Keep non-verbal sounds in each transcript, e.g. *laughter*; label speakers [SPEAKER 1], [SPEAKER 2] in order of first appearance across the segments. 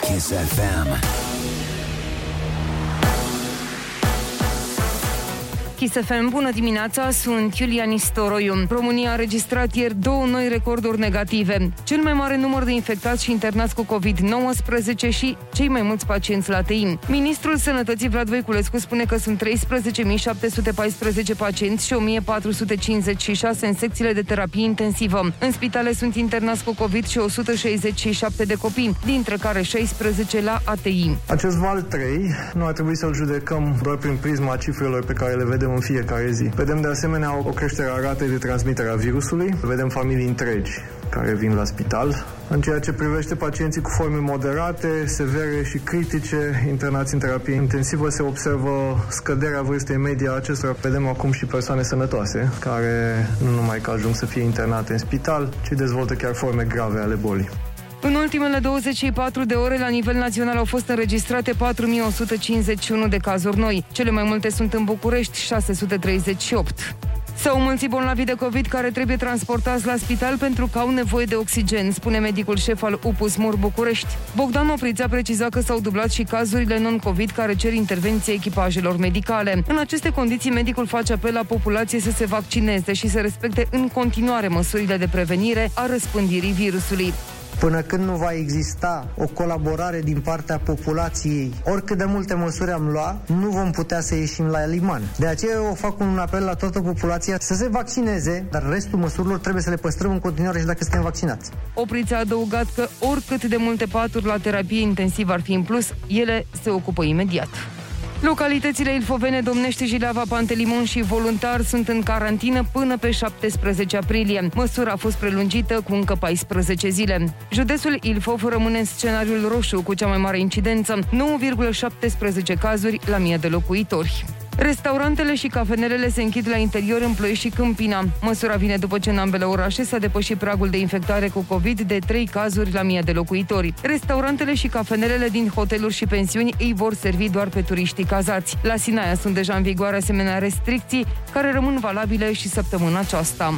[SPEAKER 1] Kiss FM.
[SPEAKER 2] Kiss FM, bună dimineața, sunt Iulian Istoroiu. România a registrat ieri două noi recorduri negative. Cel mai mare număr de infectați și internați cu COVID-19 și cei mai mulți pacienți la TI. Ministrul Sănătății Vlad Voiculescu spune că sunt 13.714 pacienți și 1.456 în secțiile de terapie intensivă. În spitale sunt internați cu COVID și 167 de copii, dintre care 16 la ATI.
[SPEAKER 3] Acest val 3 nu ar trebui să-l judecăm doar prin prisma cifrelor pe care le vedem în fiecare zi. Vedem de asemenea o creștere a ratei de transmitere a virusului, vedem familii întregi care vin la spital. În ceea ce privește pacienții cu forme moderate, severe și critice internați în terapie intensivă, se observă scăderea vârstei medie a acestora. Vedem acum și persoane sănătoase, care nu numai că ajung să fie internate în spital, ci dezvoltă chiar forme grave ale bolii.
[SPEAKER 2] În ultimele 24 de ore, la nivel național, au fost înregistrate 4151 de cazuri noi. Cele mai multe sunt în București, 638. Sau mulți bolnavi de COVID care trebuie transportați la spital pentru că au nevoie de oxigen, spune medicul șef al UPUS Mur București. Bogdan Oprița preciza că s-au dublat și cazurile non-COVID care cer intervenție echipajelor medicale. În aceste condiții, medicul face apel la populație să se vaccineze și să respecte în continuare măsurile de prevenire a răspândirii virusului.
[SPEAKER 4] Până când nu va exista o colaborare din partea populației, oricât de multe măsuri am luat, nu vom putea să ieșim la liman. De aceea eu fac un apel la toată populația să se vaccineze, dar restul măsurilor trebuie să le păstrăm în continuare și dacă suntem vaccinați.
[SPEAKER 2] Oprița a adăugat că oricât de multe paturi la terapie intensivă ar fi în plus, ele se ocupă imediat. Localitățile ilfovene Domnești și Leava Pantelimon și voluntari sunt în carantină până pe 17 aprilie. Măsura a fost prelungită cu încă 14 zile. Județul Ilfov rămâne în scenariul roșu cu cea mai mare incidență, 9,17 cazuri la mie de locuitori. Restaurantele și cafenelele se închid la interior în Ploiești și Câmpina. Măsura vine după ce în ambele orașe s-a depășit pragul de infectare cu COVID de 3 cazuri la 1000 de locuitori. Restaurantele și cafenelele din hoteluri și pensiuni îi vor servi doar pe turiștii cazați. La Sinaia sunt deja în vigoare asemenea restricții care rămân valabile și săptămâna aceasta.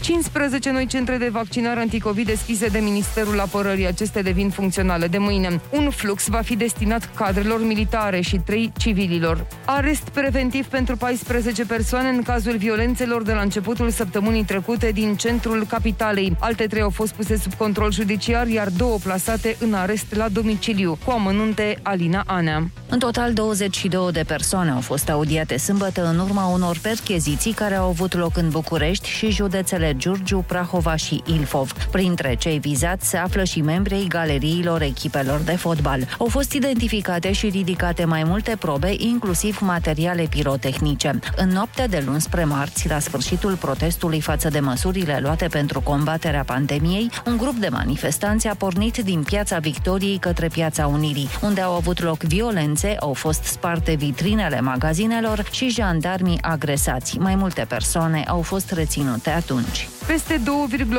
[SPEAKER 2] 15 noi centre de vaccinare anticovid deschise de Ministerul Apărării. Acestea devin funcționale de mâine. Un flux va fi destinat cadrelor militare și 3 civililor. Arest preventiv pentru 14 persoane în cazul violențelor de la începutul săptămânii trecute din centrul capitalei. Alte trei au fost puse sub control judiciar, iar două plasate în arest la domiciliu. Cu amănunte Alina Anea.
[SPEAKER 5] În total, 22 de persoane au fost audiate sâmbătă în urma unor percheziții care au avut loc în București și județele Giurgiu, Prahova și Ilfov. Printre cei vizați se află și membrii galeriilor echipelor de fotbal. Au fost identificate și ridicate mai multe probe, inclusiv materiale pirotehnice. În noaptea de luni spre marți, la sfârșitul protestului față de măsurile luate pentru combaterea pandemiei, un grup de manifestanți a pornit din Piața Victoriei către Piața Unirii, unde au avut loc violențe, au fost sparte vitrinele magazinelor și jandarmii agresați. Mai multe persoane au fost reținute atunci.
[SPEAKER 2] Peste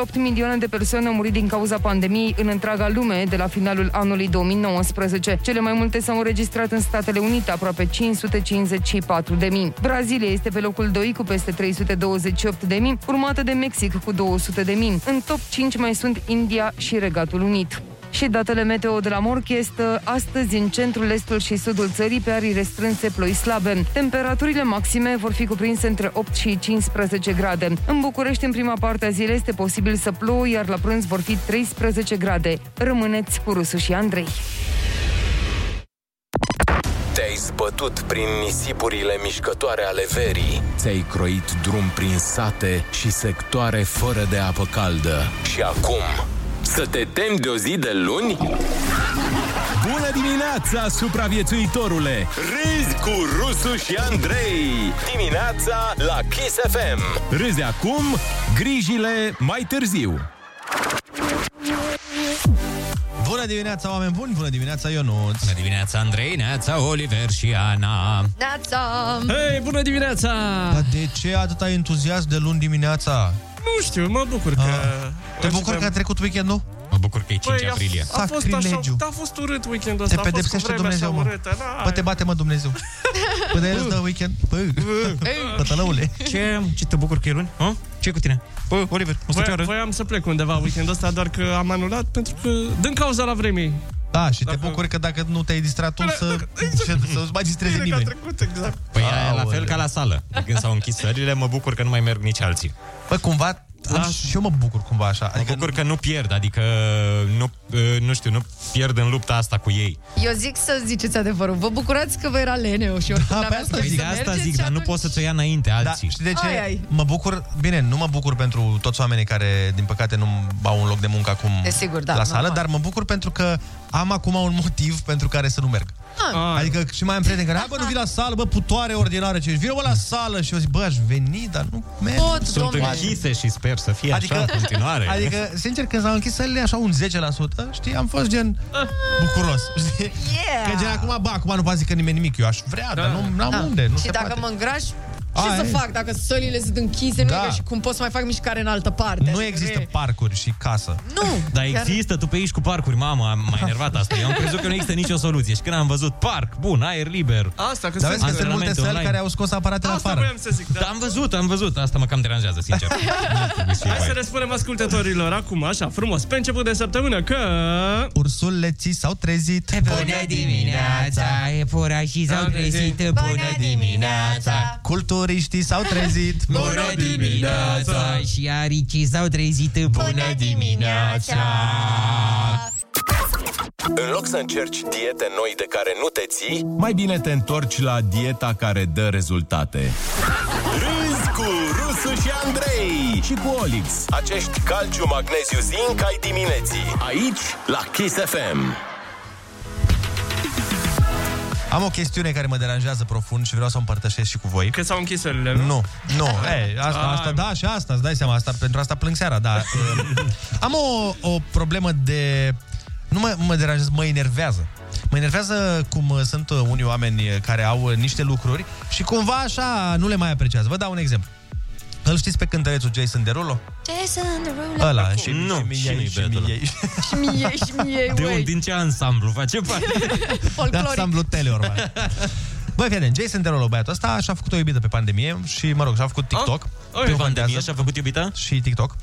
[SPEAKER 2] 2,8 milioane de persoane au murit din cauza pandemiei în întreaga lume de la finalul anului 2019. Cele mai multe s-au înregistrat în Statele Unite, aproape 554 de mii. Brazilia este pe locul 2 cu peste 328 de mii, urmată de Mexic cu 200 de mii. În top 5 mai sunt India și Regatul Unit. Și datele meteo de la Morchest, astăzi în centrul, estul și sudul țării pe arii restrânse ploi slabe. Temperaturile maxime vor fi cuprinse între 8 și 15 grade. În București, în prima parte a zilei, este posibil să plouă, iar la prânz vor fi 13 grade. Rămâneți cu Rusu și Andrei.
[SPEAKER 1] Te-ai zbătut prin nisipurile mișcătoare ale verii. Ți-ai croit drum prin sate și sectoare fără de apă caldă. Și acum să te temi de o zi de luni?
[SPEAKER 6] Bună dimineața, supraviețuitorule!
[SPEAKER 1] Râzi cu Rusu și Andrei Dimineața la Kiss FM
[SPEAKER 6] Râzi acum, grijile mai târziu
[SPEAKER 7] Bună dimineața, oameni buni! Bună dimineața, Ionuț! Bună
[SPEAKER 8] dimineața, Andrei, Neața, Oliver și Ana!
[SPEAKER 9] Neața!
[SPEAKER 10] Hei, bună dimineața!
[SPEAKER 7] Dar de ce atâta entuziasm de luni dimineața? Ah.
[SPEAKER 10] Nu știu, mă bucur că... A,
[SPEAKER 7] te bucur că a trecut weekendul?
[SPEAKER 8] Mă bucur că e 5 păi, aprilie.
[SPEAKER 10] A, a fost așa, da, a fost urât weekendul ăsta.
[SPEAKER 7] Te pedepsește Dumnezeu, mă. Urâtă, da,
[SPEAKER 10] *laughs*
[SPEAKER 7] păi te bate, mă, Dumnezeu. Până el îți dă weekend. Păi, pătălăule.
[SPEAKER 8] Ce, ce te bucur că e luni? Ha? ce cu tine? Bă, Oliver, o
[SPEAKER 10] Voia, voiam să plec undeva weekendul ăsta, doar că am anulat pentru că, din cauza la vremii,
[SPEAKER 7] Da, și dacă... te bucuri că dacă nu te-ai distrat
[SPEAKER 10] Păi,
[SPEAKER 7] tu, să, *laughs* să, să nu mai distreze
[SPEAKER 10] da, exact. Bine că a
[SPEAKER 7] nimeni.
[SPEAKER 10] trecut, exact.
[SPEAKER 8] Păi aia e la fel ca la sală. De când s-au închis sările, mă bucur că nu mai merg nici alții. Da.
[SPEAKER 7] Bă, cumva, am, și eu mă bucur cumva așa.
[SPEAKER 8] Mă
[SPEAKER 7] Adică,
[SPEAKER 8] bucur că nu pierd, adică nu, nu știu, nu pierd în lupta asta cu ei.
[SPEAKER 9] Eu zic să ziceți adevărul. Vă bucurați că vă era lene și oricum
[SPEAKER 7] pe
[SPEAKER 9] n-aveați
[SPEAKER 7] Păi asta
[SPEAKER 9] voie
[SPEAKER 7] zic,
[SPEAKER 9] să
[SPEAKER 8] Păi De asta
[SPEAKER 9] mergeți
[SPEAKER 8] zic,
[SPEAKER 9] și
[SPEAKER 8] dar nu
[SPEAKER 9] atunci-
[SPEAKER 8] poți să ți-o ia înainte
[SPEAKER 7] da,
[SPEAKER 8] alții. Ah.
[SPEAKER 7] știi de ce?
[SPEAKER 9] Ai, ai.
[SPEAKER 7] Mă bucur, bine, nu mă bucur pentru toți oamenii care, din păcate, nu au un loc de muncă acum
[SPEAKER 9] Desigur, da,
[SPEAKER 7] la sală,
[SPEAKER 9] normal.
[SPEAKER 7] dar mă bucur pentru că am acum un motiv pentru care să nu merg.
[SPEAKER 10] Ah.
[SPEAKER 7] Adică și mai am prieteni care, hai bă, nu vii la sală, bă, putoare ordinară ce ești, vină bă la sală și eu zic, bă, aș veni, dar nu merg.
[SPEAKER 9] Pot,
[SPEAKER 8] Sunt
[SPEAKER 9] domnule.
[SPEAKER 8] închise și sper să fie adică, așa în continuare.
[SPEAKER 7] *laughs* Adică, sincer, când s-au închis sălile așa un 10%, știi, am fost gen bucuros. Știi?
[SPEAKER 9] Yeah.
[SPEAKER 7] Că gen acum, bă, acum nu poate zică nimeni nimic, eu aș vrea, dar nu n-am
[SPEAKER 9] Da.
[SPEAKER 7] unde, nu
[SPEAKER 9] și
[SPEAKER 7] se
[SPEAKER 9] dacă
[SPEAKER 7] poate.
[SPEAKER 9] mă îngraș, ce
[SPEAKER 7] Aia
[SPEAKER 9] să
[SPEAKER 7] e.
[SPEAKER 9] fac dacă sălile sunt închise?
[SPEAKER 7] Da.
[SPEAKER 9] Nu e și cum pot să mai fac mișcare în altă parte?
[SPEAKER 7] Nu
[SPEAKER 9] Adică
[SPEAKER 7] există
[SPEAKER 9] e-
[SPEAKER 7] parcuri și casă.
[SPEAKER 9] Nu!
[SPEAKER 8] Dar
[SPEAKER 9] Chiar-
[SPEAKER 8] există, tu pe aici cu parcuri, mamă, am mai enervat asta. Eu am crezut că nu există nicio soluție. Și când am văzut parc, bun, aer liber. Da,
[SPEAKER 10] Asta, că
[SPEAKER 7] Dar
[SPEAKER 10] se
[SPEAKER 7] vezi că sunt multe
[SPEAKER 8] antrenamente
[SPEAKER 7] săli
[SPEAKER 8] online.
[SPEAKER 7] care au scos aparatele
[SPEAKER 10] Asta
[SPEAKER 7] afară.
[SPEAKER 10] voiam să zic,
[SPEAKER 8] Da,
[SPEAKER 10] da.
[SPEAKER 8] am văzut, am văzut. Asta mă cam deranjează,
[SPEAKER 7] *laughs*
[SPEAKER 8] sincer. N-ar trebui să fie
[SPEAKER 10] Hai să
[SPEAKER 8] vibe.
[SPEAKER 10] le spunem ascultătorilor acum, așa, frumos, pe început de săptămână, că...
[SPEAKER 7] Ursuleții s-au trezit.
[SPEAKER 11] Bună dimineața, e pura și s-au trezit Bună dimineața
[SPEAKER 7] Culturiștii s-au trezit.
[SPEAKER 11] Bună dimineața Și aricii s-au trezit Bună dimineața
[SPEAKER 1] În loc să încerci diete noi de care nu te ții,
[SPEAKER 6] Mai bine te întorci la dieta care dă rezultate.
[SPEAKER 1] râzi cu Rusu și Andrei.
[SPEAKER 6] Și cu Olix.
[SPEAKER 1] Acești calciu, magneziu, zinc ai dimineții. Aici, la Kiss FM.
[SPEAKER 7] Am o chestiune care mă deranjează profund și vreau să o împărtășesc și cu voi.
[SPEAKER 10] Că s-au închis sălile, Ah.
[SPEAKER 7] Nu, nu, e, asta, asta, da, și asta, îți dai seama, asta, pentru asta plâng seara, da.
[SPEAKER 10] *laughs*
[SPEAKER 7] Um, Am o, o problemă de... Nu mă, mă deranjează, mă enervează. Mă enervează cum uh, sunt uh, unii oameni uh, care au uh, niște lucruri și cumva așa nu le mai apreciază. Vă dau un exemplu. Îl știți pe cântărețul Jason Derulo?
[SPEAKER 9] Jason Derulo.
[SPEAKER 7] Ăla, și
[SPEAKER 8] Nu,
[SPEAKER 7] și mi-ai,
[SPEAKER 8] și nu-i
[SPEAKER 7] și
[SPEAKER 8] băiatul ăla.
[SPEAKER 7] mi-ai.
[SPEAKER 9] *laughs* Și mie, și mie,
[SPEAKER 8] De
[SPEAKER 9] uei.
[SPEAKER 8] un, din ce ansamblu face
[SPEAKER 7] *laughs*
[SPEAKER 8] parte?
[SPEAKER 7] De
[SPEAKER 9] Folcloric.
[SPEAKER 7] ansamblu Teleorman. Băi, fii atent, Jason Derulo, băiatul ăsta, și-a făcut o iubită pe pandemie și, mă rog, și-a făcut TikTok.
[SPEAKER 10] Oi,
[SPEAKER 8] Pe
[SPEAKER 10] Pe
[SPEAKER 8] Ah, oh, pandemie și-a făcut iubita?
[SPEAKER 7] și TikTok.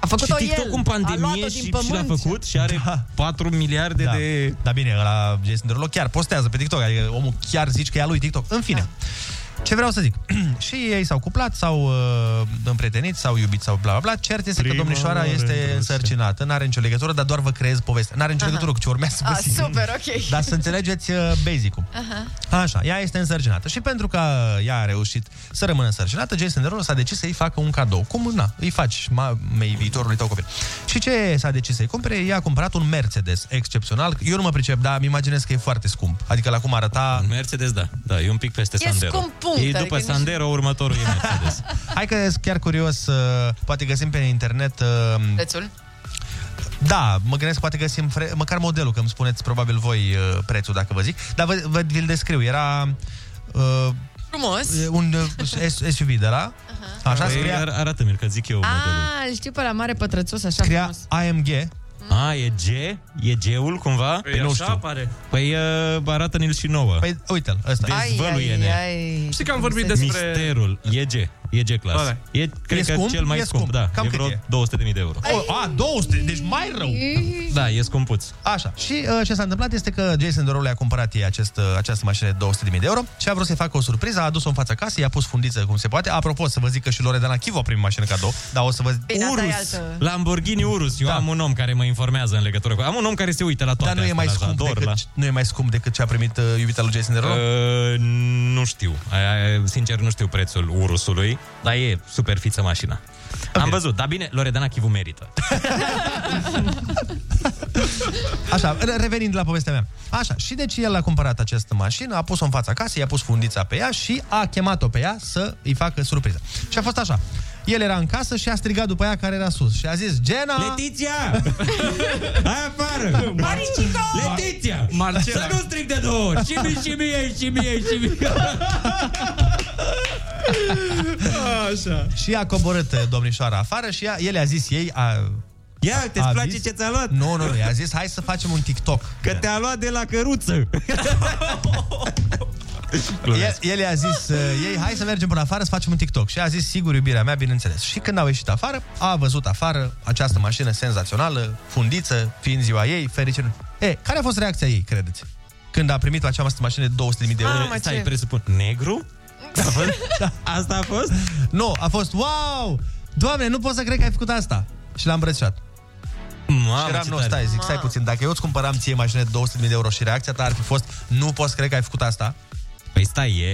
[SPEAKER 9] A făcut-o
[SPEAKER 8] și TikTok
[SPEAKER 9] el.
[SPEAKER 8] în
[SPEAKER 9] A luat-o
[SPEAKER 8] pandemie
[SPEAKER 9] din
[SPEAKER 8] și, și l-a
[SPEAKER 9] pământ.
[SPEAKER 8] făcut și are
[SPEAKER 7] Da.
[SPEAKER 8] 4 miliarde
[SPEAKER 7] da.
[SPEAKER 8] de...
[SPEAKER 7] Da, bine, la Jason Derulo chiar postează pe TikTok, adică omul chiar zici că e a lui TikTok. În fine.
[SPEAKER 8] Da.
[SPEAKER 7] Ce vreau să zic? *clears throat* și ei s-au cuplat, s-au uh, împrietenit, s-au iubit, sau bla bla bla. Cert este că
[SPEAKER 8] Prima
[SPEAKER 7] domnișoara
[SPEAKER 8] oară
[SPEAKER 7] este
[SPEAKER 8] într-o
[SPEAKER 7] însărcinată, n-are nicio legătură, dar doar vă creez povestea. N-are nicio legătură cu ce urmează să vă
[SPEAKER 9] Ah,
[SPEAKER 7] zic.
[SPEAKER 9] super, ok.
[SPEAKER 7] *laughs* Dar să înțelegeți uh, basic-ul. Așa, ea este însărcinată și pentru că uh, ea a reușit să rămână însărcinată, Jason Derulo s-a decis să-i facă un cadou. Cum? Na, îi faci mamei viitorului tău copil. Și ce s-a decis să-i cumpere? I-a cumpărat un Mercedes excepțional. Eu nu mă pricep, dar îmi imaginez că e foarte scump. Adică la cum arăta...
[SPEAKER 8] Mercedes, da. Da, e un pic peste
[SPEAKER 9] E
[SPEAKER 8] Sandero.
[SPEAKER 9] scump punct,
[SPEAKER 8] E după
[SPEAKER 9] adică nici-
[SPEAKER 8] Sandero, următorul e Mercedes.
[SPEAKER 7] Hai că sunt chiar curios, uh, poate găsim pe internet... uh,
[SPEAKER 9] Prețul?
[SPEAKER 7] Da, mă gândesc că poate găsim fre- măcar modelul, că îmi spuneți probabil voi uh, prețul dacă vă zic. Dar vă, vă vi-l descriu. Era... uh,
[SPEAKER 9] Frumos.
[SPEAKER 7] E un uh, S- SUV de la. Așa
[SPEAKER 8] Păi, ar-
[SPEAKER 7] scria,
[SPEAKER 8] Arată-mi, el, că zic eu modelul.
[SPEAKER 9] Ah, îl știu pe la mare pătrățos, așa
[SPEAKER 7] scria
[SPEAKER 9] frumos.
[SPEAKER 7] AMG.
[SPEAKER 8] A, e G? E G-ul cumva?
[SPEAKER 10] Păi
[SPEAKER 7] nu
[SPEAKER 10] așa
[SPEAKER 7] știu.
[SPEAKER 10] apare.
[SPEAKER 8] Păi uh, arată-ne-l și nouă. Păi,
[SPEAKER 7] Păi uite-l, ăsta.
[SPEAKER 8] Deci- dezvăluie, ne.
[SPEAKER 9] ai.
[SPEAKER 10] Știi că am vorbit
[SPEAKER 9] Cum se-
[SPEAKER 10] despre-
[SPEAKER 8] Misterul. E G. E G class.
[SPEAKER 10] Ăla.
[SPEAKER 8] E, cred
[SPEAKER 7] E
[SPEAKER 8] că
[SPEAKER 7] scump?
[SPEAKER 8] cel mai
[SPEAKER 7] E
[SPEAKER 8] scump.
[SPEAKER 7] scump.
[SPEAKER 8] Da,
[SPEAKER 7] Cam
[SPEAKER 8] e
[SPEAKER 7] cât
[SPEAKER 8] vreo
[SPEAKER 7] e?
[SPEAKER 8] 200.000 de euro.
[SPEAKER 7] O, a, 200, deci mai rău.
[SPEAKER 8] Da, e scumpuț.
[SPEAKER 7] Așa. Și uh, ce s-a întâmplat este că Jason Derulo le-a cumpărat ei acest, uh, această mașină de 200.000 de euro și a vrut să-i facă o surpriză, a adus-o în fața casei, i-a pus fundiță cum se poate. Apropo, să vă zic că și Loredana Chivo a primit mașină cadou, dar o să vă
[SPEAKER 9] Bine, asta Păi, da, e
[SPEAKER 8] Urus.
[SPEAKER 9] altă.
[SPEAKER 8] Lamborghini Urus. Eu
[SPEAKER 7] Da.
[SPEAKER 8] am un om care mă informează în legătură cu... Am un om care se uită la toate
[SPEAKER 7] dar nu e,
[SPEAKER 8] astea,
[SPEAKER 7] mai
[SPEAKER 8] la
[SPEAKER 7] scump
[SPEAKER 8] Zador,
[SPEAKER 7] decât,
[SPEAKER 8] la...
[SPEAKER 7] nu e mai scump decât ce a primit uh, iubita lui Jason Derulo?
[SPEAKER 8] Uh, nu știu. Aia, Sincer, nu știu prețul urusului, dar e super fiță mașina. Am văzut, dar bine, Loredana Chivu merită.
[SPEAKER 7] Așa, re- revenind la povestea mea. Așa, și deci el a cumpărat această mașină, a pus-o în fața casei, i-a pus fundița pe ea și a chemat-o pe ea să îi facă surpriză. Și a fost așa. El era în casă și a strigat după ea care era sus și a zis, Gena! *laughs*
[SPEAKER 8] Letiția! Hai afară!
[SPEAKER 9] Maricico!
[SPEAKER 7] *laughs*
[SPEAKER 8] Letiția!
[SPEAKER 10] Marcela.
[SPEAKER 8] Să nu stric de două
[SPEAKER 10] *laughs*
[SPEAKER 8] ori! Și mie, și mie, și mie, și mie!
[SPEAKER 10] Așa.
[SPEAKER 7] Și a coborât uh, domnișoara afară și a, el a zis ei... A,
[SPEAKER 8] Ia, te-ți
[SPEAKER 7] a
[SPEAKER 8] place
[SPEAKER 7] zis-
[SPEAKER 8] ce ți-a luat?
[SPEAKER 7] Nu, nu, nu, i-a zis, hai să facem un TikTok.
[SPEAKER 8] Că te-a luat de la căruță.
[SPEAKER 7] El, el i-a zis, uh, ei, hai să mergem până afară să facem un TikTok. Și a zis, sigur, iubirea mea, bineînțeles. Și când au ieșit afară, a văzut afară această mașină senzațională, fundiță, fiind ziua ei, fericire. E, care a fost reacția ei, credeți? Când a primit această mașină de 200.000 de euro.
[SPEAKER 8] Ah, mai Stai, ce?
[SPEAKER 7] presupun,
[SPEAKER 8] *laughs*
[SPEAKER 7] negru? A fost? da. Asta a fost? Nu, a fost, wow! Doamne, nu pot să cred că ai făcut asta. Și l-a îmbrățișat. Mamă, și eram,
[SPEAKER 8] ce
[SPEAKER 7] nu,
[SPEAKER 8] tare.
[SPEAKER 7] stai, zic, stai
[SPEAKER 8] Mamă.
[SPEAKER 7] puțin, dacă eu îți cumpăram ție mașină de 200.000 de euro și reacția ta ar fi fost, nu poți cred că ai făcut asta,
[SPEAKER 8] Păi stai, e,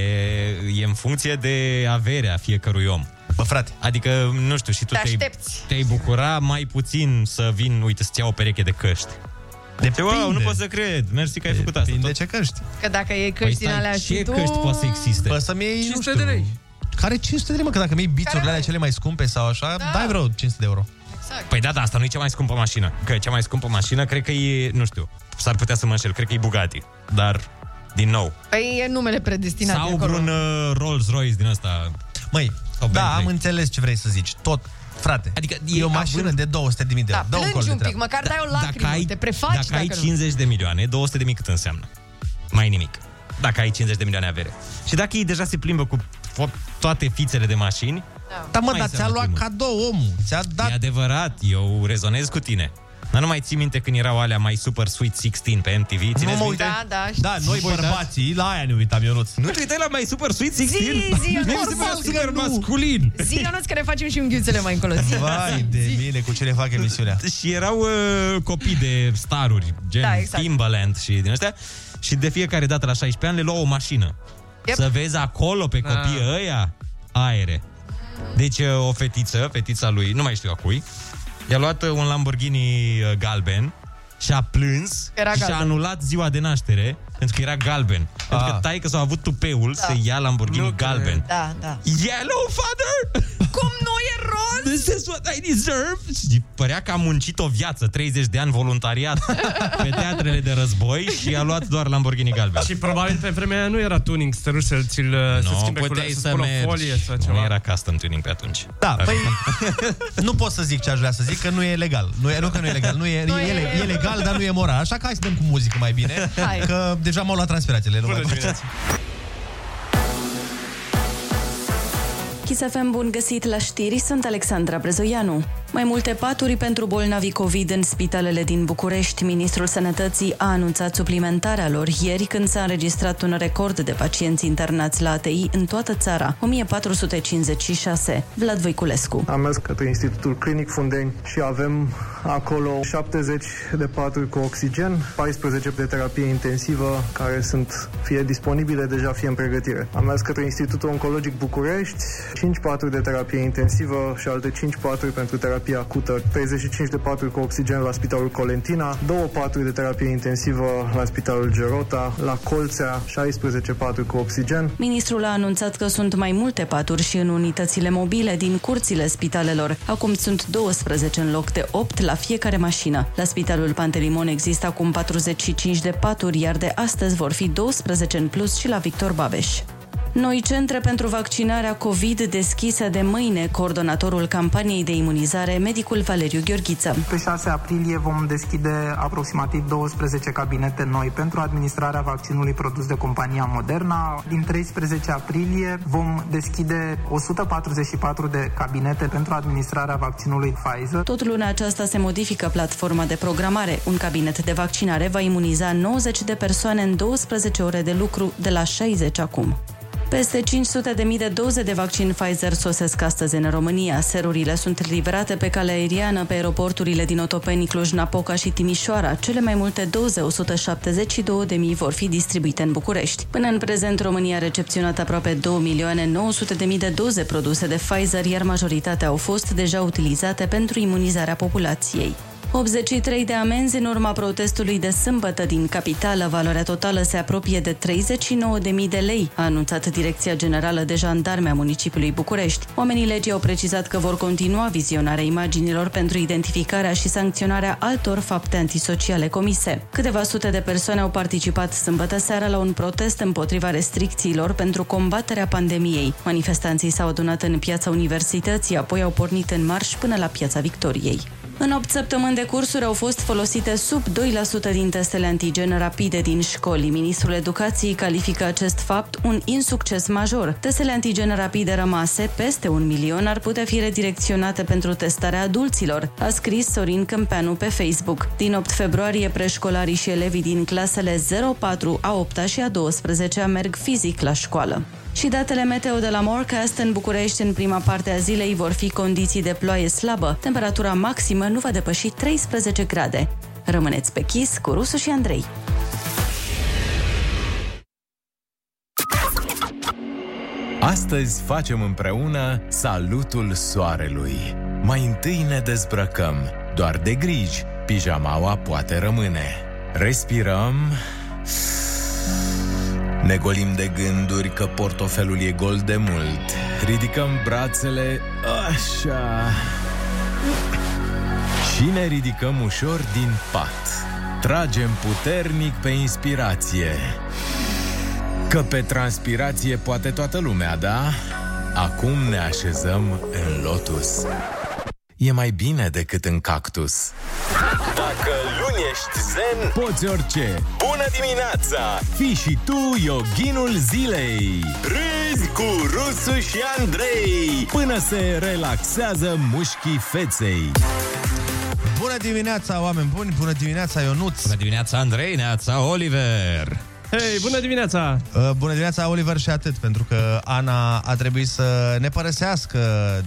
[SPEAKER 8] e în funcție de averea fiecărui om.
[SPEAKER 7] Bă, frate.
[SPEAKER 8] Adică, nu știu, și tu
[SPEAKER 12] Te
[SPEAKER 8] te-ai,
[SPEAKER 12] aștepți.
[SPEAKER 8] te-ai bucura mai puțin să vin, uite, să-ți iau o pereche de căști.
[SPEAKER 7] Depinde.
[SPEAKER 8] Wow, nu pot să cred. Mersi că ai făcut asta. Depinde
[SPEAKER 7] ce căști.
[SPEAKER 9] Că dacă
[SPEAKER 7] Păi
[SPEAKER 9] e căști din alea și tu...
[SPEAKER 7] Bă,
[SPEAKER 8] existe?
[SPEAKER 7] Păi să-mi iei, 500 de lei. Care 500 de lei, mă? Că dacă mi iei bițurile alea cele mai scumpe sau așa, da. dai vreo 500 de euro.
[SPEAKER 12] Exact.
[SPEAKER 8] Păi da, da, asta nu e cea mai scumpă mașină. Că cea mai scumpă mașină, cred că e, nu știu, s-ar putea să mă înșel, cred că e Bugatti. Dar, din nou,
[SPEAKER 9] Păi e numele predestinat de
[SPEAKER 8] sau
[SPEAKER 9] acolo.
[SPEAKER 8] vreun uh, Rolls-Royce din asta.
[SPEAKER 7] Măi, da, am înțeles ce vrei să zici. Tot, frate. Adică e o mașină de 200.000 de euro.
[SPEAKER 9] Da,
[SPEAKER 7] Dă un col
[SPEAKER 9] plângi
[SPEAKER 7] de
[SPEAKER 9] un pic,
[SPEAKER 7] treabă.
[SPEAKER 9] măcar dai o lacrimă,
[SPEAKER 8] ai-
[SPEAKER 9] te prefaci
[SPEAKER 8] dacă, ai
[SPEAKER 9] nu.
[SPEAKER 8] 50 de milioane, 200 de mii cât înseamnă? Mai nimic. Dacă ai 50 de milioane avere. Și dacă ei deja se plimbă cu fo- toate fițele de mașini,
[SPEAKER 7] Da, mă,
[SPEAKER 8] mai
[SPEAKER 7] dar ți-a
[SPEAKER 8] înseamnă
[SPEAKER 7] luat
[SPEAKER 8] primul.
[SPEAKER 7] cadou omul. Ți-a dat...
[SPEAKER 8] E adevărat, eu rezonez cu tine. Dar nu mai ții minte când erau alea mai super Sweet 16 pe MTV? Țineți
[SPEAKER 7] mă
[SPEAKER 8] minte?
[SPEAKER 9] Da, da, știu.
[SPEAKER 7] Da, noi bărbații, la aia ne uitam, Ionuț.
[SPEAKER 8] Nu te uitai la mai super Sweet 16?
[SPEAKER 9] Zi, zi,
[SPEAKER 8] Mi se
[SPEAKER 9] normal
[SPEAKER 8] părea
[SPEAKER 9] că
[SPEAKER 8] super
[SPEAKER 9] nu.
[SPEAKER 8] masculin.
[SPEAKER 9] Zi, Ionuț, că ne facem și unghiuțele mai încolo. Zi.
[SPEAKER 7] Vai de mine, cu ce ne fac emisiunea.
[SPEAKER 8] Și erau uh, copii de staruri, gen
[SPEAKER 9] Da,
[SPEAKER 8] da,
[SPEAKER 9] exact.
[SPEAKER 8] exact. Timbaland și din astea. Și de fiecare dată la 16 ani le luau o mașină.
[SPEAKER 9] Yep.
[SPEAKER 8] Yep. Să vezi acolo pe
[SPEAKER 7] Da.
[SPEAKER 8] copii ah. ăia aere. Deci uh, o fetiță, fetița lui, nu mai știu a cui, i-a luat uh, un Lamborghini uh, galben și a plâns
[SPEAKER 9] Era
[SPEAKER 8] și a
[SPEAKER 9] galben.
[SPEAKER 8] anulat ziua de naștere pentru că era galben. Pentru
[SPEAKER 7] Ah.
[SPEAKER 8] că taică s-a avut tupeul
[SPEAKER 9] Da.
[SPEAKER 8] da. să ia Lamborghini galben.
[SPEAKER 9] Da, da.
[SPEAKER 8] Yellow father!
[SPEAKER 9] Cum nu e roz?
[SPEAKER 8] This is what I deserve! Și părea că a muncit o viață, 30 de ani
[SPEAKER 7] *laughs*
[SPEAKER 8] voluntariat pe teatrele de război și a luat doar Lamborghini galben.
[SPEAKER 10] Și probabil pe vremea aia nu era tuning, să te duci să-l ți-l no, să
[SPEAKER 8] Nu,
[SPEAKER 10] schimbe culoare,
[SPEAKER 8] puteai
[SPEAKER 10] să
[SPEAKER 8] să
[SPEAKER 10] spună
[SPEAKER 8] mergi.
[SPEAKER 10] folie sau
[SPEAKER 8] Nu
[SPEAKER 10] ceva.
[SPEAKER 8] era custom tuning pe atunci.
[SPEAKER 7] Da, păi *laughs* nu pot să zic ce aș vrea să zic, că nu e legal. Nu, e, nu că nu e legal, nu e,
[SPEAKER 9] Nu
[SPEAKER 7] e,
[SPEAKER 9] e.
[SPEAKER 7] e, legal, dar nu e moral. Așa că hai să dăm cu muzică mai bine,
[SPEAKER 9] Hai.
[SPEAKER 7] că deja m-au luat transpirațiile. Nu mai pot.
[SPEAKER 13] Chisafem bun găsit la știri, sunt Alexandra Brezoianu. Mai multe paturi pentru bolnavi COVID în spitalele din București. Ministrul Sănătății a anunțat suplimentarea lor ieri când s-a înregistrat un record de pacienți internați la ATI în toată țara, 1456. Vlad Voiculescu.
[SPEAKER 3] Am mers către Institutul Clinic Fundeni și avem acolo 70 de paturi cu oxigen, 14 de terapie intensivă care sunt fie disponibile deja, fie în pregătire. Am mers către Institutul Oncologic București, 5 paturi de terapie intensivă și alte 5 paturi pentru terapie acută, 35 de paturi cu oxigen la Spitalul Colentina, 2 paturi de terapie intensivă la Spitalul Gerota, la Colțea 16 paturi cu oxigen,
[SPEAKER 13] Ministrul a anunțat că sunt mai multe paturi și în unitățile mobile din curțile spitalelor. Acum sunt 12 în loc de 8 la fiecare mașină. La Spitalul Pantelimon există acum 45 de paturi, iar de astăzi vor fi 12 în plus și la Victor Babeș. Noi centre pentru vaccinarea COVID deschise de mâine, coordonatorul campaniei de imunizare, medicul Valeriu Gheorghiță.
[SPEAKER 14] Pe 6 aprilie vom deschide aproximativ 12 cabinete noi pentru administrarea vaccinului produs de compania Moderna. Din 13 aprilie vom deschide 144 de cabinete pentru administrarea vaccinului Pfizer.
[SPEAKER 13] Tot luna aceasta se modifică platforma de programare. Un cabinet de vaccinare va imuniza 90 de persoane în 12 ore de lucru, de la 60 acum. Peste 500.000 de, de doze de vaccin Pfizer sosesc astăzi în România. Serurile sunt livrate pe calea aeriană pe aeroporturile din Otopeni, Cluj-Napoca și Timișoara. Cele mai multe doze, 172.000, vor fi distribuite în București. Până în prezent, România a recepționat aproape 2.900.000 de doze produse de Pfizer, iar majoritatea au fost deja utilizate pentru imunizarea populației. 83 de amenzi în urma protestului de sâmbătă din capitală. Valoarea totală se apropie de 39.000 de lei, a anunțat Direcția Generală de Jandarme a municipiului București. Oamenii legii au precizat că vor continua vizionarea imaginilor pentru identificarea și sancționarea altor fapte antisociale comise. Câteva sute de persoane au participat sâmbătă seara la un protest împotriva restricțiilor pentru combaterea pandemiei. Manifestanții s-au adunat în piața universității, apoi au pornit în marș până la piața Victoriei. În 8 săptămâni de cursuri au fost folosite sub 2% din testele antigen rapide din școli. Ministrul Educației califică acest fapt un insucces major. Testele antigen rapide rămase, peste un milion, ar putea fi redirecționate pentru testarea adulților, a scris Sorin Câmpeanu pe Facebook. Din 8 februarie, preșcolarii și elevii din clasele 04, a 8 și a 12 merg fizic la școală. Și datele meteo de la Morecast în București în prima parte a zilei vor fi condiții de ploaie slabă. Temperatura maximă nu va depăși 13 grade. Rămâneți pe chis cu Rusu și Andrei.
[SPEAKER 1] Astăzi facem împreună salutul soarelui. Mai întâi ne dezbrăcăm, doar de griji, pijamaua poate rămâne. Respirăm, ne golim de gânduri că portofelul e gol de mult. Ridicăm brațele, așa... Și ne ridicăm ușor din pat. Tragem puternic pe inspirație. Că pe transpirație poate toată lumea, da? Acum ne așezăm în lotus. E mai bine decât în cactus.
[SPEAKER 12] Dacă luni ești zen,
[SPEAKER 1] Poți orice!
[SPEAKER 12] bună dimineața!
[SPEAKER 1] Fii și tu yoghinul zilei!
[SPEAKER 12] Râzi cu Rusu și Andrei!
[SPEAKER 1] Până se relaxează mușchii feței.
[SPEAKER 7] Bună dimineața, oameni buni! Bună dimineața, Ionuț!
[SPEAKER 8] Bună dimineața, Andrei, neața, Oliver!
[SPEAKER 10] Hei, bună dimineața!
[SPEAKER 7] Uh, Bună dimineața, Oliver, și atât, pentru că Ana a trebuit să ne părăsească,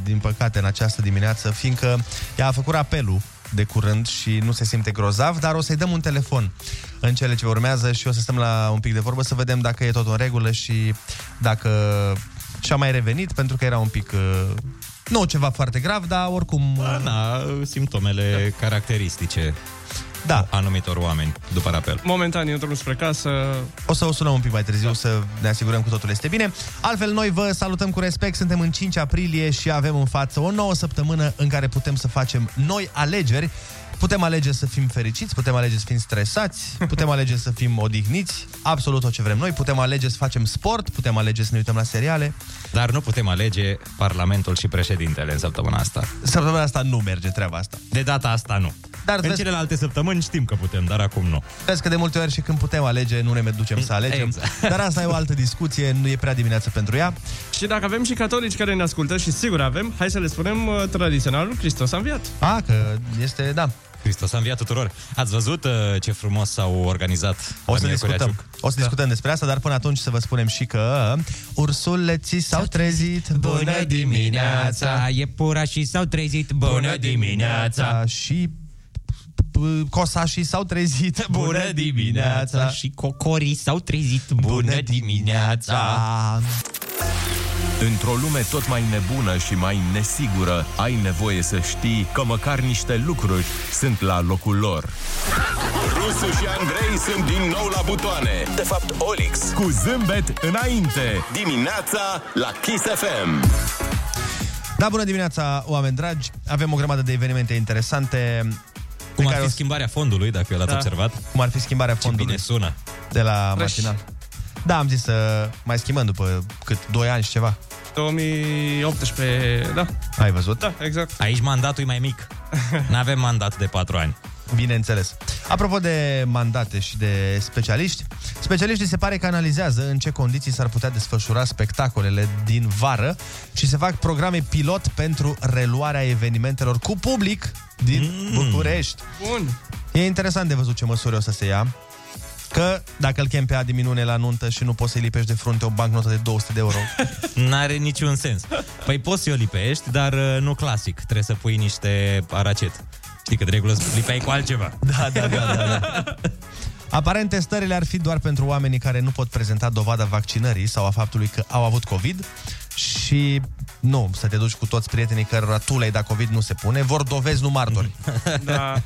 [SPEAKER 7] din păcate, în această dimineață, fiindcă ea a făcut apelul de curând și nu se simte grozav, dar o să-i dăm un telefon în cele ce urmează și o să stăm la un pic de vorbă să vedem dacă e tot în regulă și dacă și-a mai revenit, pentru că era un pic... uh, Nu ceva foarte grav, dar oricum...
[SPEAKER 8] Da,
[SPEAKER 10] Da.
[SPEAKER 8] simptomele caracteristice
[SPEAKER 7] da.
[SPEAKER 8] anumitor oameni după rapel.
[SPEAKER 10] Momentan uh, e în drum spre casă.
[SPEAKER 7] O să o sunăm un pic mai târziu să ne asigurăm că totul este bine. Altfel, noi vă salutăm cu respect. Suntem în 5 aprilie și avem în față o nouă săptămână în care putem să facem noi alegeri. Putem alege să fim fericiți, putem alege să fim
[SPEAKER 8] *laughs*
[SPEAKER 7] stresați, putem alege să fim odihniți, absolut tot ce vrem noi, putem alege să facem sport, putem alege să ne uităm la seriale.
[SPEAKER 8] Dar nu putem alege Parlamentul și președintele în săptămâna asta.
[SPEAKER 7] Săptămâna asta nu merge treaba asta.
[SPEAKER 8] De data asta nu.
[SPEAKER 7] Dar
[SPEAKER 8] în
[SPEAKER 7] vezi-
[SPEAKER 8] celelalte săptămâni știm că putem, dar acum nu.
[SPEAKER 7] Vezi că de multe ori și când putem alege, nu ne mai ducem să alegem.
[SPEAKER 8] Exact.
[SPEAKER 7] Dar asta e o altă discuție, nu e prea dimineață pentru ea.
[SPEAKER 10] Și dacă avem și catolici care ne ascultă, și sigur avem, hai să le spunem uh, tradiționalul Hristos a înviat.
[SPEAKER 7] A, Ah, că este,
[SPEAKER 10] *laughs*
[SPEAKER 7] da.
[SPEAKER 8] Hristos a înviat tuturor. Ați văzut uh, ce frumos s-au organizat
[SPEAKER 7] O
[SPEAKER 8] la
[SPEAKER 7] să
[SPEAKER 8] Miercurea
[SPEAKER 7] discutăm.
[SPEAKER 8] Ciuc?
[SPEAKER 7] O să
[SPEAKER 11] Da.
[SPEAKER 7] discutăm despre asta, dar până atunci să vă spunem și că ursuleții s-au trezit.
[SPEAKER 11] Bună
[SPEAKER 8] Da,
[SPEAKER 11] dimineața, iepurașii s-au trezit. Bună dimineața.
[SPEAKER 7] Și p- cosașii s-au trezit.
[SPEAKER 11] Bună dimineața. Și cocorii s-au trezit. Bună dimineața.
[SPEAKER 1] Într-o lume tot mai nebună și mai nesigură, ai nevoie să știi că măcar niște lucruri sunt la locul lor.
[SPEAKER 12] Rusu și Andrei sunt din nou la butoane. De fapt, Olix.
[SPEAKER 1] Cu zâmbet înainte.
[SPEAKER 12] Dimineața la Kiss FM.
[SPEAKER 7] Da, bună dimineața, oameni dragi. Avem o grămadă de evenimente interesante.
[SPEAKER 8] Cum
[SPEAKER 7] pe
[SPEAKER 8] ar
[SPEAKER 7] care o-
[SPEAKER 8] fi schimbarea fondului, dacă eu l-ați
[SPEAKER 7] Da.
[SPEAKER 8] observat?
[SPEAKER 7] Cum ar fi schimbarea
[SPEAKER 8] Ce
[SPEAKER 7] fondului.
[SPEAKER 8] bine sună.
[SPEAKER 7] De la
[SPEAKER 8] Fresh.
[SPEAKER 7] matinal. Da, am zis să mai schimbăm după cât 2 ani și ceva.
[SPEAKER 10] 2018, da.
[SPEAKER 7] Ai văzut?
[SPEAKER 10] Da, exact.
[SPEAKER 8] Aici mandatul e mai
[SPEAKER 10] *laughs*
[SPEAKER 8] mic. Nu avem mandat de patru ani.
[SPEAKER 7] Bineînțeles. Apropo de mandate și de specialiști, specialiștii se pare că analizează în ce condiții s-ar putea desfășura spectacolele din vară și se fac programe pilot pentru reluarea evenimentelor cu public din mm. București.
[SPEAKER 10] Bun.
[SPEAKER 7] E interesant de văzut ce măsuri o să se ia. Că dacă îl chem pe Adi Minune la nuntă și nu poți să-i lipești de frunte o bancnotă de 200 de euro,
[SPEAKER 8] N-are niciun sens. Păi poți să o lipești, dar uh, nu clasic. Trebuie să pui niște aracet. Știi că de regulă lipeai cu altceva.
[SPEAKER 7] *laughs* Da, da, da, da. Aparent, testările ar fi doar pentru oamenii care nu pot prezenta dovada vaccinării sau a faptului că au avut COVID și nu, să te duci cu toți prietenii cărora tu le-ai dat COVID nu se pune, vor dovezi, nu martori.
[SPEAKER 10] Da.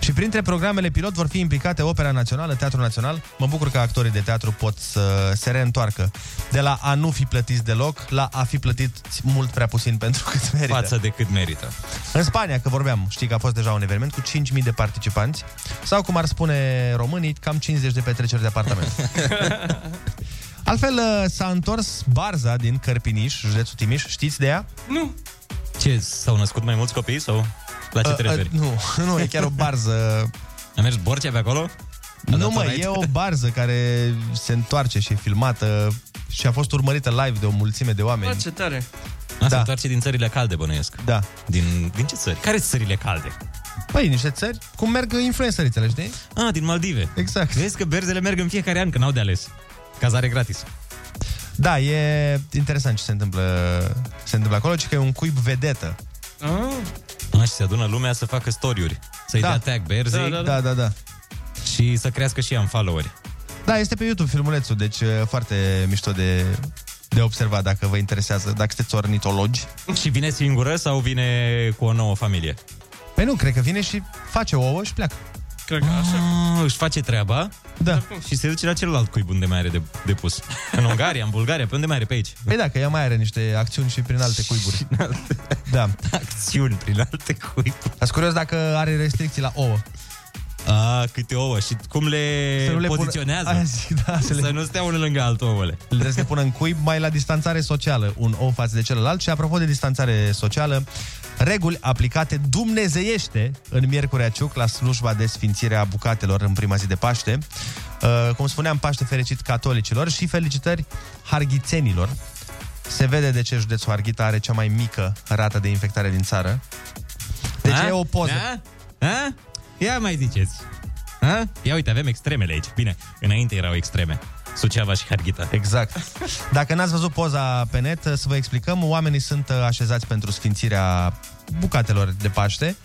[SPEAKER 7] și printre programele pilot vor fi implicate Opera Națională, Teatrul Național. Mă bucur că actorii de teatru pot să se reîntoarcă de la a nu fi plătiți deloc la a fi plătit mult prea puțin pentru cât merită.
[SPEAKER 8] Față de cât merită.
[SPEAKER 7] În Spania, că vorbeam, știi că a fost deja un eveniment cu 5.000 de participanți sau, cum ar spune românii, cam 50 de petreceri de
[SPEAKER 8] *laughs*
[SPEAKER 7] apartament. Altfel, uh, s-a întors Barza din Cărpiniș, județul Timiș. Știți de ea?
[SPEAKER 10] Nu.
[SPEAKER 8] Ce, s-au născut mai mulți copii sau? La ce te
[SPEAKER 7] A, a,
[SPEAKER 8] referi?
[SPEAKER 7] Uh, nu, *laughs* nu, e chiar o
[SPEAKER 8] *laughs*
[SPEAKER 7] barză.
[SPEAKER 8] A mers Borcea pe acolo?
[SPEAKER 7] nu,
[SPEAKER 8] dat-o
[SPEAKER 7] mă,
[SPEAKER 8] înainte?
[SPEAKER 7] e o barză care se întoarce și e filmată și a fost urmărită live de o mulțime de oameni.
[SPEAKER 10] Bă, ce tare.
[SPEAKER 8] Asta da. întoarce din țările calde, bănuiesc.
[SPEAKER 7] Da.
[SPEAKER 8] Din, din ce țări? Care sunt țările calde?
[SPEAKER 7] Păi, niște țări cum merg influencerițele, știi?
[SPEAKER 8] Ah, din Maldive.
[SPEAKER 7] Exact.
[SPEAKER 8] Vezi că berzele merg în fiecare an, că n-au de ales. Cazare gratis.
[SPEAKER 7] Da, e interesant ce se întâmplă, se întâmplă acolo, ci că e un cuib vedetă.
[SPEAKER 8] Ah. și se adună lumea să facă story-uri. Să-i
[SPEAKER 7] Da.
[SPEAKER 8] dea tag berzei.
[SPEAKER 7] Da, da, da. da.
[SPEAKER 8] Și să crească și ea în followeri.
[SPEAKER 7] Da, este pe YouTube filmulețul, deci e foarte mișto de, de observat dacă vă interesează, dacă sunteți ornitologi.
[SPEAKER 8] Și vine singură sau vine cu o nouă familie?
[SPEAKER 7] Păi nu, cred că vine și face ouă și pleacă.
[SPEAKER 10] Cred
[SPEAKER 8] că așa. Ah, își face treaba
[SPEAKER 7] da.
[SPEAKER 8] și se duce la celălalt cuib unde mai are de, de
[SPEAKER 7] *laughs*
[SPEAKER 8] pus. În Ungaria, în Bulgaria, pe unde mai are pe aici.
[SPEAKER 7] Păi da, că ea mai are niște acțiuni și prin alte cuiburi. *laughs* Da.
[SPEAKER 8] Acțiuni prin alte cuiburi.
[SPEAKER 7] Ați curios dacă are restricții la ouă.
[SPEAKER 8] A, câte ouă și cum le,
[SPEAKER 7] Să nu le pună-
[SPEAKER 8] poziționează.
[SPEAKER 7] Aia zic, da, să
[SPEAKER 8] să,
[SPEAKER 7] le-
[SPEAKER 8] nu stea unul lângă altul, ouăle.
[SPEAKER 7] Le trebuie să le pună în cuib mai la distanțare socială, un ou față de celălalt. Și apropo de distanțare socială, reguli aplicate dumnezeiește în Miercurea Ciuc la slujba de sfințire a bucatelor în prima zi de Paște. Uh, cum spuneam, Paște fericit catolicilor și felicitări harghițenilor. Se vede de ce județul Harghita are cea mai mică rată de infectare din țară. Deci
[SPEAKER 8] A?
[SPEAKER 7] e o poză.
[SPEAKER 8] Da? A? Ia mai ziceți. A? Ia uite, avem extremele aici. Bine, înainte erau extreme. Suceava și Harghita.
[SPEAKER 7] Exact. Dacă n-ați văzut poza pe net, să vă explicăm, oamenii sunt uh, așezați pentru sfințirea bucatelor de Paște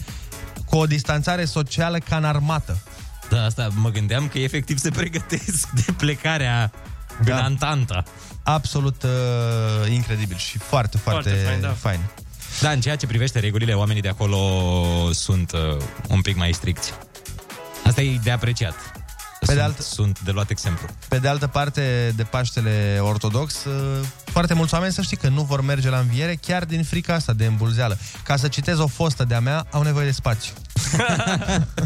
[SPEAKER 7] cu o distanțare socială ca în armată.
[SPEAKER 8] Da, asta mă gândeam că efectiv se pregătesc de plecarea da. în Antanta.
[SPEAKER 7] Absolut uh, incredibil și foarte, foarte,
[SPEAKER 8] Foarte
[SPEAKER 7] foarte fain.
[SPEAKER 8] fain, da.
[SPEAKER 7] Da. fain.
[SPEAKER 8] Da, în ceea ce privește regulile, oamenii de acolo sunt uh, un pic mai stricți. Asta e de apreciat. Pe sunt, alt... sunt de luat exemplu.
[SPEAKER 7] Pe de altă parte, de Paștele Ortodox, uh, foarte mulți oameni să știi că nu vor merge la înviere chiar din frica asta de îmbulzeală. Ca să citez o fostă de-a mea, au nevoie de
[SPEAKER 8] *laughs*
[SPEAKER 7] spațiu. *laughs*
[SPEAKER 8] Un spațiu de 100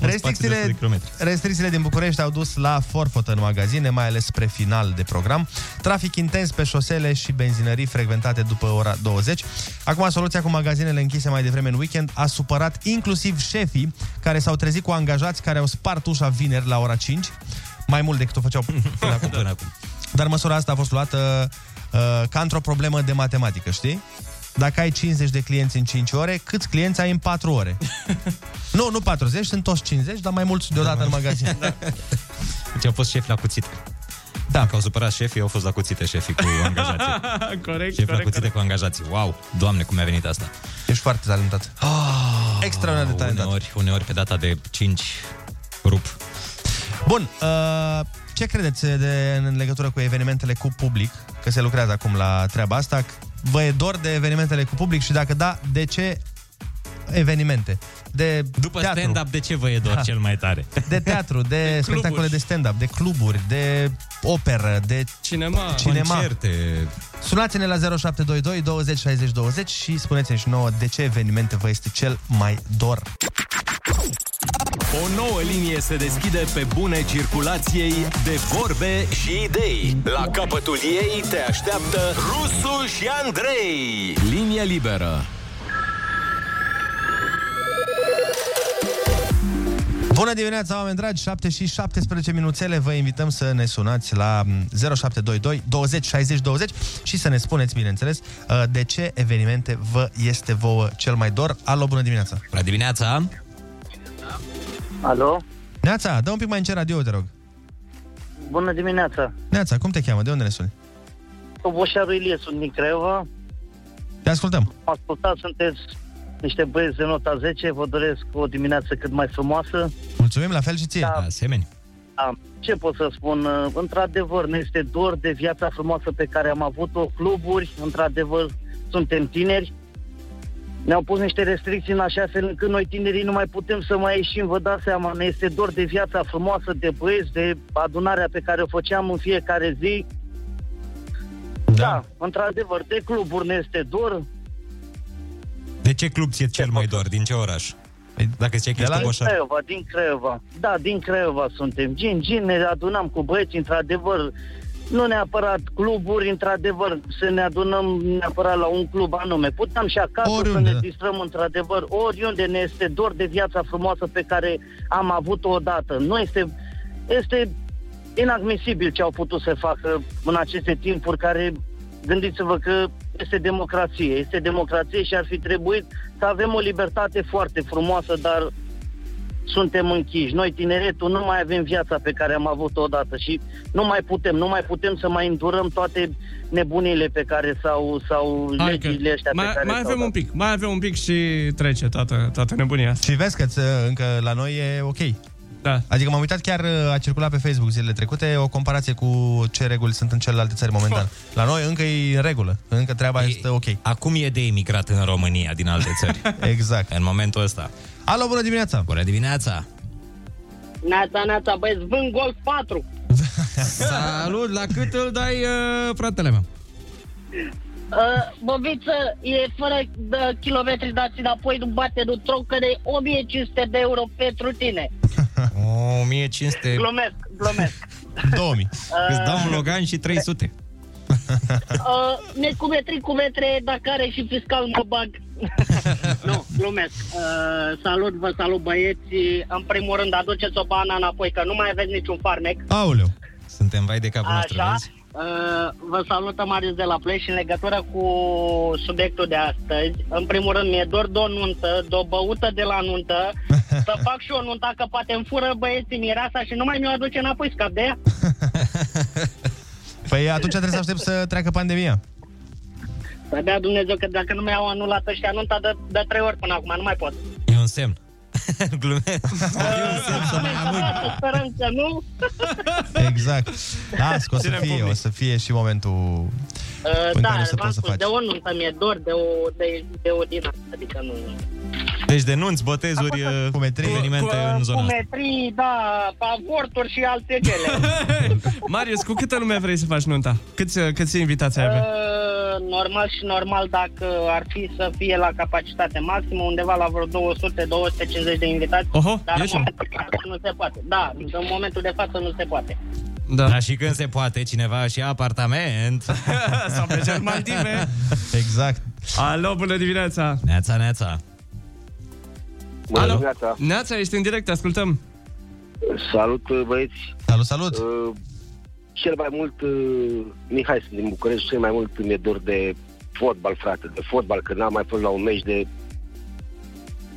[SPEAKER 8] de
[SPEAKER 7] Restricțiile,
[SPEAKER 8] kilometri.
[SPEAKER 7] restricțiile din București au dus la forfotă în magazine, mai ales spre final de program. Trafic intens pe șosele și benzinării frecventate după ora 20. Acum, soluția cu magazinele închise mai devreme în weekend a supărat inclusiv șefii care s-au trezit cu angajați care au spart ușa vineri la ora 5, mai mult decât o
[SPEAKER 8] *laughs*
[SPEAKER 7] făceau până acum.
[SPEAKER 8] Până acum.
[SPEAKER 7] Dar măsura asta a fost luată uh, ca într-o problemă de matematică, știi? Dacă ai 50 de clienți în 5 ore, câți clienți ai în 4 ore? nu, nu 40, sunt toți 50, dar mai mulți deodată în magazin.
[SPEAKER 8] Deci au fost șefi la cuțite.
[SPEAKER 7] Da.
[SPEAKER 8] Că au supărat șefii, au fost la cuțite șefii cu angajații.
[SPEAKER 10] corect, corect,
[SPEAKER 8] Șef la
[SPEAKER 10] corect.
[SPEAKER 8] cuțite cu angajații. Wow, doamne, cum mi-a venit asta.
[SPEAKER 7] Ești foarte talentat.
[SPEAKER 8] Oh,
[SPEAKER 7] Extraordinar de talentat.
[SPEAKER 8] Uneori, uneori pe data de 5 rup.
[SPEAKER 7] Bun, uh, ce credeți de, în legătură cu evenimentele cu public? Că se lucrează acum la treaba asta. Vă e dor de evenimentele cu public și dacă da, de ce evenimente? De
[SPEAKER 8] După
[SPEAKER 7] teatru.
[SPEAKER 8] stand-up, de ce vă e dor
[SPEAKER 7] Da.
[SPEAKER 8] cel mai tare?
[SPEAKER 7] De teatru, de, de spectacole de stand-up, de cluburi, de operă, de
[SPEAKER 10] cinema.
[SPEAKER 7] cinema.
[SPEAKER 8] Concerte.
[SPEAKER 7] Sunați-ne la 0722 20 60 20 și spuneți-ne și nouă de ce evenimente vă este cel mai dor.
[SPEAKER 1] O nouă linie se deschide pe bune circulației de vorbe și idei. La capătul ei te așteaptă Rusu și Andrei. Linie liberă.
[SPEAKER 7] Bună dimineața, oameni dragi! 7 și 17 minuțele. Vă invităm să ne sunați la mm, 0722 20 60 20 și să ne spuneți, bineînțeles, uh, de ce evenimente vă este vouă cel mai dor. Alo, bună dimineața!
[SPEAKER 8] Bună dimineața!
[SPEAKER 15] Alo?
[SPEAKER 7] Neața, dă un pic mai încet radio, te rog.
[SPEAKER 15] Bună dimineața!
[SPEAKER 7] Neața, cum te cheamă? De unde ne suni?
[SPEAKER 15] Oboșaru Ilie, sunt din Craiova.
[SPEAKER 7] Te ascultăm.
[SPEAKER 15] Am ascultat, sunteți niște băieți de nota 10. Vă doresc o dimineață cât mai frumoasă.
[SPEAKER 7] Mulțumim, la fel și ție.
[SPEAKER 15] Da.
[SPEAKER 8] Asemenea.
[SPEAKER 15] Da. Ce pot să spun? Într-adevăr, ne este dor de viața frumoasă pe care am avut-o, cluburi, într-adevăr, suntem tineri. Ne-au pus niște restricții în așa fel încât noi tinerii nu mai putem să mai ieșim, vă dați seama, ne este dor de viața frumoasă, de băieți, de adunarea pe care o făceam în fiecare zi.
[SPEAKER 8] Da,
[SPEAKER 15] da într-adevăr, de cluburi ne este dor,
[SPEAKER 8] De ce club ți-e cel mai dor? Din ce oraș? Păi, Dacă ți-e
[SPEAKER 15] din
[SPEAKER 8] chestia Boșar.
[SPEAKER 15] Craiova, din Craiova. Da, din Craiova suntem. Gin, gin, ne adunam cu băieți, într-adevăr, nu neapărat cluburi, într-adevăr, să ne adunăm neapărat la un club anume. Putem și acasă
[SPEAKER 7] Oriunde,
[SPEAKER 15] să ne
[SPEAKER 7] da.
[SPEAKER 15] distrăm, într-adevăr, oriunde ne este dor de viața frumoasă pe care am avut-o odată. Nu este, este inadmisibil ce au putut să facă în aceste timpuri care, gândiți-vă că este democrație. Este democrație și ar fi trebuit să avem o libertate foarte frumoasă, dar suntem închiși. Noi, tineretul, nu mai avem viața pe care am avut-o odată și nu mai putem, nu mai putem să mai îndurăm toate nebunile pe care sau, sau
[SPEAKER 10] Hai că
[SPEAKER 15] legile astea pe
[SPEAKER 10] mai,
[SPEAKER 15] care
[SPEAKER 10] mai
[SPEAKER 15] s-au
[SPEAKER 10] avem
[SPEAKER 15] dat.
[SPEAKER 10] un pic, mai avem un pic și trece toată, toată
[SPEAKER 16] *laughs*
[SPEAKER 10] nebunia asta.
[SPEAKER 7] Și vezi că încă la noi e ok.
[SPEAKER 10] Da.
[SPEAKER 7] Adică m-am uitat chiar, a circulat pe Facebook zilele trecute o comparație cu ce reguli sunt în celelalte țări momentan. La noi încă e în regulă, încă treaba e... este ok.
[SPEAKER 8] Acum e de emigrat în România din alte țări.
[SPEAKER 7] *laughs* exact.
[SPEAKER 8] În momentul ăsta.
[SPEAKER 7] Alo, bună dimineața!
[SPEAKER 8] Bună dimineața!
[SPEAKER 17] Neața, neața, băieți, vând Golf 4.
[SPEAKER 11] Salut, la cât îl dai, uh, fratele meu?
[SPEAKER 17] Uh, Bobiță e fără de kilometri dați înapoi, nu bate, nu trocă de 1500 de euro pentru tine.
[SPEAKER 8] 1500...
[SPEAKER 17] Glumesc, glumesc.
[SPEAKER 7] 2000.
[SPEAKER 8] Îți dau un Logan și 300.
[SPEAKER 17] Uh, ne cu metri cu metre, dacă are și fiscal mă bag. nu, glumesc. Uh, salut, vă salut băieți. În primul rând, aduceți o bană înapoi, că nu mai aveți niciun farmec.
[SPEAKER 7] Aoleu!
[SPEAKER 8] Suntem vai de capul nostru,
[SPEAKER 17] Așa.
[SPEAKER 8] vezi?
[SPEAKER 17] Uh, vă salută Marius de la Play și în legătură cu subiectul de astăzi, în primul rând mi-e dor de o nuntă, de o băută de la
[SPEAKER 8] *laughs*
[SPEAKER 17] nuntă, să fac și o nuntă, că poate îmi fură băieții mireasa și nu mai mi-o aduce înapoi, scap de ea.
[SPEAKER 7] Păi atunci trebuie să aștept să treacă pandemia.
[SPEAKER 17] Să dea Dumnezeu că dacă nu mi-au anulat ăștia nunta de, de trei ori până acum, nu mai pot.
[SPEAKER 8] E un semn. *laughs* Glumesc. Da,
[SPEAKER 17] Sperăm că nu.
[SPEAKER 7] Exact.
[SPEAKER 8] Da,
[SPEAKER 7] Las, că o să fie, o să fie și momentul...
[SPEAKER 17] Uh,
[SPEAKER 7] Până
[SPEAKER 17] da,
[SPEAKER 7] care să
[SPEAKER 17] v-am
[SPEAKER 7] poți să
[SPEAKER 17] spus,
[SPEAKER 7] faci.
[SPEAKER 17] de o nuntă mi-e dor, de o, de, de o din asta, adică nu...
[SPEAKER 8] Deci denunți botezuri, uh, evenimente în zona asta.
[SPEAKER 17] Metrii, da, avorturi și alte gele.
[SPEAKER 10] Marius, cu câtă lume vrei să faci nunta? Câți, uh, câți invitați ai avea?
[SPEAKER 17] Uh, normal și normal dacă ar fi să fie la capacitate maximă, undeva la vreo 200-250 de invitați,
[SPEAKER 10] Oho,
[SPEAKER 17] dar în
[SPEAKER 10] ești
[SPEAKER 17] momentul de față nu se poate. Da, în momentul de față nu se poate.
[SPEAKER 10] Da.
[SPEAKER 8] Dar și când se poate, cineva și ia apartament.
[SPEAKER 10] *laughs* Sau pe
[SPEAKER 8] *laughs*
[SPEAKER 10] Germandime.
[SPEAKER 7] Exact.
[SPEAKER 10] Alo, bună dimineața!
[SPEAKER 8] Neața, neața!
[SPEAKER 16] Bună
[SPEAKER 10] Alo.
[SPEAKER 16] dimineața.
[SPEAKER 10] Neața, ești în direct, te ascultăm!
[SPEAKER 16] Salut, băieți! Uh,
[SPEAKER 7] Salut, salut!
[SPEAKER 16] Cel mai mult, uh, Mihai, sunt din București, cel mai mult mi-e dor de fotbal, frate, de fotbal, că n-am mai fost la un meci de...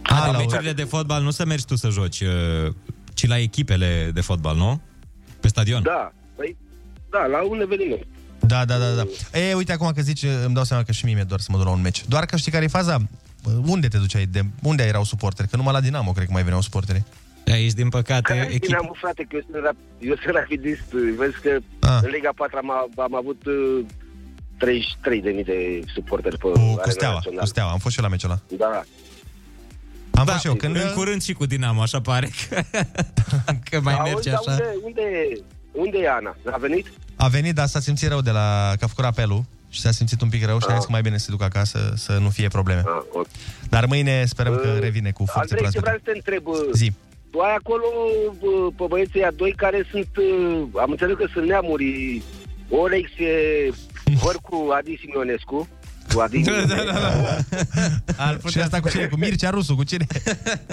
[SPEAKER 8] A, la meciurile de fotbal nu să mergi tu să joci, uh, ci la echipele de fotbal, nu? Pe stadion.
[SPEAKER 16] Da, păi, da, la un eveniment.
[SPEAKER 7] Da, da, da, da. E, uite acum că zici, îmi dau seama că și mie mi-e dor să mă duc la un meci. Doar că știi care e faza? Unde te duceai? De unde erau suporteri? Că numai la Dinamo cred că mai veneau suporteri.
[SPEAKER 8] Aici, din păcate,
[SPEAKER 16] Bine, am, frate, că eu sunt, rap- eu sunt rapidist, uh, vezi că A. în Liga 4 am, a- am avut uh, 33.000 de suporteri pe cu,
[SPEAKER 7] Cu Steaua, cu Steaua. Am fost și eu la meciul ăla.
[SPEAKER 16] Da,
[SPEAKER 7] Am da, fost și eu. Când...
[SPEAKER 8] În curând și cu Dinamo, așa pare că, *laughs* că mai
[SPEAKER 16] Auzi,
[SPEAKER 8] merge
[SPEAKER 16] dar
[SPEAKER 8] așa.
[SPEAKER 16] Unde, unde, unde e Ana? A venit?
[SPEAKER 7] A venit, dar s-a simțit rău de la... că a făcut apelul și s-a simțit un pic rău și a zis că mai bine să se ducă acasă să nu fie probleme. Dar mâine sperăm că revine cu forțe
[SPEAKER 16] Ah, Uh, Andrei,
[SPEAKER 7] proaspete.
[SPEAKER 16] ce vreau să te întreb?
[SPEAKER 7] Zi.
[SPEAKER 16] Tu ai acolo bă, pe băieții a doi care sunt, uh, am înțeles că sunt neamuri, Olex e vor cu Adi Simionescu, cu Adi *laughs* da, da, da, da.
[SPEAKER 7] Ar putea... Și asta cu cine? Cu Mircea Rusu? Cu cine?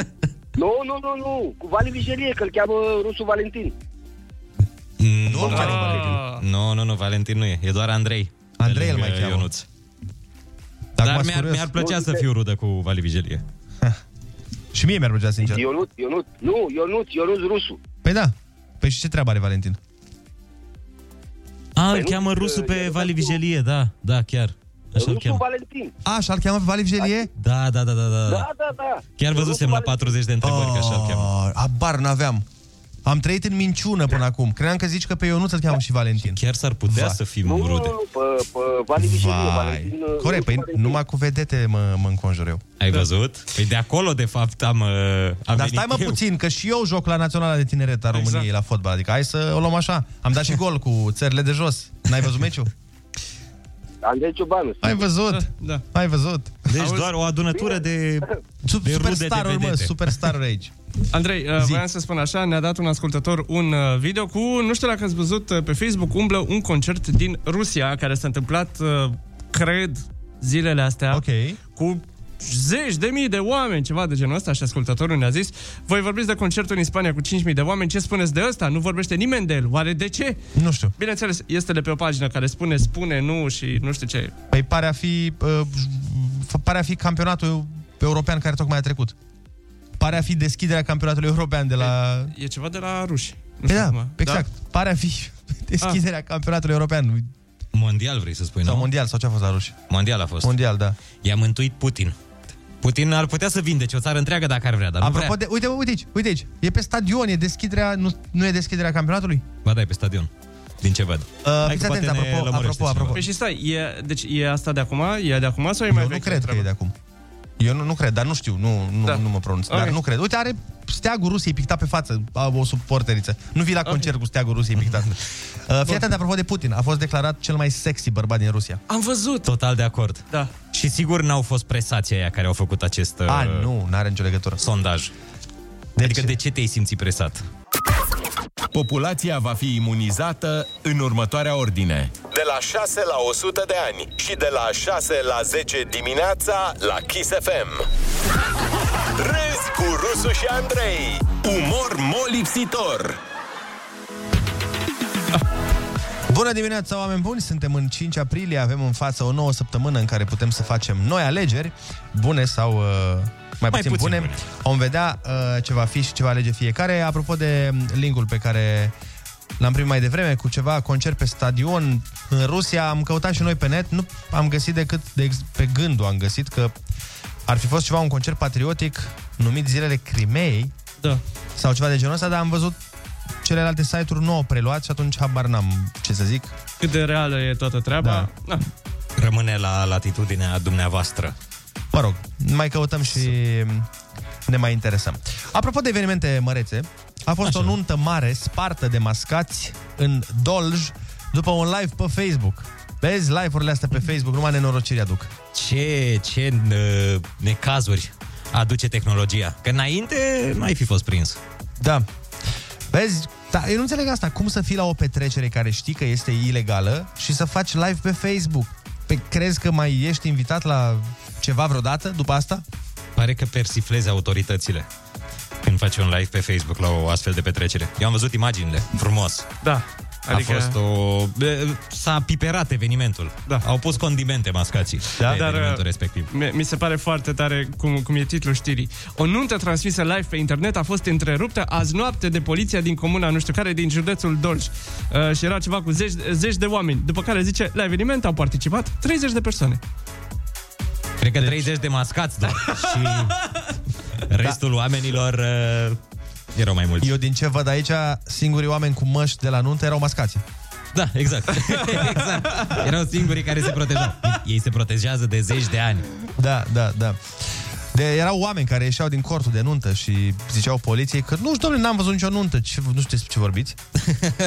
[SPEAKER 7] *laughs*
[SPEAKER 16] Nu, nu, nu, nu, cu Vali Vigelie, că îl cheamă Rusu Valentin.
[SPEAKER 8] Nu,
[SPEAKER 16] Ah.
[SPEAKER 8] Valentin. Nu, nu, nu, Valentin nu e. E doar Andrei. Andrei îl mai cheamă. Ionuț. Dar,
[SPEAKER 7] acum sunt
[SPEAKER 8] mi-ar,
[SPEAKER 7] curios.
[SPEAKER 8] mi-ar plăcea
[SPEAKER 7] Nu,
[SPEAKER 8] să
[SPEAKER 7] uite-
[SPEAKER 8] fiu rudă cu Vali Vigelie.
[SPEAKER 7] și mie mi-ar plăcea, sincer.
[SPEAKER 16] Ionut, Ionut, nu, Ionut, Ionut Rusu.
[SPEAKER 7] Păi da. Păi și ce treabă are Valentin?
[SPEAKER 16] Păi
[SPEAKER 8] A, Ah, îl cheamă Rusu pe Vali Vigelie, da, da, chiar. Așa îl
[SPEAKER 16] Rusu
[SPEAKER 8] cheamă.
[SPEAKER 16] Valentin.
[SPEAKER 7] A, și-l cheamă pe Vali Vigelie?
[SPEAKER 8] Da, da, da, da, da.
[SPEAKER 16] Da, da, da.
[SPEAKER 8] Chiar văzusem la 40 de întrebări că așa îl cheamă.
[SPEAKER 7] A,
[SPEAKER 16] Ah,
[SPEAKER 7] abar n-aveam. Am trăit în minciună până acum. Credeam că zici că pe Ionuț îl cheamă și Valentin.
[SPEAKER 8] Chiar s-ar putea
[SPEAKER 18] Exact.
[SPEAKER 8] să fim
[SPEAKER 16] Nu, nu, nu, pe, pe
[SPEAKER 8] Ah,
[SPEAKER 16] Vali Vigelie, Valentin.
[SPEAKER 7] Vai.
[SPEAKER 16] uh,
[SPEAKER 7] Corect,
[SPEAKER 16] Rusu
[SPEAKER 7] păi
[SPEAKER 16] Valentin.
[SPEAKER 7] numai cu vedete mă, mă înconjur eu.
[SPEAKER 8] Ai văzut? Păi de acolo, de fapt, am, uh, am
[SPEAKER 7] Dar
[SPEAKER 8] venit
[SPEAKER 7] stai mă
[SPEAKER 8] eu. Exact.
[SPEAKER 7] puțin, că și eu joc la Naționala de Tineret a României la fotbal. Adică hai să o luăm așa. Am dat și gol cu țările de jos. N-ai văzut meciul?
[SPEAKER 16] Andrei Ciobanu.
[SPEAKER 7] Ai văzut?
[SPEAKER 10] Da.
[SPEAKER 7] Ai văzut?
[SPEAKER 8] Deci doar o adunătură de,
[SPEAKER 7] Sub,
[SPEAKER 8] de rude de
[SPEAKER 7] superstarul, mă,
[SPEAKER 8] vedete.
[SPEAKER 7] superstarul aici.
[SPEAKER 10] Andrei, uh, voiam să spun așa, ne-a dat un ascultător un uh, video cu, nu știu dacă ați văzut uh, pe Facebook, umblă un concert din Rusia care s-a întâmplat, uh, cred, zilele astea, okay. cu zeci de mii de oameni, ceva de genul ăsta și ascultătorul ne-a zis Voi vorbiți de concertul în Spania cu 5.000 de oameni, ce spuneți de ăsta? Nu vorbește nimeni de el, oare de ce?
[SPEAKER 7] Nu știu.
[SPEAKER 10] Bineînțeles, este de pe o pagină care spune, spune, nu și nu știu ce
[SPEAKER 7] Păi pare a fi, uh, f- pare a fi campionatul european care tocmai a trecut. Pare a fi deschiderea campionatului european de la...
[SPEAKER 10] E, e ceva de la ruși nu
[SPEAKER 7] Păi
[SPEAKER 10] știu
[SPEAKER 7] da,
[SPEAKER 10] acum,
[SPEAKER 7] exact. Da? Pare a fi deschiderea ah. campionatului european.
[SPEAKER 8] Mondial vrei să spui,
[SPEAKER 7] Sau
[SPEAKER 8] nu?
[SPEAKER 7] mondial, sau ce a fost la ruși?
[SPEAKER 8] Mondial a fost.
[SPEAKER 7] Mondial, da.
[SPEAKER 8] I-a mântuit Putin. Putin ar putea să vindece o țară întreagă dacă ar vrea, dar nu
[SPEAKER 7] Apropo
[SPEAKER 8] vrea.
[SPEAKER 7] de... Uite, uite aici, uite aici. E pe stadion, e deschiderea... Nu, nu e deschiderea campionatului?
[SPEAKER 8] Ba da, e pe stadion. Din ce văd.
[SPEAKER 7] Uh, fiți atenți, apropo, apropo, apropo.
[SPEAKER 10] Păi și stai, e, deci e asta de acum? E de acum sau e mai
[SPEAKER 7] Eu
[SPEAKER 10] vechi?
[SPEAKER 7] nu cred că e de acum. Eu nu, nu cred, dar nu știu, nu, nu, da. nu mă pronunț. Okay. Dar
[SPEAKER 10] Ok.
[SPEAKER 7] nu cred. Uite, are steagul Rusiei pictat pe față, a, o suporteriță. Nu vii la concert cu steagul Rusiei
[SPEAKER 10] *laughs*
[SPEAKER 7] pictat. uh, fii atent, apropo de Putin, a fost declarat cel mai sexy bărbat din Rusia.
[SPEAKER 10] Am văzut!
[SPEAKER 8] Total de acord.
[SPEAKER 10] Da.
[SPEAKER 8] Și sigur n-au fost presații aia care au făcut acest
[SPEAKER 7] A,
[SPEAKER 8] uh,
[SPEAKER 7] nu, n-are nicio legătură.
[SPEAKER 8] sondaj.
[SPEAKER 7] De
[SPEAKER 8] adică de ce te-ai simțit presat?
[SPEAKER 1] Populația va fi imunizată în următoarea ordine.
[SPEAKER 12] De la 6 la 100 de ani
[SPEAKER 1] Și de la 6 la 10 dimineața la Kiss FM.
[SPEAKER 12] Râzi cu Rusu și Andrei Umor molipsitor
[SPEAKER 7] Bună dimineața, oameni buni! Suntem în 5 aprilie, avem în față o nouă săptămână în care putem să facem noi alegeri, bune sau uh, mai, mai puțin,
[SPEAKER 8] puțin
[SPEAKER 7] bune.
[SPEAKER 8] bune.
[SPEAKER 7] Vom vedea uh, ce va fi și ce va alege fiecare. Apropo de linkul pe care l-am primit mai devreme cu ceva concert pe stadion în Rusia, am căutat și noi pe net, nu am găsit decât de ex- pe gândul am găsit că ar fi fost ceva un concert patriotic numit Zilele Crimeei.
[SPEAKER 10] Da.
[SPEAKER 7] Sau ceva de genul ăsta, dar am văzut celelalte site-uri nu au preluat și atunci habar n-am ce să zic.
[SPEAKER 10] Cât de reală e toată treaba? Da.
[SPEAKER 8] Rămâne la latitudinea dumneavoastră.
[SPEAKER 7] Mă rog, mai căutăm și ne mai interesăm. Apropo de evenimente mărețe, a fost Așa. o nuntă mare spartă de mascați în Dolj după un live pe Facebook. Vezi live-urile astea pe Facebook, numai nenorociri aduc.
[SPEAKER 8] Ce, ce uh, necazuri aduce tehnologia. Că înainte n-ai fi fost prins.
[SPEAKER 7] Da. Vezi, da, eu nu înțeleg asta. Cum să fii la o petrecere care știi că este ilegală și să faci live pe Facebook? Pe, crezi că mai ești invitat la ceva vreodată după asta?
[SPEAKER 8] Pare că persiflezi autoritățile când faci un live pe Facebook la o astfel de petrecere. Eu am văzut imaginile, frumos.
[SPEAKER 10] Da.
[SPEAKER 8] Adică... A fost o... e, S-a piperat evenimentul. Da. Au pus condimente mascații da? pe
[SPEAKER 10] Dar,
[SPEAKER 8] evenimentul
[SPEAKER 10] uh,
[SPEAKER 8] respectiv.
[SPEAKER 10] Mi, mi se pare foarte tare cum, cum e titlul știrii. O nuntă transmisă live pe internet a fost întreruptă azi noapte de poliția din comuna nu știu care, din județul Dolj. Uh, și era ceva cu zeci, zeci de oameni. După care zice, la eveniment au participat 30 de persoane.
[SPEAKER 8] Cred că deci... 30 de mascați *laughs* doar. și restul da. oamenilor uh, erau mai mulți.
[SPEAKER 7] Eu din ce văd aici, singurii oameni cu măști de la nuntă erau mascați.
[SPEAKER 8] Da,
[SPEAKER 7] *laughs*
[SPEAKER 8] exact. exact. Erau singurii care se protejau. Ei se protejează de zeci de ani.
[SPEAKER 7] Da, da, da. De, erau oameni care ieșeau din cortul de nuntă și ziceau poliției că nu știu, domnule, n-am văzut nicio nuntă, ce, nu știu despre ce vorbiți.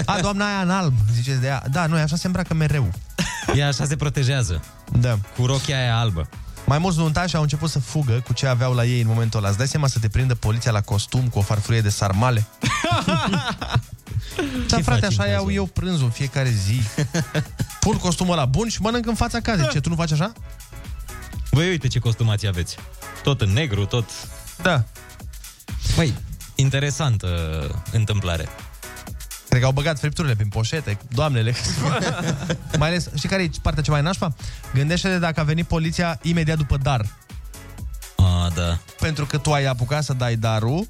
[SPEAKER 7] A, doamna aia în alb, ziceți de ea. Da, noi așa se îmbracă mereu.
[SPEAKER 8] *laughs* Ea așa se protejează.
[SPEAKER 7] Da.
[SPEAKER 8] Cu rochia aia albă.
[SPEAKER 7] Mai mulți nuntași au început să fugă cu ce aveau la ei în momentul ăla. Îți dai seama să te prindă poliția la costum cu o farfurie de
[SPEAKER 8] *laughs*
[SPEAKER 7] sarmale? da,
[SPEAKER 8] Ce
[SPEAKER 7] frate,
[SPEAKER 8] faci
[SPEAKER 7] așa
[SPEAKER 8] în
[SPEAKER 7] iau
[SPEAKER 8] cazul?
[SPEAKER 7] eu prânzul în fiecare zi. Pun costumul la bun și mănânc în fața casei.
[SPEAKER 8] *laughs*
[SPEAKER 7] Ce, tu nu faci așa?
[SPEAKER 8] Voi uite ce costumați aveți. Tot în negru, tot...
[SPEAKER 7] Da.
[SPEAKER 8] Păi, interesantă uh, întâmplare.
[SPEAKER 7] Cred că au băgat fripturile prin poșete, doamnele. *laughs* mai ales, știi care e partea cea mai nașpa? Gândește-te dacă a venit poliția imediat după dar.
[SPEAKER 8] *laughs* A, da.
[SPEAKER 7] Pentru că tu ai apucat să dai darul,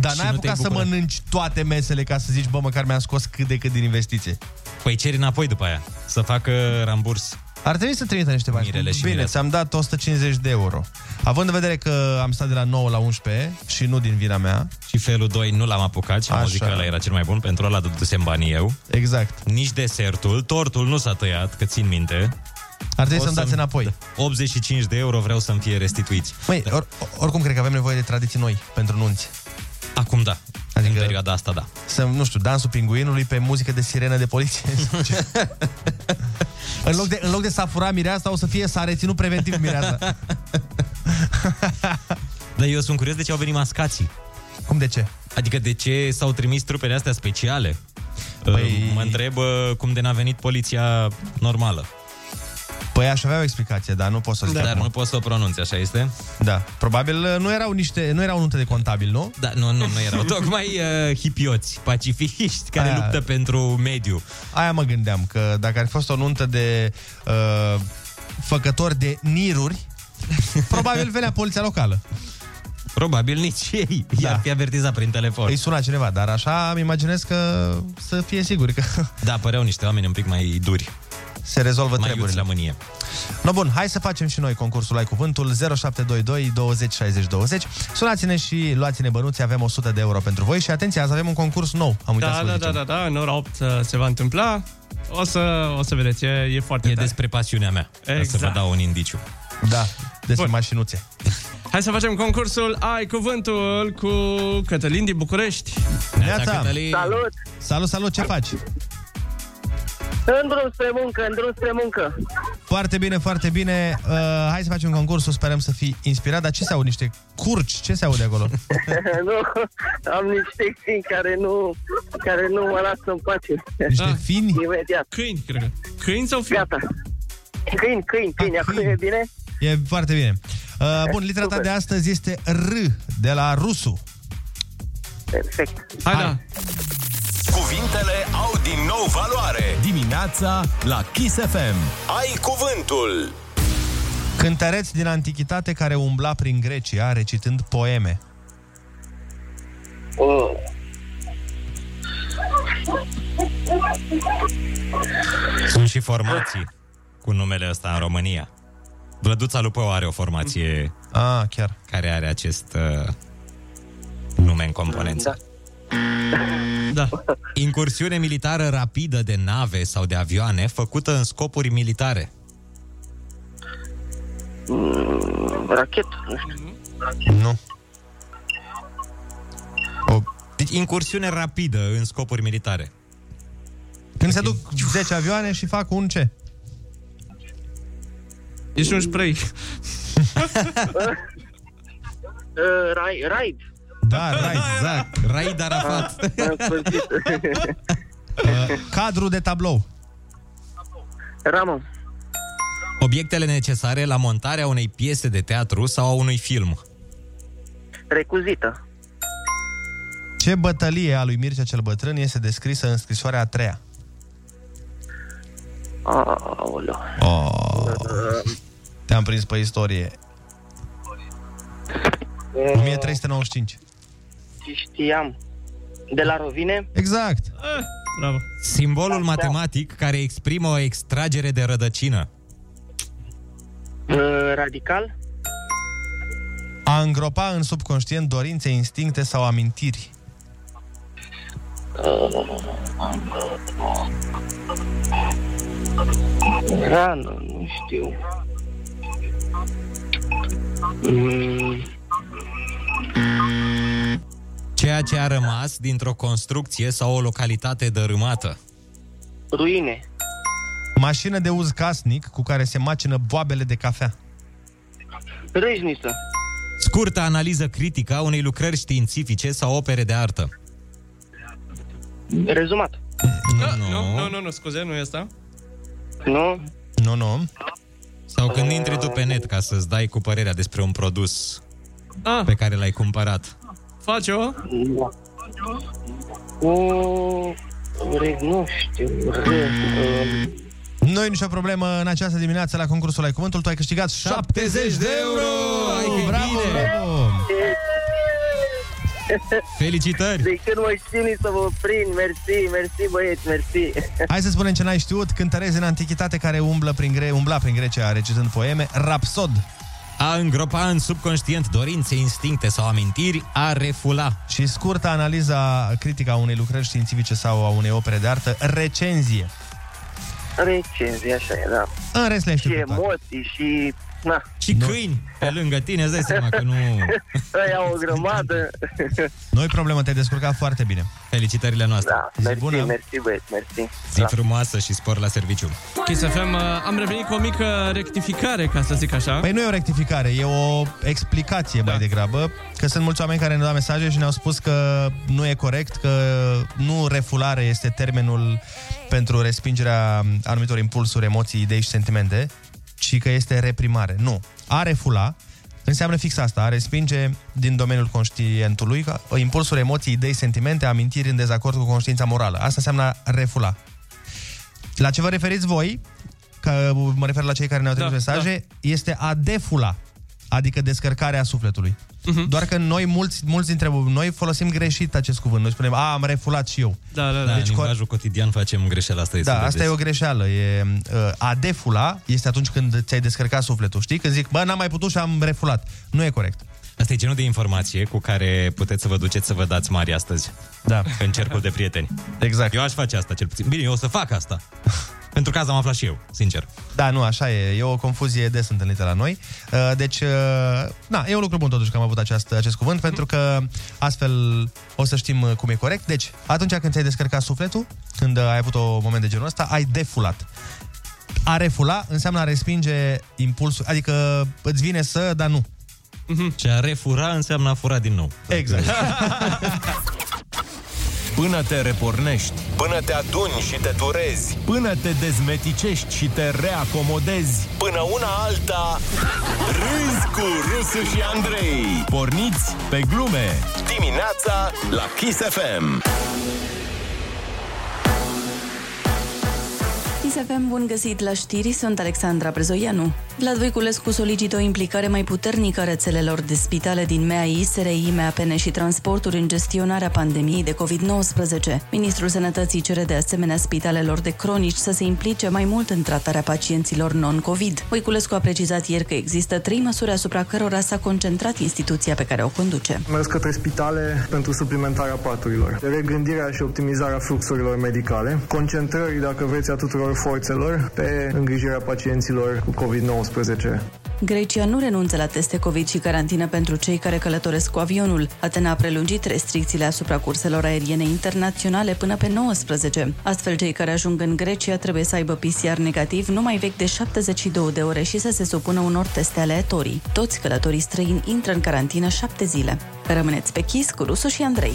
[SPEAKER 7] dar
[SPEAKER 8] Și
[SPEAKER 7] n-ai
[SPEAKER 8] nu
[SPEAKER 7] apucat
[SPEAKER 8] te-ai
[SPEAKER 7] să
[SPEAKER 8] bucurat.
[SPEAKER 7] mănânci toate mesele ca să zici, bă, măcar mi-am scos cât de cât din investiție.
[SPEAKER 8] Păi ceri înapoi după aia. Să facă ramburs.
[SPEAKER 7] Ar trebui să trimită niște bani.
[SPEAKER 8] Mirele și
[SPEAKER 7] Bine,
[SPEAKER 8] Mirela.
[SPEAKER 7] ți-am dat 150 de euro. Având în vedere că am stat de la 9 la 11 și nu din vina mea,
[SPEAKER 8] Și felul 2 nu l-am apucat și am
[SPEAKER 7] Așa.
[SPEAKER 8] zis că ăla era cel mai bun, pentru ăla dădusem banii eu.
[SPEAKER 7] Exact.
[SPEAKER 8] Nici desertul, tortul nu s-a tăiat, că țin minte.
[SPEAKER 7] ar trebui
[SPEAKER 8] O
[SPEAKER 7] să-mi dați
[SPEAKER 8] să-mi-
[SPEAKER 7] înapoi.
[SPEAKER 8] 85 de euro vreau să-mi fie restituiți.
[SPEAKER 7] Măi, or, oricum cred că avem nevoie de tradiții noi pentru nunți.
[SPEAKER 8] Acum da. Adică... În perioada asta da.
[SPEAKER 7] Să, nu știu, dansul pinguinului pe muzică de sirenă de poliție. *laughs* în, loc de, în loc de să a furat mireasa, o să fie s-a reținut preventiv mireasa.
[SPEAKER 8] Dar eu sunt curios de ce au venit mascații.
[SPEAKER 7] Cum de ce?
[SPEAKER 8] Adică de ce s-au trimis trupele astea speciale? Păi... Mă întreb uh, cum de n-a venit poliția normală.
[SPEAKER 7] Păi aș avea o explicație, dar nu pot să o zic
[SPEAKER 8] Dar
[SPEAKER 7] acum.
[SPEAKER 8] nu poți să o pronunți, așa este?
[SPEAKER 7] Da. Probabil uh, nu erau niște, nu erau nunte de contabil, nu?
[SPEAKER 8] Da, nu, nu, nu
[SPEAKER 7] *laughs*
[SPEAKER 8] erau tocmai uh, hipioți, pacifiști, care
[SPEAKER 7] Aia.
[SPEAKER 8] Aia. luptă pentru mediu.
[SPEAKER 7] Aia mă gândeam, că dacă ar fi fost o nuntă de uh, făcători de
[SPEAKER 8] *laughs*
[SPEAKER 7] niruri, probabil venea poliția locală.
[SPEAKER 8] Probabil nici ei da. i-ar fi avertizat prin telefon.
[SPEAKER 7] Păi Îi suna cineva, dar așa îmi imaginez că să fie sigur că *laughs*
[SPEAKER 8] Da, păreau niște oameni un pic mai duri.
[SPEAKER 7] Se rezolvă
[SPEAKER 8] mai
[SPEAKER 7] treburile.
[SPEAKER 8] iuți la mânie.
[SPEAKER 7] No bun, hai să facem și noi concursul Ai Cuvântul 0722 20 60 20. Sunați-ne și luați-ne bănuți, avem 100 de euro pentru voi și atenție, azi avem un concurs nou. Am uitat
[SPEAKER 10] Da,
[SPEAKER 7] să vă
[SPEAKER 10] da,
[SPEAKER 7] zicem.
[SPEAKER 10] da, da, da, în ora 8 uh, se va întâmpla. O să, o să vedeți, e, e foarte E despre
[SPEAKER 8] pasiunea mea.
[SPEAKER 10] Exact.
[SPEAKER 8] Să vă dau un indiciu.
[SPEAKER 7] Da, despre Bun. mașinuțe.
[SPEAKER 10] Hai să facem concursul Ai cuvântul cu Cătălin din București.
[SPEAKER 7] Salut! Salut, salut, ce faci?
[SPEAKER 18] În drum spre muncă, în drum spre muncă.
[SPEAKER 7] Foarte bine, foarte bine. Uh, hai să facem concursul, sperăm să fii inspirat. Dar ce se aud? Niște curci? Ce se aude acolo?
[SPEAKER 18] *laughs* nu, am niște câini care nu, care nu mă lasă în pace.
[SPEAKER 7] Niște da. fini?
[SPEAKER 18] Imediat.
[SPEAKER 10] Câini, *laughs* cred că. Câini sau fini?
[SPEAKER 18] Gata. Câini, câini, câini. Acum e bine?
[SPEAKER 7] E foarte bine. Uh, bun, litera ta
[SPEAKER 18] Super.
[SPEAKER 7] de astăzi este R, de la rusu.
[SPEAKER 18] Perfect.
[SPEAKER 7] Hai, hai. da.
[SPEAKER 12] Cuvintele au din nou valoare.
[SPEAKER 6] Dimineața la Kiss FM.
[SPEAKER 12] Ai cuvântul.
[SPEAKER 7] Cântăreț din antichitate care umbla prin Grecia recitând poeme.
[SPEAKER 18] Oh.
[SPEAKER 8] Sunt și formații cu numele ăsta în România. Vlăduța Lupău are o formație
[SPEAKER 7] ah, chiar.
[SPEAKER 8] care are acest uh, nume în componență. Da. da. Incursiune militară rapidă de nave sau de avioane făcută în scopuri militare.
[SPEAKER 18] Rachet.
[SPEAKER 7] Nu. O...
[SPEAKER 8] Deci incursiune rapidă în scopuri militare.
[SPEAKER 7] Când se duc 10 avioane și fac un
[SPEAKER 18] *laughs*
[SPEAKER 7] ce?
[SPEAKER 10] Ești un
[SPEAKER 18] *laughs*
[SPEAKER 10] spray.
[SPEAKER 18] Uh, Rai, Raid.
[SPEAKER 10] *laughs*
[SPEAKER 7] Da, Raid,
[SPEAKER 8] exact. Raid Arafat.
[SPEAKER 18] Am sfârșit.
[SPEAKER 7] Uh, cadru de tablou.
[SPEAKER 18] Ramon.
[SPEAKER 8] Obiectele necesare la montarea unei piese de teatru sau a unui film.
[SPEAKER 18] Recuzită.
[SPEAKER 7] Ce bătălie a lui Mircea cel Bătrân este descrisă în scrisoarea a treia?
[SPEAKER 18] Aoleu.
[SPEAKER 7] Oh, te-am prins pe istorie. 1395.
[SPEAKER 18] Știam. De la Rovine?
[SPEAKER 7] Exact.
[SPEAKER 10] Ah. Bravo.
[SPEAKER 18] Da.
[SPEAKER 8] Simbolul matematic care exprimă o extragere de rădăcină.
[SPEAKER 18] Uh, radical?
[SPEAKER 7] A îngropa în subconștient dorințe, instincte sau amintiri.
[SPEAKER 15] Uh,
[SPEAKER 18] Rană, nu știu. Mm,
[SPEAKER 8] Ceea ce a rămas dintr-o construcție sau o localitate dărâmată.
[SPEAKER 18] ruine.
[SPEAKER 7] Mașină de uz casnic cu care se macină boabele de cafea.
[SPEAKER 18] Râșniță.
[SPEAKER 8] Scurtă analiză critică a unei lucrări științifice sau opere de artă.
[SPEAKER 18] Rezumat.
[SPEAKER 10] Da, nu, nu, nu, nu, scuze, nu e asta.
[SPEAKER 18] Nu?
[SPEAKER 7] Nu, nu.
[SPEAKER 8] Sau când intri tu pe net ca să-ți dai cu părerea despre un produs
[SPEAKER 10] Ah.
[SPEAKER 8] pe care l-ai cumpărat.
[SPEAKER 10] Face-o.
[SPEAKER 18] Da. O... Re... Nu știu. Re... Uh,
[SPEAKER 7] Noi nicio problemă în această dimineață la concursul Ai Cuvântul. Tu ai câștigat 70 de euro! Bravo, bravo!
[SPEAKER 8] Felicitări!
[SPEAKER 18] De când mă ține să vă prind, mersi, mersi băieți, mersi.
[SPEAKER 7] Hai să spunem ce n-ai știut. Cântărezi în antichitate care umblă prin gre- umbla prin Grecia recitând poeme. Rapsod.
[SPEAKER 8] A îngropa în subconștient dorințe, instincte sau amintiri, a refula.
[SPEAKER 7] Și scurta analiza critică a unei lucrări științifice sau a unei opere de artă. Recenzie.
[SPEAKER 18] Recenzie, așa e, da.
[SPEAKER 7] În rest le știu
[SPEAKER 18] și emoții și... Na.
[SPEAKER 8] Și câini pe lângă tine, îți dai seama că
[SPEAKER 18] *laughs*
[SPEAKER 8] nu...
[SPEAKER 18] Ăia o grămadă.
[SPEAKER 7] Noi problemă, te-ai descurcat foarte bine.
[SPEAKER 8] Felicitările noastre. Da,
[SPEAKER 18] mersi, bună. mersi, băieți, mersi.
[SPEAKER 8] Zi frumoasă și spor la serviciu.
[SPEAKER 10] Kiss FM, uh, am revenit cu o mică rectificare, ca să zic așa.
[SPEAKER 7] Păi nu e o rectificare, e o explicație da. mai degrabă, că sunt mulți oameni care ne-au dat mesaje și ne-au spus că nu e corect, că nu refulare este termenul pentru respingerea anumitor impulsuri, emoții, idei și sentimente, ci că este reprimare. Nu. A refula înseamnă fix asta, a respinge din domeniul conștientului ca- impulsuri, emoții, idei, sentimente, amintiri în dezacord cu conștiința morală. Asta înseamnă a refula. La ce vă referiți voi, că mă refer la cei care ne-au trimis da, mesaje, da. este a defula, adică descărcarea sufletului. Uh-huh. Doar că noi, mulți, mulți dintre noi, folosim greșit acest cuvânt. Noi spunem, a, am refulat și eu.
[SPEAKER 8] Da, da, da. Deci, în limbajul cotidian facem greșeala asta.
[SPEAKER 7] Da,
[SPEAKER 8] Păi, să
[SPEAKER 7] asta
[SPEAKER 8] vedeți.
[SPEAKER 7] e o greșeală. E, uh, a defula este atunci când ți-ai descărcat sufletul. Știi? Când zic, bă, n-am mai putut și am refulat. Nu e corect.
[SPEAKER 8] Asta e genul de informație cu care puteți să vă duceți să vă dați mari astăzi.
[SPEAKER 7] Da.
[SPEAKER 8] În cercul de prieteni.
[SPEAKER 7] Exact.
[SPEAKER 8] Eu aș face asta, cel puțin. Bine, eu o să fac
[SPEAKER 7] *laughs*
[SPEAKER 8] asta. Pentru că asta am aflat și eu, sincer.
[SPEAKER 7] Da, nu, așa e. E o confuzie des întâlnită la noi. Uh, Deci, uh, na, e un lucru bun totuși că am avut aceast, acest cuvânt, pentru că astfel o să știm uh, cum e corect. Deci, atunci când ți-ai descărcat sufletul, când uh, ai avut un moment de genul ăsta, ai defulat. A refula înseamnă a respinge impulsul, adică îți vine să, dar nu.
[SPEAKER 8] Și a refura înseamnă a fura din nou.
[SPEAKER 7] Mhm.
[SPEAKER 8] *laughs*
[SPEAKER 7] Exact.
[SPEAKER 1] Până te repornești, până te aduni și te turezi, până te dezmeticești și te reacomodezi, până una alta,
[SPEAKER 12] Râzi cu Rusu și Andrei.
[SPEAKER 1] porniți pe glume.
[SPEAKER 12] Dimineața la Kiss FM.
[SPEAKER 13] ISFM, bun găsit la știri, sunt Alexandra Brezoianu. Vlad Voiculescu solicită o implicare mai puternică a rețelelor de spitale din MAI, SRI, MAPN și transporturi în gestionarea pandemiei de COVID-19. Ministrul Sănătății cere de asemenea spitalelor de cronici să se implice mai mult în tratarea pacienților non-COVID. Voiculescu a precizat ieri că există trei măsuri asupra cărora s-a concentrat instituția pe care o conduce.
[SPEAKER 3] Mers către spitale pentru suplimentarea paturilor, regândirea și optimizarea fluxurilor medicale, concentrări, dacă vreți, a tuturor forțelor pe îngrijirea pacienților cu COVID-19.
[SPEAKER 13] Grecia nu renunță la teste COVID și carantină pentru cei care călătoresc cu avionul. Atena a prelungit restricțiile asupra curselor aeriene internaționale până pe 19. Astfel, cei care ajung în Grecia trebuie să aibă PCR negativ nu mai vechi de 72 de ore și să se supună unor teste aleatorii. Toți călătorii străini intră în carantină șapte zile. Rămâneți pe chis cu Rusu și Andrei.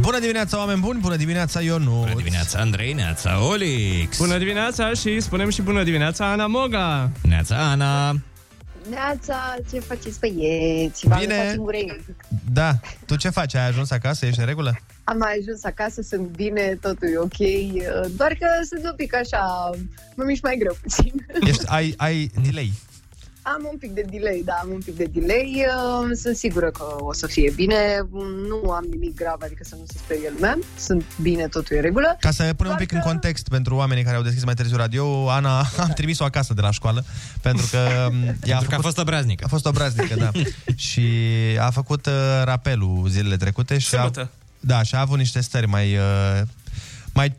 [SPEAKER 7] Bună dimineața, oameni buni! Bună dimineața, Ionu! Bună dimineața,
[SPEAKER 8] Andrei, neața, Olix!
[SPEAKER 10] Bună dimineața și spunem și bună dimineața Ana Moga!
[SPEAKER 8] Neața, Ana!
[SPEAKER 19] Neața, ce faceți băieți? V-am
[SPEAKER 7] Bine.
[SPEAKER 19] lăsat singură eu.
[SPEAKER 7] Da, tu ce faci? Ai ajuns acasă? Ești în regulă?
[SPEAKER 19] Am ajuns acasă, sunt bine, totul e ok, doar că sunt un pic așa, mă mișc mai greu puțin. *laughs*
[SPEAKER 7] Ești, ai, ai delay.
[SPEAKER 19] Am un pic de delay, da, am un pic de delay, uh, sunt sigură că o să fie bine, nu am nimic grav, adică să nu se sperie lumea, sunt bine, totul e în regulă.
[SPEAKER 7] Ca să punem un pic în context pentru oamenii care au deschis mai târziu radio, Ana *laughs* am trimis-o acasă de la școală, pentru că, mm, ea a, făcut, a fost
[SPEAKER 8] obraznică.
[SPEAKER 7] A fost obraznică, da. și a făcut uh, rapelul zilele trecute și
[SPEAKER 10] Sâmbătă.
[SPEAKER 7] a, da, și a avut niște stări mai, uh, mai,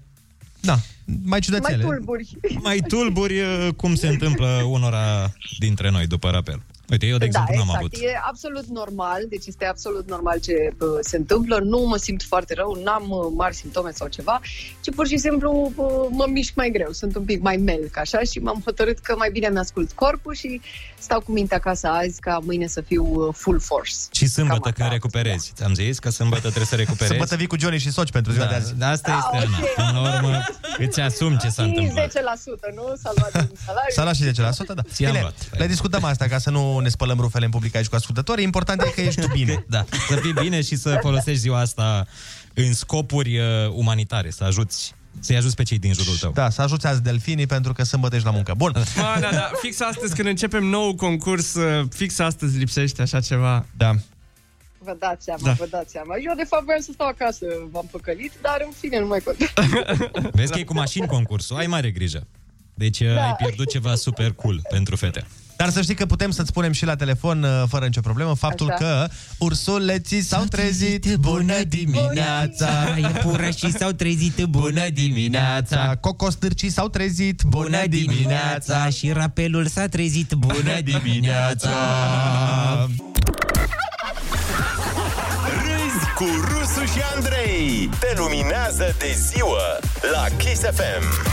[SPEAKER 7] da, mai ciudățele.
[SPEAKER 19] Mai tulburi.
[SPEAKER 8] Mai tulburi uh, cum se întâmplă unora dintre noi după rapel. Uite, eu, de exemplu,
[SPEAKER 19] da,
[SPEAKER 8] n-am
[SPEAKER 19] exact.
[SPEAKER 8] avut.
[SPEAKER 19] E absolut normal, deci este absolut normal ce bă, se întâmplă. Nu mă simt foarte rău, n-am uh, mari simptome sau ceva, ci pur și simplu bă, mă mișc mai greu, sunt un pic mai melc așa și m-am hotărât că mai bine mi-ascult corpul și stau cu mintea acasă azi ca mâine să fiu uh, full force.
[SPEAKER 8] Și sâmbătă când recuperezi. Ți-am zis că sâmbătă trebuie să recuperezi.
[SPEAKER 7] Sâmbătă vii cu Johnny și Soci pentru ziua
[SPEAKER 8] da,
[SPEAKER 7] de azi.
[SPEAKER 8] Da, asta este,
[SPEAKER 19] Ah,
[SPEAKER 8] Ana. Până la urmă, îți asumi ce s-a
[SPEAKER 19] Și 10%,
[SPEAKER 8] întâmplat.
[SPEAKER 19] nu? S-a luat din salariu.
[SPEAKER 7] S-a luat și 10%, da.
[SPEAKER 8] Ți-am
[SPEAKER 7] Bine,
[SPEAKER 8] luat.
[SPEAKER 7] le discutăm asta ca să nu ne spălăm rufele în public aici cu ascultătorii. Important e că ești tu bine.
[SPEAKER 8] Da, să fii bine și să folosești ziua asta în scopuri uh, umanitare, să ajuți Să-i ajuți pe cei din jurul tău.
[SPEAKER 7] Da, să ajuți azi delfinii pentru că sâmbătă ești la muncă. Bun.
[SPEAKER 10] Mă, da, da, fix astăzi când începem nou concurs, uh, fix astăzi lipsește așa ceva. Păi,
[SPEAKER 7] Da.
[SPEAKER 19] Vă dați seama,
[SPEAKER 10] Da.
[SPEAKER 19] da. vă dați seama. Eu, de fapt, voiam să stau acasă, v-am păcălit, dar în fine, nu mai contează.
[SPEAKER 8] Vezi că e cu mașini concursul, ai mare grijă. Deci da. ai pierdut ceva super cool pentru fete.
[SPEAKER 7] Dar să știi că putem să-ți spunem și la telefon, uh, fără nicio problemă, faptul
[SPEAKER 8] Așa.
[SPEAKER 7] Așa. că ursuleții s-au trezit. Bună dimineața!
[SPEAKER 11] Iepurașii s-au trezit, bună dimineața
[SPEAKER 7] Cocostârcii s-au trezit,
[SPEAKER 11] bună dimineața Și rapelul s-a trezit, bună dimineața
[SPEAKER 12] Râzi cu Rusu și Andrei. Te luminează de ziua la Kiss FM.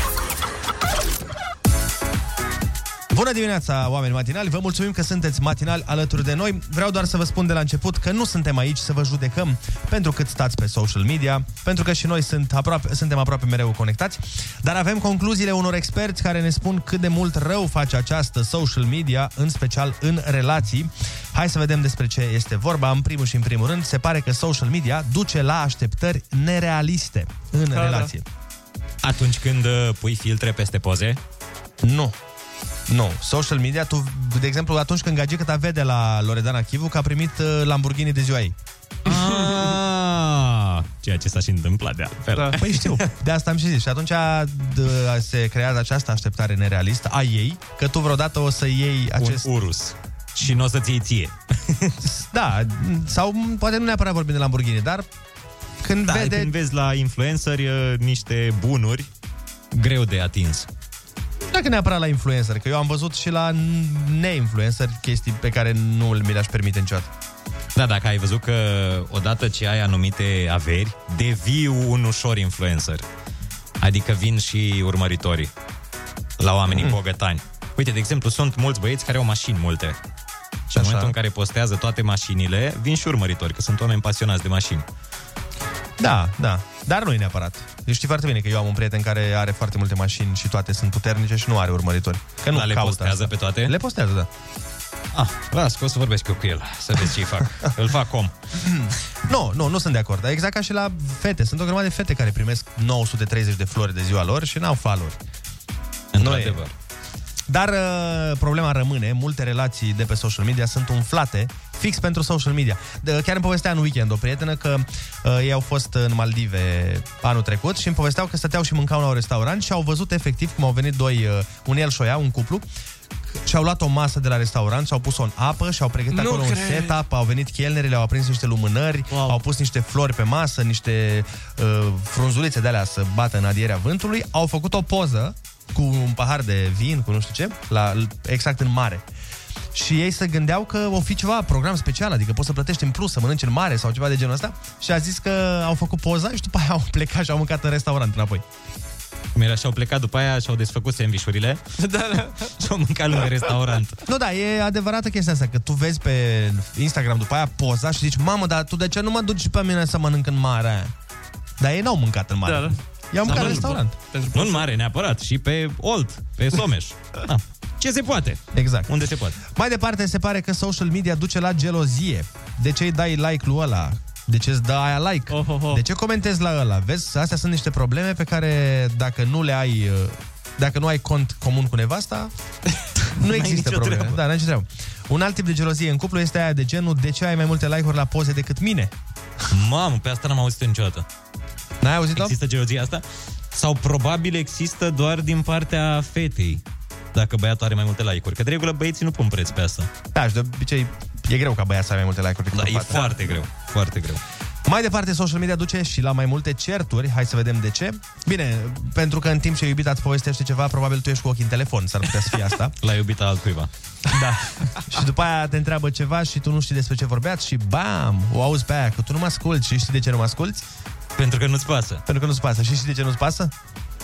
[SPEAKER 7] Bună dimineața, oameni matinali! Vă mulțumim că sunteți matinali alături de noi. Vreau doar să vă spun de la început că nu suntem aici să vă judecăm pentru cât stați pe social media, pentru că și noi sunt aproape, suntem aproape mereu conectați, dar avem concluziile unor experți care ne spun cât de mult rău face această social media, în special în relații. Hai să vedem despre ce este vorba. În primul și în primul rând, se pare că social media duce la așteptări nerealiste în
[SPEAKER 8] Da, da.
[SPEAKER 7] relație.
[SPEAKER 8] Atunci când uh, pui filtre peste poze?
[SPEAKER 7] Nu. Nu. Social media, tu, de exemplu, atunci când gagica ta vede la Loredana Chivu că a primit uh, Lamborghini de ziua ei.
[SPEAKER 8] Ah, ceea ce s-a și întâmplat de altfel. Da.
[SPEAKER 7] Păi știu, de asta am și zis. Și atunci dă, se creează această așteptare nerealistă a ei, că tu vreodată o să iei acest...
[SPEAKER 8] Un urus. Și nu o să-ți iei ție.
[SPEAKER 7] *laughs* Da, sau m, poate nu neapărat vorbim de Lamborghini, dar când
[SPEAKER 8] Da,
[SPEAKER 7] vede...
[SPEAKER 8] când vezi la influenceri uh, niște bunuri, greu de atins.
[SPEAKER 7] Nu dacă neapărat la influencer, că eu am văzut și la neinfluencer chestii pe care nu mi le-aș permite niciodată.
[SPEAKER 8] Da, dacă ai văzut că odată ce ai anumite averi, devii un ușor influencer. Adică vin și urmăritorii la
[SPEAKER 7] Mhm.
[SPEAKER 8] oamenii mm. bogătani. Uite, de exemplu, sunt mulți băieți care au mașini multe. Și în momentul în care postează toate mașinile, vin și urmăritori, că sunt oameni pasionați de mașini.
[SPEAKER 7] Da, da. Dar nu e neapărat. Eu știi foarte bine că eu am un prieten care are foarte multe mașini și toate sunt puternice și nu are urmăritori. Că nu
[SPEAKER 8] Dar le
[SPEAKER 7] caută
[SPEAKER 8] postează
[SPEAKER 7] asta.
[SPEAKER 8] pe toate?
[SPEAKER 7] Le postează, da.
[SPEAKER 8] Ah, las că o să vorbesc eu cu el, să vezi ce-i
[SPEAKER 7] *laughs*
[SPEAKER 8] fac. Îl fac om.
[SPEAKER 7] *clears throat* Nu, nu, nu sunt de acord. Dar Exact ca și la fete. Sunt o grămadă de fete care primesc 930 de flori de ziua lor și n-au faluri.
[SPEAKER 8] Într-adevăr.
[SPEAKER 7] Dar uh, problema rămâne, multe relații de pe social media sunt umflate fix pentru social media. De, uh, chiar îmi povestea în weekend o prietenă că uh, ei au fost în Maldive anul trecut și îmi povesteau că stăteau și mâncau la un restaurant și au văzut efectiv cum au venit doi, uh, un el și o ea, un cuplu, și-au luat o masă de la restaurant, și-au pus-o în apă și-au pregătit
[SPEAKER 10] Nu
[SPEAKER 7] acolo un
[SPEAKER 10] cred.
[SPEAKER 7] setup, au venit chelnerile, au aprins niște lumânări, wow. au pus niște flori pe masă, niște uh, frunzulițe de alea să bată în adierea vântului, au făcut o poză cu un pahar de vin, cu nu știu ce, la, exact în mare. Și ei se gândeau că o fi ceva program special, adică poți să plătești în plus, să mănânci în mare sau ceva de genul ăsta. Și a zis că au făcut poza și după aia au plecat și au mâncat în restaurant înapoi.
[SPEAKER 8] Mira și-au plecat după aia și-au desfăcut sandvișurile *laughs* da, da. și-au mâncat lângă restaurant.
[SPEAKER 7] Nu, da, e adevărată chestia asta, că tu vezi pe Instagram după aia poza și zici, mamă, dar tu de ce nu mă duci și pe mine să mănânc în mare aia?" Dar ei n-au mâncat în mare.
[SPEAKER 8] Da, da.
[SPEAKER 7] I-au mâncat
[SPEAKER 8] Dar
[SPEAKER 7] în
[SPEAKER 8] nu-
[SPEAKER 7] restaurant.
[SPEAKER 8] Nu în mare neapărat, și pe Olt, pe *laughs* Someș. Da. Ce se poate?
[SPEAKER 7] Exact.
[SPEAKER 8] Unde se poate?
[SPEAKER 7] Mai departe, se pare că social media duce la gelozie. De ce îi dai like lui ăla? De ce îți dă aia like? Oh, oh, oh. De ce comentezi la ăla? Vezi, astea sunt niște probleme pe care dacă nu le ai... uh, Dacă nu ai cont comun cu
[SPEAKER 8] *laughs*
[SPEAKER 7] nevasta, nu
[SPEAKER 8] N-ai
[SPEAKER 7] există
[SPEAKER 8] nicio
[SPEAKER 7] probleme.
[SPEAKER 8] treabă.
[SPEAKER 7] Da, n-ai nicio treabă. Un alt tip de gelozie în cuplu este aia de genul de ce ai mai multe like-uri la poze decât mine?
[SPEAKER 8] Mamă, pe asta n-am auzit niciodată.
[SPEAKER 7] N-ai auzit
[SPEAKER 8] Există gelozia asta? Sau probabil există doar din partea fetei, dacă băiatul are mai multe like-uri. Că de regulă băieții nu pun preț pe asta.
[SPEAKER 7] Da, și de obicei e greu ca băiat să ai mai multe like-uri decât
[SPEAKER 8] Da,
[SPEAKER 7] o
[SPEAKER 8] e
[SPEAKER 7] fată.
[SPEAKER 8] foarte greu, foarte greu.
[SPEAKER 7] Mai departe, social media duce și la mai multe certuri. Hai să vedem de ce. Bine, pentru că în timp ce iubita îți povestește ceva, probabil tu ești cu ochii în telefon, s-ar putea să fie
[SPEAKER 8] *laughs*
[SPEAKER 7] asta.
[SPEAKER 8] La iubita altcuiva.
[SPEAKER 7] și după aia te întreabă ceva și tu nu știi despre ce vorbeați și bam, o auzi pe aia că tu nu mă asculti și știi de ce nu mă asculti?
[SPEAKER 8] Pentru că nu-ți pasă.
[SPEAKER 7] Pentru că nu-ți pasă. Și știi de ce nu-ți pasă?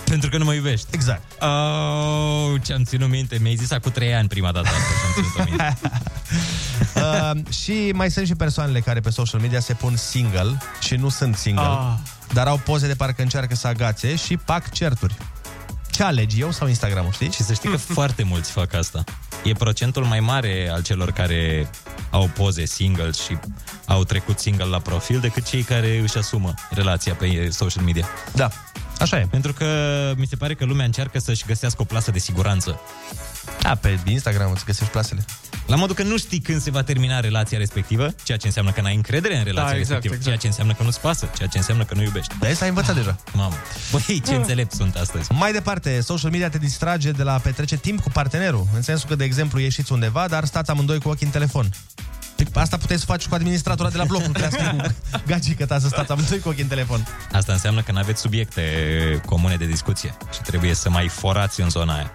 [SPEAKER 8] Pentru că nu mă iubești. *laughs*
[SPEAKER 7] Exact.
[SPEAKER 8] Oh, ce-am ținut minte. Mi-ai zis acum trei ani prima dată. asta și-am ținut-o minte.
[SPEAKER 7] Uh, și mai sunt și persoanele care pe social media se pun single și nu sunt single,
[SPEAKER 8] Ah.
[SPEAKER 7] ah. dar au poze de parcă încearcă să agațe și pac certuri. Ce alegi, eu sau Instagram, știi?
[SPEAKER 8] Și să știi că
[SPEAKER 7] Mm.
[SPEAKER 8] foarte mulți fac asta. E procentul mai mare al celor care au poze single și au trecut single la profil decât cei care își asumă relația pe social media.
[SPEAKER 7] Da.
[SPEAKER 8] Așa e. Pentru că mi se pare că lumea încearcă să-și găsească o plasă de siguranță.
[SPEAKER 7] Da, pe Instagram îți găsești plasele.
[SPEAKER 8] La modul că nu știi când se va termina relația respectivă, ceea ce înseamnă că n-ai încredere în relația
[SPEAKER 7] Da, exact,
[SPEAKER 8] respectivă,
[SPEAKER 7] exact.
[SPEAKER 8] ceea ce înseamnă că nu-ți pasă, ceea ce înseamnă că nu iubești. Ah,
[SPEAKER 7] Da, asta ai învățat deja.
[SPEAKER 8] Mamă. Băi, ce
[SPEAKER 7] Ah.
[SPEAKER 8] înțelept sunt astăzi.
[SPEAKER 7] Mai departe, social media te distrage de la a petrece timp cu partenerul, în sensul că, de exemplu, ieșiți undeva, dar stați amândoi cu ochii în telefon. Păi Asta puteți să faci cu administratora de la bloc, nu trebuie să fii cu gagică ta să stați amândoi cu ochii în telefon.
[SPEAKER 8] Asta înseamnă că n-aveți subiecte comune de discuție și trebuie să mai forați în zona aia.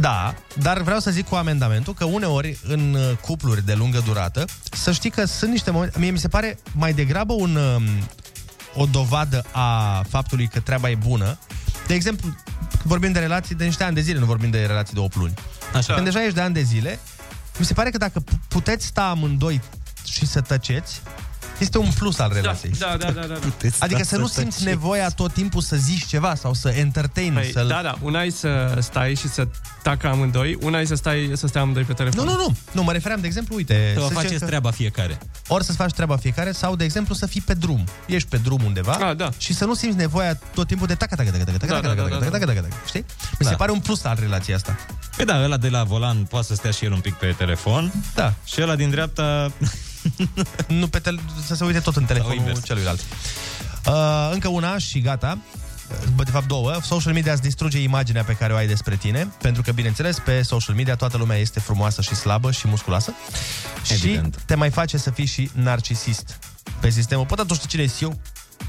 [SPEAKER 7] Da, dar vreau să zic cu amendamentul că uneori în uh, cupluri de lungă durată, să știi că sunt niște momente, mie mi se pare mai degrabă un, um, o dovadă a faptului că treaba e bună. De exemplu, vorbim de relații de niște ani de zile, nu vorbim de relații de 8 luni.
[SPEAKER 8] Așa.
[SPEAKER 7] Când deja ești de ani de zile, mi se pare că dacă pu- puteți sta amândoi și să tăceți, este un plus al relației.
[SPEAKER 10] Da, da, da, da. da.
[SPEAKER 7] Adică să nu simți nevoia tot timpul să zici ceva sau să entertain,
[SPEAKER 10] Păi,
[SPEAKER 7] să-l
[SPEAKER 10] da, da, una e să stai și să tacă amândoi, una e să stai, să stai amândoi pe telefon.
[SPEAKER 7] Nu, nu, nu. Nu, mă refeream, de exemplu, uite...
[SPEAKER 10] Să vă
[SPEAKER 7] zicem
[SPEAKER 10] faceți
[SPEAKER 8] treaba fiecare.
[SPEAKER 7] Ori să-ți faci treaba fiecare sau, de exemplu, să fii pe drum. Ești pe drum undeva A, da. și să nu simți nevoia tot timpul de taca, taca, taca, taca, taca,
[SPEAKER 8] Ah, Da,
[SPEAKER 7] taca,
[SPEAKER 8] da,
[SPEAKER 7] taca,
[SPEAKER 8] da,
[SPEAKER 7] taca,
[SPEAKER 8] da,
[SPEAKER 7] taca,
[SPEAKER 8] da.
[SPEAKER 7] taca, Știi? Mi se
[SPEAKER 8] Da.
[SPEAKER 7] pare un plus al relației asta.
[SPEAKER 8] Păi da, ăla de la volan poate să stea și el un pic pe telefon.
[SPEAKER 7] Da.
[SPEAKER 8] Și ăla din dreapta...
[SPEAKER 7] nu pe tele- să se uite tot în telefonul
[SPEAKER 8] invers.
[SPEAKER 7] celuilalt. Uh, încă una și gata. Bă, de fapt două. Social media îți distruge imaginea pe care o ai despre tine, pentru că, bineînțeles, pe social media toată lumea este frumoasă și slabă și musculoasă.
[SPEAKER 8] Evident.
[SPEAKER 7] Și te mai face să fii și narcisist pe sistemul. Păi, dar tu știi cine ești eu?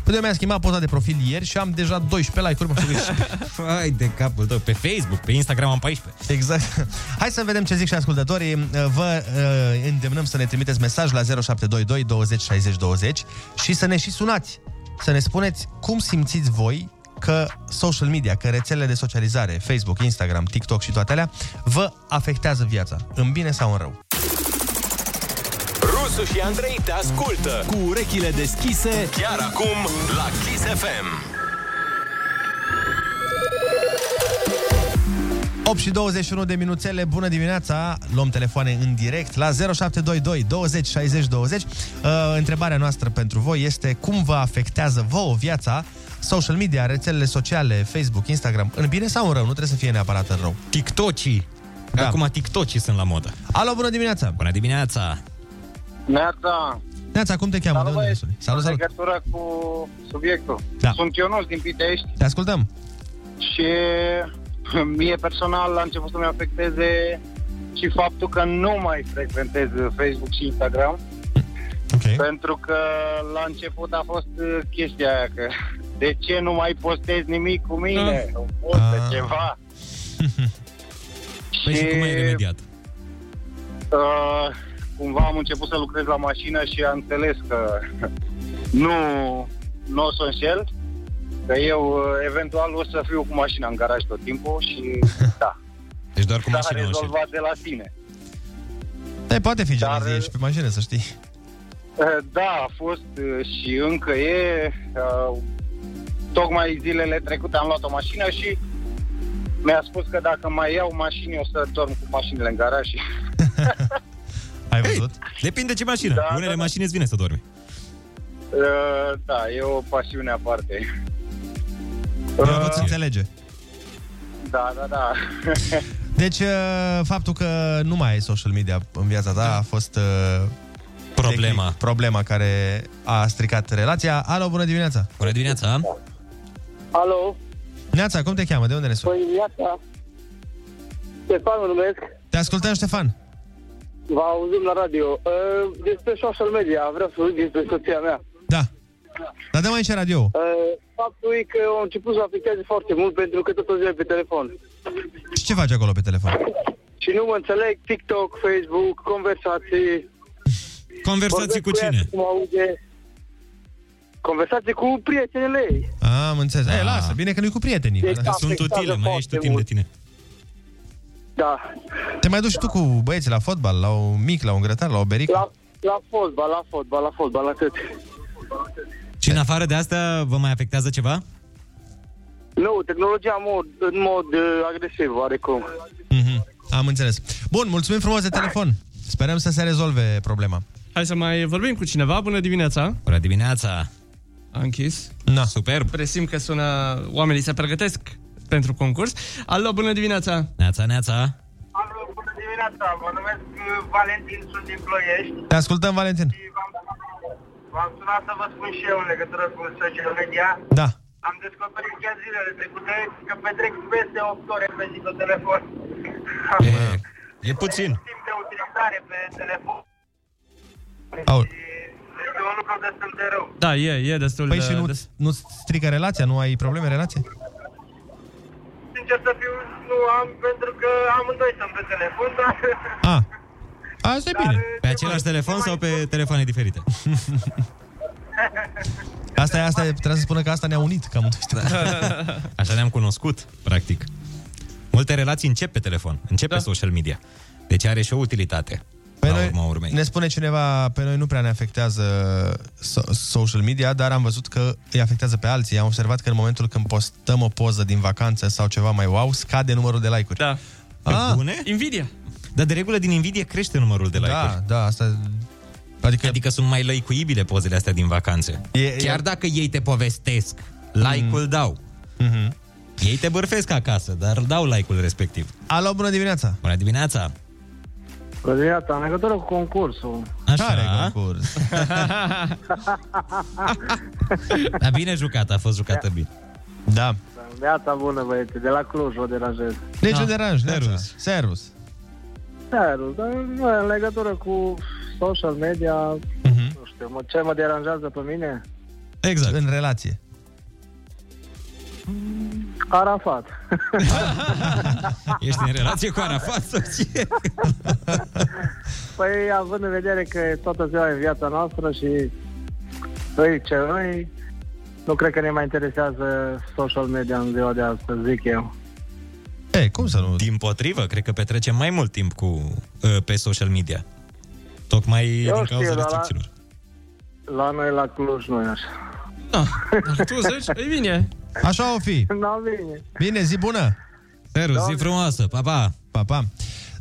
[SPEAKER 7] Păi, eu mi-am schimbat poza de profil ieri și am deja 12 like-uri. Mă știu că ești-
[SPEAKER 8] *laughs* Hai de capul tău, pe Facebook, pe Instagram am 14.
[SPEAKER 7] Exact. *laughs* Hai să vedem ce zic și ascultătorii. Vă uh, îndemnăm să ne trimiteți mesaj la 0722 20 60 20 și să ne și sunați. Să ne spuneți cum simțiți voi că social media, că rețelele de socializare, Facebook, Instagram, TikTok și toate alea, vă afectează viața, în bine sau în rău.
[SPEAKER 12] Rusu și Andrei te ascultă cu urechile deschise chiar acum la Kiss FM.
[SPEAKER 7] 8 și 21 de minuțele, bună dimineața! Luăm telefoane în direct la 0722 20 60 20. Uh, întrebarea noastră pentru voi este cum vă afectează vouă viața social media, rețelele sociale, Facebook, Instagram, în bine sau în rău? Nu trebuie să fie neapărat în rău.
[SPEAKER 8] TikTokii. Da.
[SPEAKER 7] Da.
[SPEAKER 8] Acum TikTokii sunt la modă.
[SPEAKER 7] Alo, bună dimineața!
[SPEAKER 8] Bună dimineața!
[SPEAKER 20] Neața,
[SPEAKER 7] Neața, cum te cheamă? De unde ne suni? Salut,
[SPEAKER 20] în
[SPEAKER 7] salut!
[SPEAKER 20] legătură cu subiectul.
[SPEAKER 7] Da.
[SPEAKER 20] Sunt Ionuț din Pitești
[SPEAKER 7] Te ascultăm!
[SPEAKER 20] și *laughs* mie personal a început să-mi afecteze și faptul că nu mai frecventez Facebook și
[SPEAKER 8] *laughs*
[SPEAKER 20] Instagram.
[SPEAKER 7] Okay.
[SPEAKER 20] Pentru că la început a fost uh, chestia aia că de ce nu mai postezi nimic cu mine?
[SPEAKER 8] Ah.
[SPEAKER 20] O postă
[SPEAKER 8] Ah. *laughs*
[SPEAKER 20] ceva.
[SPEAKER 8] Păi și cum ai remediat?
[SPEAKER 20] Uh, cumva am început să lucrez la mașină și am înțeles că nu, nu o să înșel, că eu uh, eventual o să fiu cu mașina în garaj tot timpul
[SPEAKER 8] *laughs*
[SPEAKER 20] și da,
[SPEAKER 8] Deci doar cu
[SPEAKER 20] s-a
[SPEAKER 8] mașina nu știu.
[SPEAKER 20] rezolvat de la sine.
[SPEAKER 7] Da, poate fi gelozie și pe mașină, să știi.
[SPEAKER 20] Uh, Da, a fost uh, și încă e. Uh, Tocmai zilele trecute am luat o mașină și mi-a spus că dacă mai iau mașini o să dorm cu mașinile în garaj *laughs* Uh, și
[SPEAKER 7] Ai văzut?
[SPEAKER 8] Depinde ce mașină. Da, Unele da, mașini îți vine să dormi.
[SPEAKER 20] Uh, da, e o pasiune aparte. Uh,
[SPEAKER 7] Rău nu-ți înțelege.
[SPEAKER 20] Da, da, da. *laughs*
[SPEAKER 7] Deci, uh, faptul că nu mai ai social media în viața ta a fost... uh,
[SPEAKER 8] Problema.
[SPEAKER 7] tehnic, Problema care a stricat relația. Alo, bună dimineața!
[SPEAKER 8] Bună dimineața!
[SPEAKER 18] Alo,
[SPEAKER 7] Neața, cum te cheamă? De unde ne suni?
[SPEAKER 18] păi viața. Stefan mă numesc,
[SPEAKER 7] Te ascultăm, Ștefan!
[SPEAKER 18] vă auzim la radio. Uh, Despre social media, vreau să zic despre soția mea.
[SPEAKER 7] Dar dă mai și radio
[SPEAKER 18] Uh, Faptul e că au început să o afecteze foarte mult pentru că tot o zi e pe telefon.
[SPEAKER 7] Și ce faci acolo pe telefon?
[SPEAKER 18] Și nu mă înțeleg TikTok, Facebook, conversații.
[SPEAKER 8] Conversații
[SPEAKER 18] Vorbesc cu cine? Cum aude. Conversații cu prietenele ei.
[SPEAKER 7] A, am înțeles. Ei, lasă, bine că nu-i cu prietenii.
[SPEAKER 18] Deci
[SPEAKER 7] Da.
[SPEAKER 18] Da. Sunt afectează utile, mai ești foarte util de mult.
[SPEAKER 8] tine.
[SPEAKER 18] Da.
[SPEAKER 7] Te mai duci și tu cu băieții la fotbal, la un mic, la un grătar, la o berică?
[SPEAKER 18] La, la fotbal, la fotbal, la fotbal, atât.
[SPEAKER 8] Și în afară de asta vă mai afectează ceva?
[SPEAKER 18] Nu, tehnologia în mod, în mod uh, agresiv, oarecum.
[SPEAKER 7] Mhm. Am înțeles. Bun, mulțumim frumos de telefon. Sperăm să se rezolve problema.
[SPEAKER 10] Hai să mai vorbim cu cineva. Bună dimineața!
[SPEAKER 8] Bună dimineața!
[SPEAKER 10] a închis.
[SPEAKER 7] Na, superb.
[SPEAKER 10] Presim că sună, oamenii se pregătesc pentru concurs. Alo, bună dimineața!
[SPEAKER 21] Neața, neața.
[SPEAKER 4] Bună dimineața, mă numesc uh, Valentin, sunt din Ploiești.
[SPEAKER 7] Te ascultăm, Valentin.
[SPEAKER 4] V-am sunat să vă spun și eu în legătură cu social media.
[SPEAKER 7] Da.
[SPEAKER 4] Am descoperit chiar zilele trecute că petrec peste 8 ore pe zi pe telefon.
[SPEAKER 21] E puțin.
[SPEAKER 4] Timp de utilizare pe telefon.
[SPEAKER 7] Aul.
[SPEAKER 4] Este un lucru destul de rău.
[SPEAKER 10] Da, e, e destul
[SPEAKER 7] Păi
[SPEAKER 10] de...
[SPEAKER 7] și nu,
[SPEAKER 10] des-
[SPEAKER 7] nu strică relația? Nu ai probleme în relație?
[SPEAKER 4] Sincer să fiu, nu am, pentru că amândoi sunt pe telefon, dar...
[SPEAKER 7] A, asta
[SPEAKER 21] e bine. Pe același telefon sau pe telefoane diferite?
[SPEAKER 7] *laughs* Asta e, asta e, trebuie să spună că asta ne-a unit, că am
[SPEAKER 8] Da.
[SPEAKER 21] Așa ne-am cunoscut, practic. Multe relații încep pe telefon, încep da. pe social media. Deci are și o utilitate.
[SPEAKER 7] *laughs* Pe
[SPEAKER 21] la
[SPEAKER 7] noi-
[SPEAKER 21] urma urmei.
[SPEAKER 7] Ne spune cineva, pe noi nu prea ne afectează so- social media, dar am văzut că îi afectează pe alții. Am observat că în momentul când postăm o poză din vacanță sau ceva mai wow, scade numărul de like-uri. Ah,
[SPEAKER 10] Da.
[SPEAKER 21] Pe bune?
[SPEAKER 10] Nvidia.
[SPEAKER 21] Dar de regulă din Nvidia crește numărul de like-uri. Da,
[SPEAKER 7] da, asta... Adică,
[SPEAKER 21] adică sunt mai lăicuibile pozele astea din vacanțe.
[SPEAKER 7] E,
[SPEAKER 21] Chiar dacă ei te povestesc, like-ul mm. dau.
[SPEAKER 7] Mm-hmm.
[SPEAKER 21] Ei te bârfesc acasă, dar dau like-ul respectiv.
[SPEAKER 7] Alo, bună dimineața!
[SPEAKER 21] Bună dimineața!
[SPEAKER 18] Bună dimineața, în legătură cu *laughs* concursul.
[SPEAKER 21] Așa.
[SPEAKER 18] Care
[SPEAKER 7] concurs?
[SPEAKER 21] *laughs* Dar bine jucată, a fost jucată bine.
[SPEAKER 7] Da.
[SPEAKER 18] Viața bună, băieți, de la Cluj vă deranjez.
[SPEAKER 7] Deci da. deranj, Servus. Servus.
[SPEAKER 18] Servus, dar mă, în legătură cu social media, nu știu, mă, ce mă deranjează pe mine?
[SPEAKER 7] Exact. În relație.
[SPEAKER 18] Arafat.
[SPEAKER 21] Ești în relație cu Arafat sau ce?
[SPEAKER 18] *laughs* Păi, având în vedere că e toată ziua în viața noastră și noi ce noi, nu cred că ne mai interesează social media în ziua de astăzi, zic eu.
[SPEAKER 7] Ei, cum să nu?
[SPEAKER 21] Din potrivă, cred că petrecem mai mult timp cu uh, pe social media. Tocmai
[SPEAKER 18] Eu
[SPEAKER 21] din
[SPEAKER 18] știu,
[SPEAKER 21] cauza
[SPEAKER 18] dar la-
[SPEAKER 21] restricțiilor.
[SPEAKER 18] La noi, la Cluj, nu e așa. *laughs*
[SPEAKER 10] Da. Tu zici? E bine.
[SPEAKER 7] Așa o fi.
[SPEAKER 18] Da, bine.
[SPEAKER 7] Bine, zi bună!
[SPEAKER 21] Servus, zi frumoasă, pa, pa!
[SPEAKER 7] Pa, pa!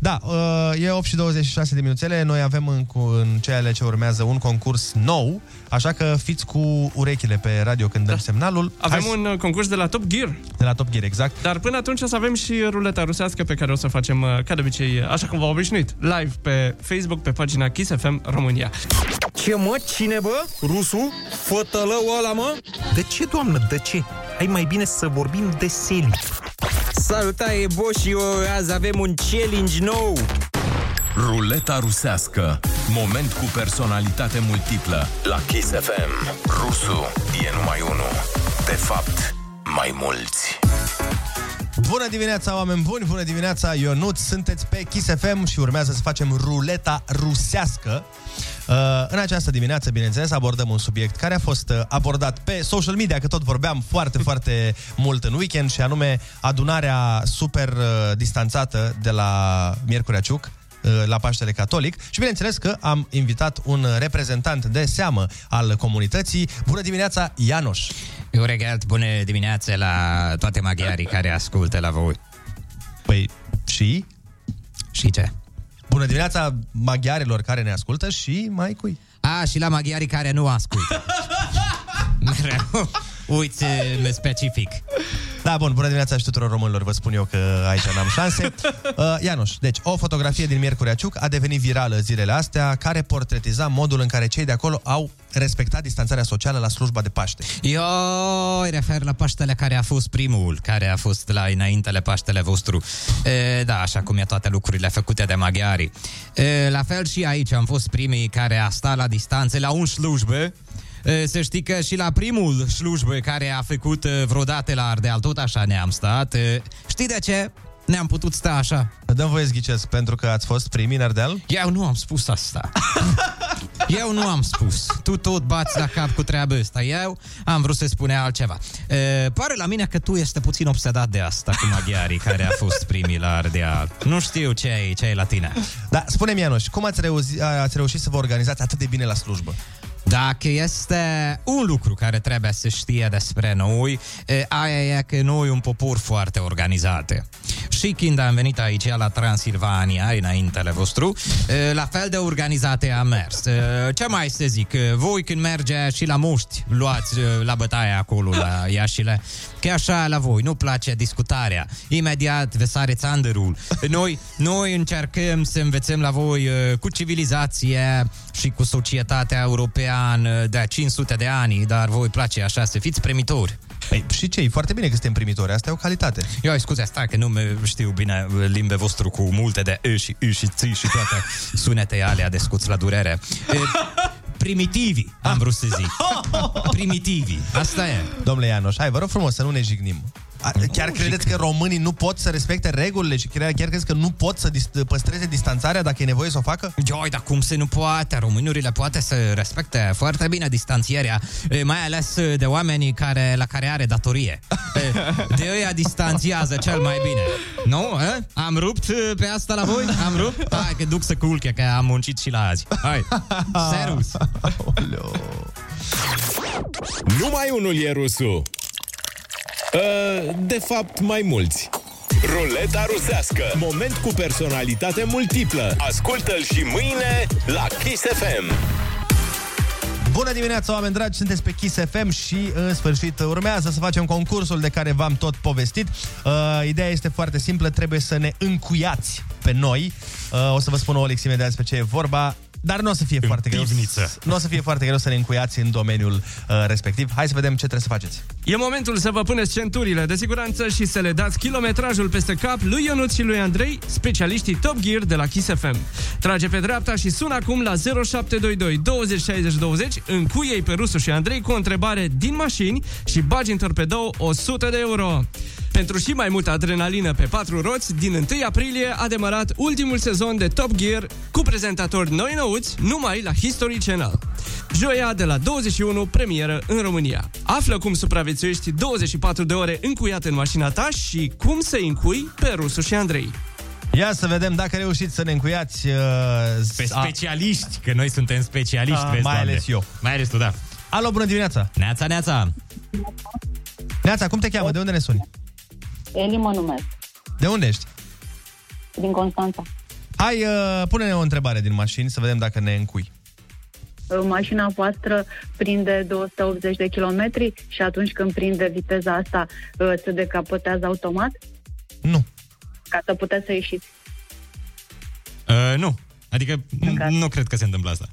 [SPEAKER 7] Da, uh, e 8 și 26 de minuțele, noi avem în, cu- în cele ce urmează un concurs nou, așa că fiți cu urechile pe radio când dăm semnalul.
[SPEAKER 10] Da. Avem
[SPEAKER 7] Hai
[SPEAKER 10] un uh, concurs de la Top Gear.
[SPEAKER 7] De la Top Gear, exact.
[SPEAKER 10] Dar până atunci o să avem și ruleta rusească pe care o să o facem, uh, ca de obicei, așa cum v-am obișnuit, live pe Facebook, pe pagina Kiss FM România.
[SPEAKER 22] Ce mă? Cine bă? Rusu? Fătălău ăla mă? De ce, doamnă, de ce? Hai mai bine să vorbim de seli.
[SPEAKER 23] Salutare, boșio! Azi avem un challenge nou!
[SPEAKER 1] Ruleta rusească. Moment cu personalitate multiplă. La Kiss FM. Rusu e numai unul. De fapt, mai mulți.
[SPEAKER 7] Bună dimineața, oameni buni! Bună dimineața, Ionut! Sunteți pe Kiss FM și urmează să facem ruleta rusească. Uh, în această dimineață, bineînțeles, abordăm un subiect care a fost uh, abordat pe social media, că tot vorbeam foarte, *laughs* foarte mult în weekend, și anume adunarea super uh, distanțată de la Miercurea Ciuc uh, la Paștele Catolic și bineînțeles că am invitat un reprezentant de seamă al comunității. Bună dimineața, Ianoș!
[SPEAKER 8] Eu regat bună dimineața la toate maghiarii care ascultă la voi.
[SPEAKER 7] Păi, și?
[SPEAKER 8] Și ce?
[SPEAKER 7] Bună dimineața maghiarilor care ne ascultă și mai cui.
[SPEAKER 8] A, și la maghiarii care nu ascultă. Mereu. Uite, mă specific.
[SPEAKER 7] Da, bun, bună dimineața și tuturor românilor, vă spun eu că aici n-am șanse. Uh, Ianuș, deci, o fotografie din Miercurea Ciuc a devenit virală zilele astea, care portretiza modul în care cei de acolo au respectat distanțarea socială la slujba de Paște.
[SPEAKER 8] Eu îi refer la Paștele care a fost primul, care a fost la înaintele Paștele vostru. E, da, așa cum e toate lucrurile făcute de maghiari. E, la fel și aici am fost primii care a stat la distanțe la un slujbă. E, Să știi că și la primul slujbă care a făcut e, vreodată la Ardeal, tot așa ne-am stat. E, Știi de ce? Ne-am putut sta așa.
[SPEAKER 7] Dăm voie să ghicesc, pentru că ați fost primii în Ardeal?
[SPEAKER 8] Eu nu am spus asta. *laughs* Eu nu am spus. Tu tot bați la cap cu treaba asta. Eu am vrut să spune altceva. E, pare la mine că tu este puțin obsedat de asta cu maghiarii care a fost primii la Ardeal. Nu știu ce ai, ce ai la tine.
[SPEAKER 7] Da, spune-mi, Ianuș, cum ați, reuzi, ați reușit să vă organizați atât de bine la
[SPEAKER 8] *laughs*
[SPEAKER 7] slujbă?
[SPEAKER 8] Dacă este un lucru care trebuie să știe despre noi, e, aia e că noi un popor foarte organizat. Și Weekend am venit aici la Transilvania, înaintele vostru. E, La fel de organizate am mers. E, Ce mai să zic? E, Voi când merge și la muști, luați e, la bătaie acolo, la Iașile. Că e așa la voi, nu place discutarea. Imediat vă sare
[SPEAKER 7] *laughs*
[SPEAKER 8] țandărul. Noi, noi încercăm să învețăm la voi e, cu civilizație și cu societatea europeană de 500 de ani, dar voi place așa să fiți primitori.
[SPEAKER 7] Păi, și ce? E foarte bine că suntem primitori. Asta e o calitate.
[SPEAKER 8] Eu, scuze, stai că nu mă știu bine uh, limbe vostru cu multe de î și î și ți și
[SPEAKER 7] *laughs*
[SPEAKER 8] toate sunete alea de scuți la durere. E, primitivi, am vrut să zic. Primitivi. Asta e.
[SPEAKER 7] Domnule Ianoș, hai, vă rog frumos să nu ne jignim. A- Chiar credeți că românii nu pot să respecte regulile și chiar, chiar credeți că nu pot să dis- păstreze distanțarea dacă e nevoie să o facă?
[SPEAKER 8] Joi, dar cum se nu poate? Românurile poate să respecte foarte bine distanțierea, e, mai ales e, de oamenii care, la care are datorie. E, De ei distanțiază cel mai bine. Nu? E? Am rupt e, pe asta la voi? Am rupt? Hai că duc să culche, că am muncit și la azi. Hai. Servus!
[SPEAKER 1] Numai unul e rusul. Uh, De fapt, mai mulți. Ruleta rusească. Moment cu personalitate multiplă. Ascultă-l și mâine la Kiss FM.
[SPEAKER 7] Bună dimineața, oameni dragi! Sunteți pe Kiss FM și, în sfârșit, urmează să facem concursul de care v-am tot povestit. Uh, ideea este foarte simplă, trebuie să ne încuiați pe noi. Uh, o să vă spun o Olix imediat despre ce e vorba, dar nu o să fie foarte greu.
[SPEAKER 24] pivniță.
[SPEAKER 7] Nu o să fie foarte greu să ne încuiați în domeniul uh, respectiv. Hai să vedem ce trebuie să faceți.
[SPEAKER 10] E momentul să vă puneți centurile de siguranță și să le dați kilometrajul peste cap lui Ionut și lui Andrei, specialiștii Top Gear de la Kiss FM. Trage pe dreapta și sună acum la 0722 20 60 20, în cui ei pe Rusu și Andrei cu o întrebare din mașini și bagi în torpedou 100 de euro. Pentru și mai multă adrenalină pe patru roți, din 1 aprilie a demarat ultimul sezon de Top Gear cu prezentatori noi nouți numai la History Channel. Joia de la 21, premieră în România. Află cum supraviețuiești 24 de ore încuiat în mașina ta și cum să încui pe Rusu și Andrei.
[SPEAKER 7] Ia să vedem dacă reușiți să ne încuiați... Uh,
[SPEAKER 25] Pe
[SPEAKER 7] a-
[SPEAKER 25] *laughs* specialiști, că noi suntem specialiști,
[SPEAKER 8] Da,
[SPEAKER 7] Ah,
[SPEAKER 25] vezi,
[SPEAKER 7] mai
[SPEAKER 25] Doamne.
[SPEAKER 7] ales eu.
[SPEAKER 25] Mai ales tu, da.
[SPEAKER 7] Alo, bună dimineața!
[SPEAKER 25] Neața, neața!
[SPEAKER 7] Neața, cum te cheamă? De unde ne suni?
[SPEAKER 26] Eli mă numesc,
[SPEAKER 7] De unde ești?
[SPEAKER 26] din Constanța.
[SPEAKER 7] Hai, uh, pune-ne o întrebare din mașini să vedem dacă ne încui.
[SPEAKER 26] Mașina voastră prinde 280 de kilometri și atunci când prinde viteza asta, uh, se decapotează automat?
[SPEAKER 7] Nu.
[SPEAKER 26] Ca să puteți să ieșiți.
[SPEAKER 25] Uh, nu. Adică n- nu cred că se întâmplă asta.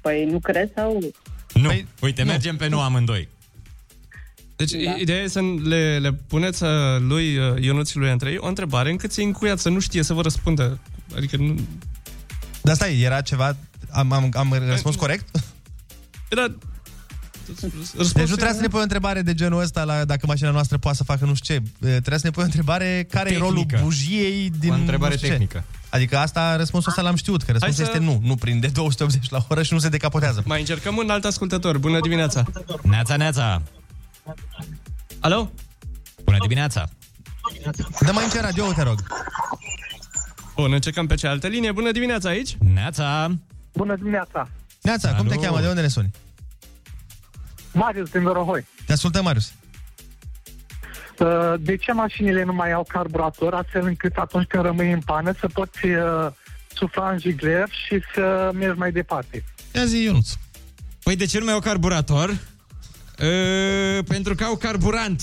[SPEAKER 26] Păi nu crezi sau...
[SPEAKER 25] Nu. Păi, Uite, mergem pe nu amândoi.
[SPEAKER 10] Deci da. ideea e să le, le puneți uh, lui uh, Ionuț și lui Andrei o întrebare încât să-i încuiați, să nu știe să vă răspundă. Adică nu...
[SPEAKER 7] Dar stai, era ceva... Am, am, am răspuns
[SPEAKER 25] Păi,
[SPEAKER 7] corect?
[SPEAKER 10] Păi, Era...
[SPEAKER 7] Deci nu trebuia să ne pui o întrebare de genul ăsta la dacă mașina noastră poate să facă nu știu ce. E, Trebuia să ne pui o întrebare care e rolul
[SPEAKER 25] Tehnică.
[SPEAKER 7] bujiei din
[SPEAKER 25] O întrebare
[SPEAKER 7] nu știu
[SPEAKER 25] tehnică.
[SPEAKER 7] Ce. Adică asta, răspunsul ăsta l-am știut, că răspunsul
[SPEAKER 10] să-
[SPEAKER 7] este nu. Nu prinde *laughs* 280 la oră și nu se decapotează.
[SPEAKER 10] Mai încercăm un alt ascultător. Bună dimineața!
[SPEAKER 25] Neața, neața!
[SPEAKER 10] Alo?
[SPEAKER 25] Bună dimineața!
[SPEAKER 7] Dă mai încerc radio te rog.
[SPEAKER 10] Bun, încercăm pe cealaltă linie. Bună dimineața aici!
[SPEAKER 25] Neața!
[SPEAKER 10] Bună dimineața!
[SPEAKER 7] Neața, cum te cheamă? De unde ne suni?
[SPEAKER 18] Marius din Vorohoi.
[SPEAKER 7] Te ascultăm, Marius.
[SPEAKER 18] Uh, De ce mașinile nu mai au carburator, astfel încât atunci când rămâi în pană să poți uh, sufla în jigler și să mergi mai departe?
[SPEAKER 7] Ia zi, Ionuț.
[SPEAKER 8] Păi de ce nu mai au carburator?
[SPEAKER 25] Ă,
[SPEAKER 8] E, pentru că au carburant.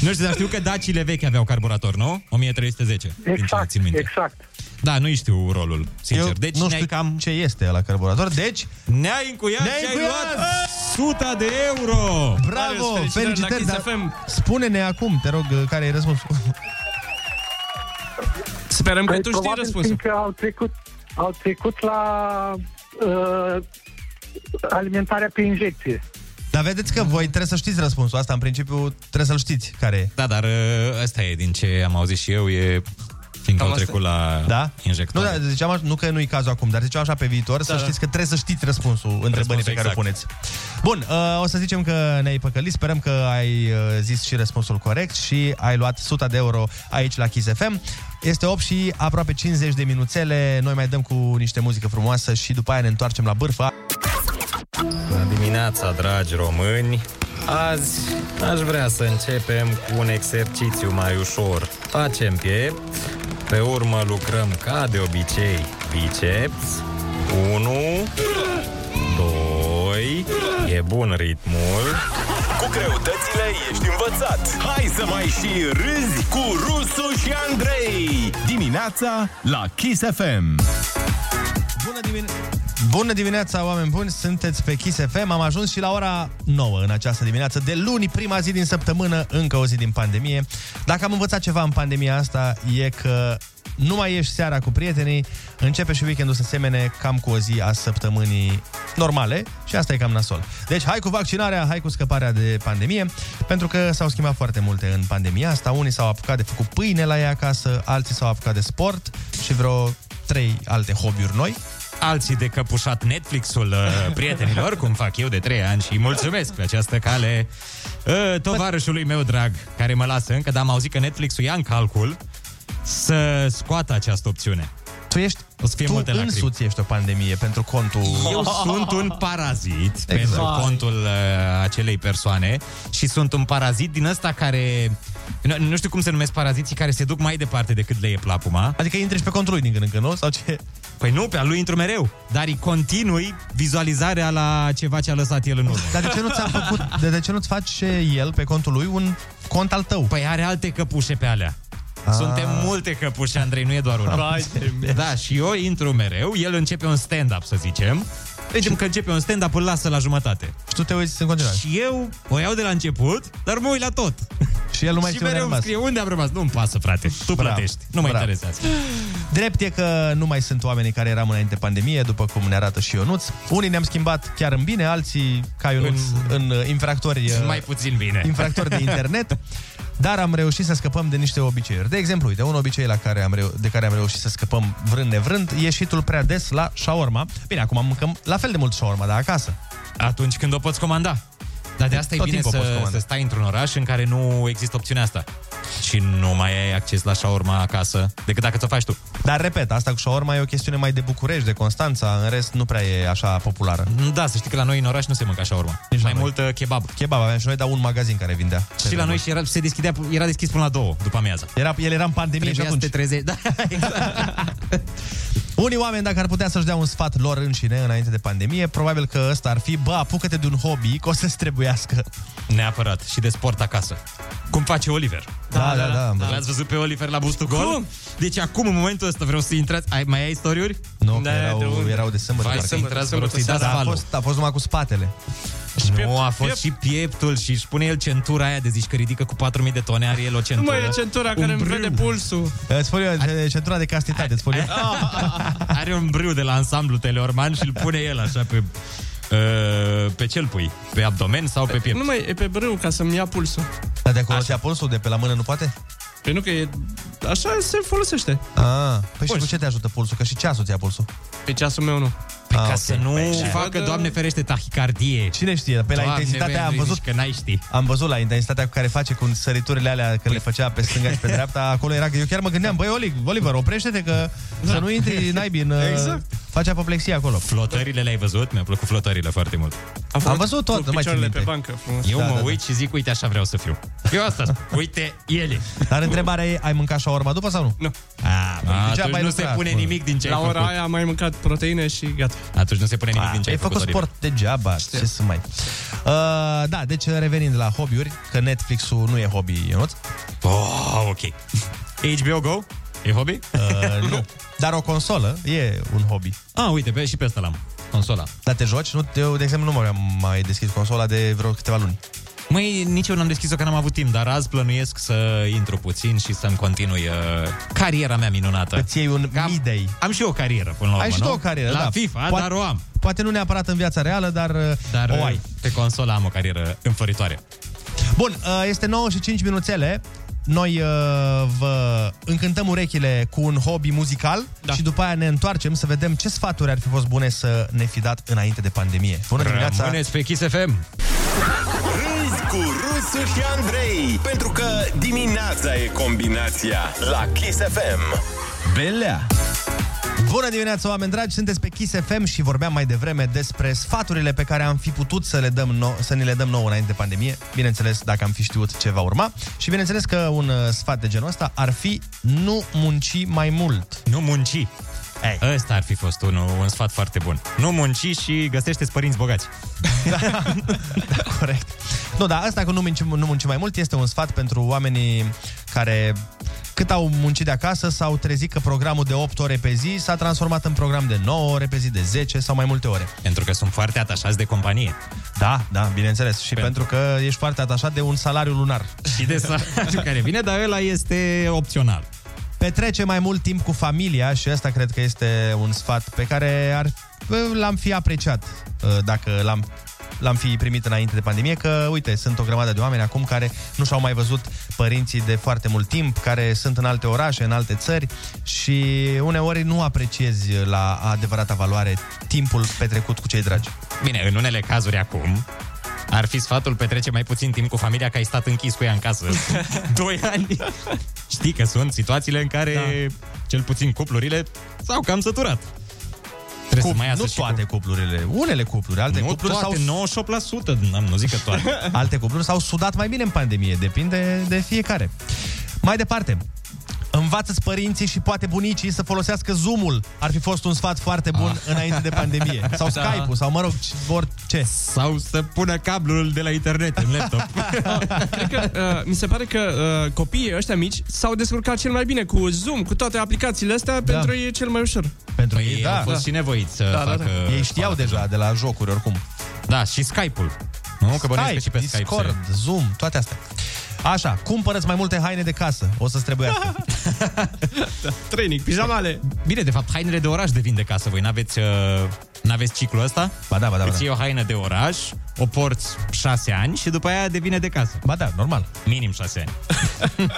[SPEAKER 25] Nu știu, dar știu că dacile vechi aveau carburator, nu? 1310. Exact, țin minte.
[SPEAKER 18] exact.
[SPEAKER 25] Da, nu știu rolul, sincer.
[SPEAKER 7] Eu
[SPEAKER 25] deci
[SPEAKER 7] nu
[SPEAKER 25] ne-ai
[SPEAKER 7] știu cam... ce este la carburator. Deci,
[SPEAKER 25] ne-ai încuiat
[SPEAKER 7] Ne-ai
[SPEAKER 25] și ai
[SPEAKER 7] încuiat!
[SPEAKER 25] luat 100 de euro!
[SPEAKER 7] bravo,
[SPEAKER 25] Marius,
[SPEAKER 7] felicitări,
[SPEAKER 25] la
[SPEAKER 7] dar
[SPEAKER 25] Kiss FM.
[SPEAKER 7] spune-ne acum, te rog, care e răspunsul. *laughs*
[SPEAKER 10] Sperăm
[SPEAKER 18] Păi, probabil Fiindcă au trecut, au trecut la uh, alimentarea pe injecție.
[SPEAKER 7] Dar vedeți că voi trebuie să știți răspunsul asta, în principiu trebuie să-l știți care e.
[SPEAKER 25] Da, dar ă, ăsta e din ce am auzit și eu, e fiindcă
[SPEAKER 7] Cam
[SPEAKER 25] au
[SPEAKER 7] asta
[SPEAKER 25] trecut la
[SPEAKER 7] Da?
[SPEAKER 25] injector.
[SPEAKER 7] Nu, dar ziceam așa, nu că nu-i cazul acum, dar ziceam așa pe viitor, da, să
[SPEAKER 25] da.
[SPEAKER 7] știți că trebuie să știți răspunsul întrebării pe care
[SPEAKER 25] exact.
[SPEAKER 7] o puneți. Bun, uh, o să zicem că ne-ai păcălit, sperăm că ai uh, zis și răspunsul corect și ai luat 100 de euro aici la Kiss FM. Este 8 și aproape 50 de minuțele, noi mai dăm cu niște muzică frumoasă și după aia ne întoarcem la bârfă.
[SPEAKER 25] Bună dimineața, dragi români!
[SPEAKER 8] Azi aș vrea să începem cu un exercițiu mai ușor. Facem piept, pe urmă lucrăm ca de obicei biceps. 1, 2, e bun ritmul.
[SPEAKER 1] Cu greutățile ești învățat. Hai să mai și râzi cu Rusu și Andrei.
[SPEAKER 6] Dimineața la Kiss FM.
[SPEAKER 7] Bună dimineața! Bună dimineața, oameni buni! Sunteți pe Kiss FM. Am ajuns și la ora 9 în această dimineață de luni, prima zi din săptămână, încă o zi din pandemie. Dacă am învățat ceva în pandemia asta, e că nu mai ieși seara cu prietenii, începe și weekendul să semene cam cu o zi a săptămânii normale și asta e cam nasol. Deci hai cu vaccinarea, hai cu scăparea de pandemie, pentru că s-au schimbat foarte multe în pandemia asta. Unii s-au apucat de făcut pâine la ei acasă, alții s-au apucat de sport și vreo trei alte hobby-uri noi.
[SPEAKER 8] Alții de căpușat Netflix-ul uh, prietenilor, cum fac eu de trei ani și îi mulțumesc pe această cale uh, tovarășului meu drag, care mă lasă încă, dar am auzit că Netflix-ul ia în calcul să scoată această opțiune.
[SPEAKER 7] Tu ești,
[SPEAKER 8] o să fie
[SPEAKER 7] tu
[SPEAKER 8] multe lacrimi.
[SPEAKER 7] însuți ești o pandemie pentru contul... *laughs*
[SPEAKER 8] Eu sunt un parazit exact. pentru
[SPEAKER 7] Exact.
[SPEAKER 8] contul uh, acelei persoane și sunt un parazit din ăsta care... Nu, nu știu cum se numesc paraziții care se duc mai departe decât le e plapuma.
[SPEAKER 7] Adică intri și pe contul lui din când în când, nu? Sau ce?
[SPEAKER 8] Păi nu, pe al lui intru mereu, dar îi continui vizualizarea la ceva ce a lăsat el în urmă.
[SPEAKER 7] Dar de ce nu ți-a făcut, de, de ce nu ți face el pe contul lui un cont al tău?
[SPEAKER 8] Păi are alte căpușe pe alea.
[SPEAKER 7] Ah.
[SPEAKER 8] Suntem multe căpuși, Andrei, nu e doar una.
[SPEAKER 7] Vai de
[SPEAKER 8] da, și eu intru mereu, el începe un stand-up, să zicem. Zicem că începe un stand-up, îl lasă la jumătate.
[SPEAKER 7] Și tu te uiți în continuare.
[SPEAKER 8] Și eu o iau de la început, dar mă uit la tot.
[SPEAKER 7] Și el nu mai
[SPEAKER 8] și
[SPEAKER 7] știe unde a
[SPEAKER 8] mereu îmi
[SPEAKER 7] rămas.
[SPEAKER 8] scrie, unde am rămas? Nu-mi pasă, frate, tu
[SPEAKER 7] Bravo.
[SPEAKER 8] plătești, nu mă
[SPEAKER 7] Bravo.
[SPEAKER 8] interesează.
[SPEAKER 7] *gasps* Drept e că nu mai sunt oamenii care eram înainte pandemie, după cum ne arată și Ionuț. Unii ne-am schimbat chiar în bine, alții ca Ionuț în, în infractori uh,
[SPEAKER 8] Mai puțin bine.
[SPEAKER 7] *laughs* infractori de internet, dar am reușit să scăpăm de niște obiceiuri. De exemplu, uite, un obicei la care am reu- de care am reușit să scăpăm vrând nevrând, ieșitul prea des la shawarma. Bine, acum mâncăm la fel de mult shawarma, dar acasă. Deci
[SPEAKER 8] Atunci când o poți comanda. Dar de asta
[SPEAKER 7] Tot
[SPEAKER 8] e bine
[SPEAKER 7] timpul o poți
[SPEAKER 8] să,
[SPEAKER 7] comanda.
[SPEAKER 8] să stai într-un oraș în care nu există opțiunea asta. Și nu mai ai acces la shawarma acasă, decât dacă ți-o faci tu.
[SPEAKER 7] Dar repet, asta cu shawarma e o chestiune mai de București, de Constanța, în rest nu prea e așa populară.
[SPEAKER 8] Da, să știi că la noi în oraș nu se mâncă așa urmă. Deci mai mult uh, kebab.
[SPEAKER 7] Kebab aveam și noi, dar un magazin care vindea.
[SPEAKER 8] Și la noi și era, se deschidea, era deschis până la două, după amiaza.
[SPEAKER 7] Era, el era în pandemie
[SPEAKER 8] Trebuia
[SPEAKER 7] și atunci.
[SPEAKER 8] Să te trezești.
[SPEAKER 7] *laughs*
[SPEAKER 8] Da,
[SPEAKER 7] Unii oameni, dacă ar putea să-și dea un sfat lor înșine înainte de pandemie, probabil că ăsta ar fi, bă, apucă-te de un hobby, că o să-ți trebuiască.
[SPEAKER 8] neapărat. Și de sport acasă. Cum face Oliver.
[SPEAKER 7] Da, da, da, am
[SPEAKER 8] da.
[SPEAKER 7] văzut.
[SPEAKER 8] L-ați văzut pe Oliver la Bustu Gol? Cum? Deci acum, în momentul ăsta, vreau să intrați. Ai, mai ai istoriuri? Da,
[SPEAKER 7] Nu, că erau- erau Da, de sâmbătă,
[SPEAKER 8] Vai,
[SPEAKER 7] parcă.
[SPEAKER 8] să intrați, vă rog,
[SPEAKER 7] Sâmbătă
[SPEAKER 8] să-i
[SPEAKER 7] seara.
[SPEAKER 8] dați
[SPEAKER 7] Dar a
[SPEAKER 8] valul.
[SPEAKER 7] fost- a fost numai cu spatele.
[SPEAKER 8] Nu, a fost și pieptul și își pune el centura aia de zici că ridică cu 4000 de tone, are el o centură.
[SPEAKER 7] mai e centura
[SPEAKER 8] Un
[SPEAKER 7] care îmi
[SPEAKER 8] brâu.
[SPEAKER 7] vede pulsul. Îți spun eu, de- centura de castitate, îți spun eu.
[SPEAKER 8] *laughs* Are un brâu de la ansamblu Teleorman și îl pune el așa pe uh, pe cel pui, pe abdomen sau pe piept.
[SPEAKER 10] Nu mai e pe brâu ca să-mi ia pulsul.
[SPEAKER 7] Dar de acolo ți-a pulsul, de pe la mână nu poate?
[SPEAKER 10] Păi nu că e... Așa se folosește.
[SPEAKER 7] Ah, păi și cu ce te ajută pulsul? Că și ceasul ți-a pulsul.
[SPEAKER 10] Pe ceasul meu nu.
[SPEAKER 8] Păi
[SPEAKER 7] Ah,
[SPEAKER 8] ca
[SPEAKER 7] ok.
[SPEAKER 8] să nu
[SPEAKER 7] Păi,
[SPEAKER 8] și
[SPEAKER 7] și-
[SPEAKER 8] facă, Doamne ferește, tahicardie.
[SPEAKER 7] Cine știe, pe la
[SPEAKER 8] Doamne,
[SPEAKER 7] intensitatea am
[SPEAKER 8] vezi,
[SPEAKER 7] văzut
[SPEAKER 8] zici că n-ai ști.
[SPEAKER 7] Am văzut la intensitatea cu care face cu săriturile alea că le *laughs* făcea pe stânga și pe dreapta, acolo era că eu chiar mă gândeam, băi Oli- Oliver, oprește-te că să nu intri naibii
[SPEAKER 8] *laughs*
[SPEAKER 7] în
[SPEAKER 8] Da.
[SPEAKER 7] uh,
[SPEAKER 8] Exact.
[SPEAKER 7] face apoplexie acolo.
[SPEAKER 8] Flotările le-ai văzut? Mi-a plăcut flotările foarte mult.
[SPEAKER 7] Am văzut tot, nu mai țin minte.
[SPEAKER 8] Eu
[SPEAKER 7] Da,
[SPEAKER 8] mă
[SPEAKER 7] da, da.
[SPEAKER 8] uit și zic, uite, așa vreau să fiu. Eu asta spun. *laughs* Uite, ele.
[SPEAKER 7] Dar întrebarea e, ai mâncat urma după sau nu? Nu.
[SPEAKER 8] A,
[SPEAKER 7] degeaba ai
[SPEAKER 8] atunci nu se
[SPEAKER 7] lucrat,
[SPEAKER 8] pune
[SPEAKER 7] bă.
[SPEAKER 8] nimic din ce
[SPEAKER 10] La
[SPEAKER 8] ai
[SPEAKER 10] ora
[SPEAKER 8] făcut.
[SPEAKER 10] aia am mai mâncat proteine și gata.
[SPEAKER 8] Atunci nu se pune nimic
[SPEAKER 7] Ah,
[SPEAKER 8] din ce ai,
[SPEAKER 7] ai făcut
[SPEAKER 8] Oliver.
[SPEAKER 7] sport degeaba, ce să mai... Uh, da, deci revenind la hobby-uri, că Netflix-ul nu e hobby, Ionuț.
[SPEAKER 8] Oh, ok. HBO Go? E hobby?
[SPEAKER 7] Uh,
[SPEAKER 8] *laughs*
[SPEAKER 7] nu. Dar o consolă e un hobby.
[SPEAKER 8] Ah, uite, pe, și pe asta l-am. Consola.
[SPEAKER 7] Dar te joci? Nu, eu, de exemplu, nu m-am mai deschis consola de vreo câteva luni.
[SPEAKER 8] Măi, nici eu n-am deschis-o că n-am avut timp, dar azi plănuiesc să intru puțin și să-mi continui uh, cariera mea minunată.
[SPEAKER 7] Îți iei un Cam... midei.
[SPEAKER 8] Am și eu o carieră până la urmă,
[SPEAKER 7] ai și
[SPEAKER 8] nu?
[SPEAKER 7] tu o carieră,
[SPEAKER 8] La
[SPEAKER 7] da.
[SPEAKER 8] FIFA, dar o am.
[SPEAKER 7] Poate nu neapărat în viața reală, dar, uh,
[SPEAKER 8] Dar uh,
[SPEAKER 7] o ai.
[SPEAKER 8] pe consola am o carieră înfloritoare.
[SPEAKER 7] Bun, uh, este 9 și 5 minuțele. Noi uh, vă încântăm urechile cu un hobby muzical da. și după aia ne întoarcem să vedem ce sfaturi ar fi fost bune să ne fi dat înainte de pandemie. Bună dimineața!
[SPEAKER 8] Rămâneți pe Kiss FM.
[SPEAKER 1] Râzi cu Rusu și Andrei Pentru că dimineața e combinația La Kiss FM
[SPEAKER 6] Belea.
[SPEAKER 7] Bună dimineața, oameni dragi! Sunteți pe Kiss FM și vorbeam mai devreme despre sfaturile pe care am fi putut să, le dăm nou, să ni le dăm nouă înainte de pandemie. Bineînțeles, dacă am fi știut ce va urma. Și bineînțeles că un uh, sfat de genul ăsta ar fi nu munci mai mult.
[SPEAKER 8] Nu munci. Ei. Ăsta ar fi fost unul, un sfat foarte bun. Nu munci și găsește-ți părinți
[SPEAKER 7] *laughs*
[SPEAKER 8] bogați.
[SPEAKER 7] Da. Nu, dar asta cu nu munci, nu munci mai mult este un sfat pentru oamenii care cât au muncit de acasă, s-au trezit că programul de 8 ore pe zi s-a transformat în program de 9 ore pe zi, de 10 sau mai multe ore.
[SPEAKER 8] Pentru că sunt foarte atașați de companie.
[SPEAKER 7] Da, da, bineînțeles. Și pentru, pentru că ești foarte atașat de un salariu lunar.
[SPEAKER 8] Și de
[SPEAKER 7] *laughs*
[SPEAKER 8] salariul care vine, dar ăla este opțional.
[SPEAKER 7] Petrece mai mult timp cu familia și asta cred că este un sfat pe care ar, l-am fi apreciat dacă l-am l-am fi primit înainte de pandemie, că, uite, sunt o grămadă de oameni acum care nu și-au mai văzut părinții de foarte mult timp, care sunt în alte orașe, în alte țări și uneori nu apreciezi la adevărata valoare timpul petrecut cu cei dragi.
[SPEAKER 8] Bine, în unele cazuri acum, ar fi sfatul petrece mai puțin timp cu familia că ai stat închis cu ea în
[SPEAKER 7] *laughs*
[SPEAKER 8] casă. Doi ani. Știi că sunt situațiile în care, da. cel puțin cuplurile, s-au cam săturat. Trebuie să mai iasă
[SPEAKER 7] nu
[SPEAKER 8] și
[SPEAKER 7] toate cuplurile, unele cupluri, alte
[SPEAKER 8] Nu
[SPEAKER 7] cupluri
[SPEAKER 8] toate,
[SPEAKER 7] sau 98%, n-am, nu zic că toate. alte cupluri s-au sudat mai bine în pandemie, depinde de fiecare. Mai departe, Învață-ți părinții și poate bunicii să folosească Zoom-ul. Ar fi fost un sfat foarte bun ah. înainte de pandemie. Sau
[SPEAKER 8] Da.
[SPEAKER 7] da. Skype-ul, sau mă rog, orice.
[SPEAKER 8] Sau să pună cablul de la internet în laptop.
[SPEAKER 10] *laughs* Cred că, uh, mi se pare că uh, copiii ăștia mici s-au descurcat cel mai bine cu Zoom, cu toate aplicațiile astea, da. pentru ei e cel mai ușor.
[SPEAKER 7] Pentru
[SPEAKER 8] ei, ei da, au fost da. și nevoiți să da, facă... Da, da.
[SPEAKER 7] Ei știau deja de la jocuri, oricum.
[SPEAKER 8] Da, și Skype-ul. Nu? Că bănuiesc că și pe Skype
[SPEAKER 7] Discord,
[SPEAKER 8] se-
[SPEAKER 7] Zoom, toate astea. Așa, cumpărăți mai multe haine de casă. O să-ți
[SPEAKER 8] *laughs*
[SPEAKER 7] trebuiască.
[SPEAKER 10] Training, pijamale.
[SPEAKER 8] Bine, de fapt, hainele de oraș devin de casă. Voi n-aveți, uh, n-aveți ciclul ăsta?
[SPEAKER 7] Ba da, ba da, ba
[SPEAKER 8] Îți
[SPEAKER 7] da.
[SPEAKER 8] iei o haină de oraș, o porți șase ani și după aia devine de casă.
[SPEAKER 7] Ba da, normal.
[SPEAKER 8] Minim șase ani.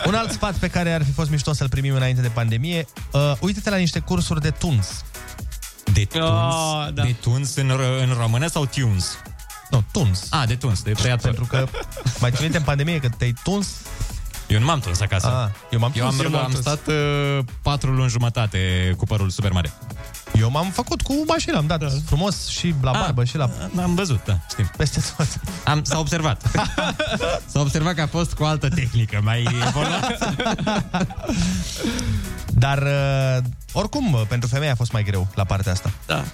[SPEAKER 7] Un alt sfat pe care ar fi fost mișto să-l primim înainte de pandemie, uh, uite-te la niște cursuri de tuns.
[SPEAKER 8] De tuns? Oh,
[SPEAKER 10] Ah,
[SPEAKER 8] da. De tuns în, ro- în română sau tunes?
[SPEAKER 7] Nu, tuns.
[SPEAKER 8] A, de tuns, de tăiat.
[SPEAKER 7] Pentru că mai ții minte în pandemie că te-ai tuns?
[SPEAKER 8] Eu nu m-am tuns acasă.
[SPEAKER 7] Ah, eu m-am
[SPEAKER 8] eu
[SPEAKER 7] tuns,
[SPEAKER 8] am,
[SPEAKER 7] eu m-am
[SPEAKER 8] am
[SPEAKER 7] tuns.
[SPEAKER 8] stat uh, patru luni jumătate cu părul super mare.
[SPEAKER 7] Eu m-am făcut cu mașina, am dat da. frumos și
[SPEAKER 8] Ah.
[SPEAKER 7] la barbă și la...
[SPEAKER 8] Am văzut, da, știm.
[SPEAKER 7] Peste tot.
[SPEAKER 8] Am, s-a
[SPEAKER 7] *laughs*
[SPEAKER 8] observat. s-a observat că a fost cu altă tehnică mai evoluată.
[SPEAKER 7] Dar, uh, oricum, pentru femeie a fost mai greu la partea asta.
[SPEAKER 8] Da.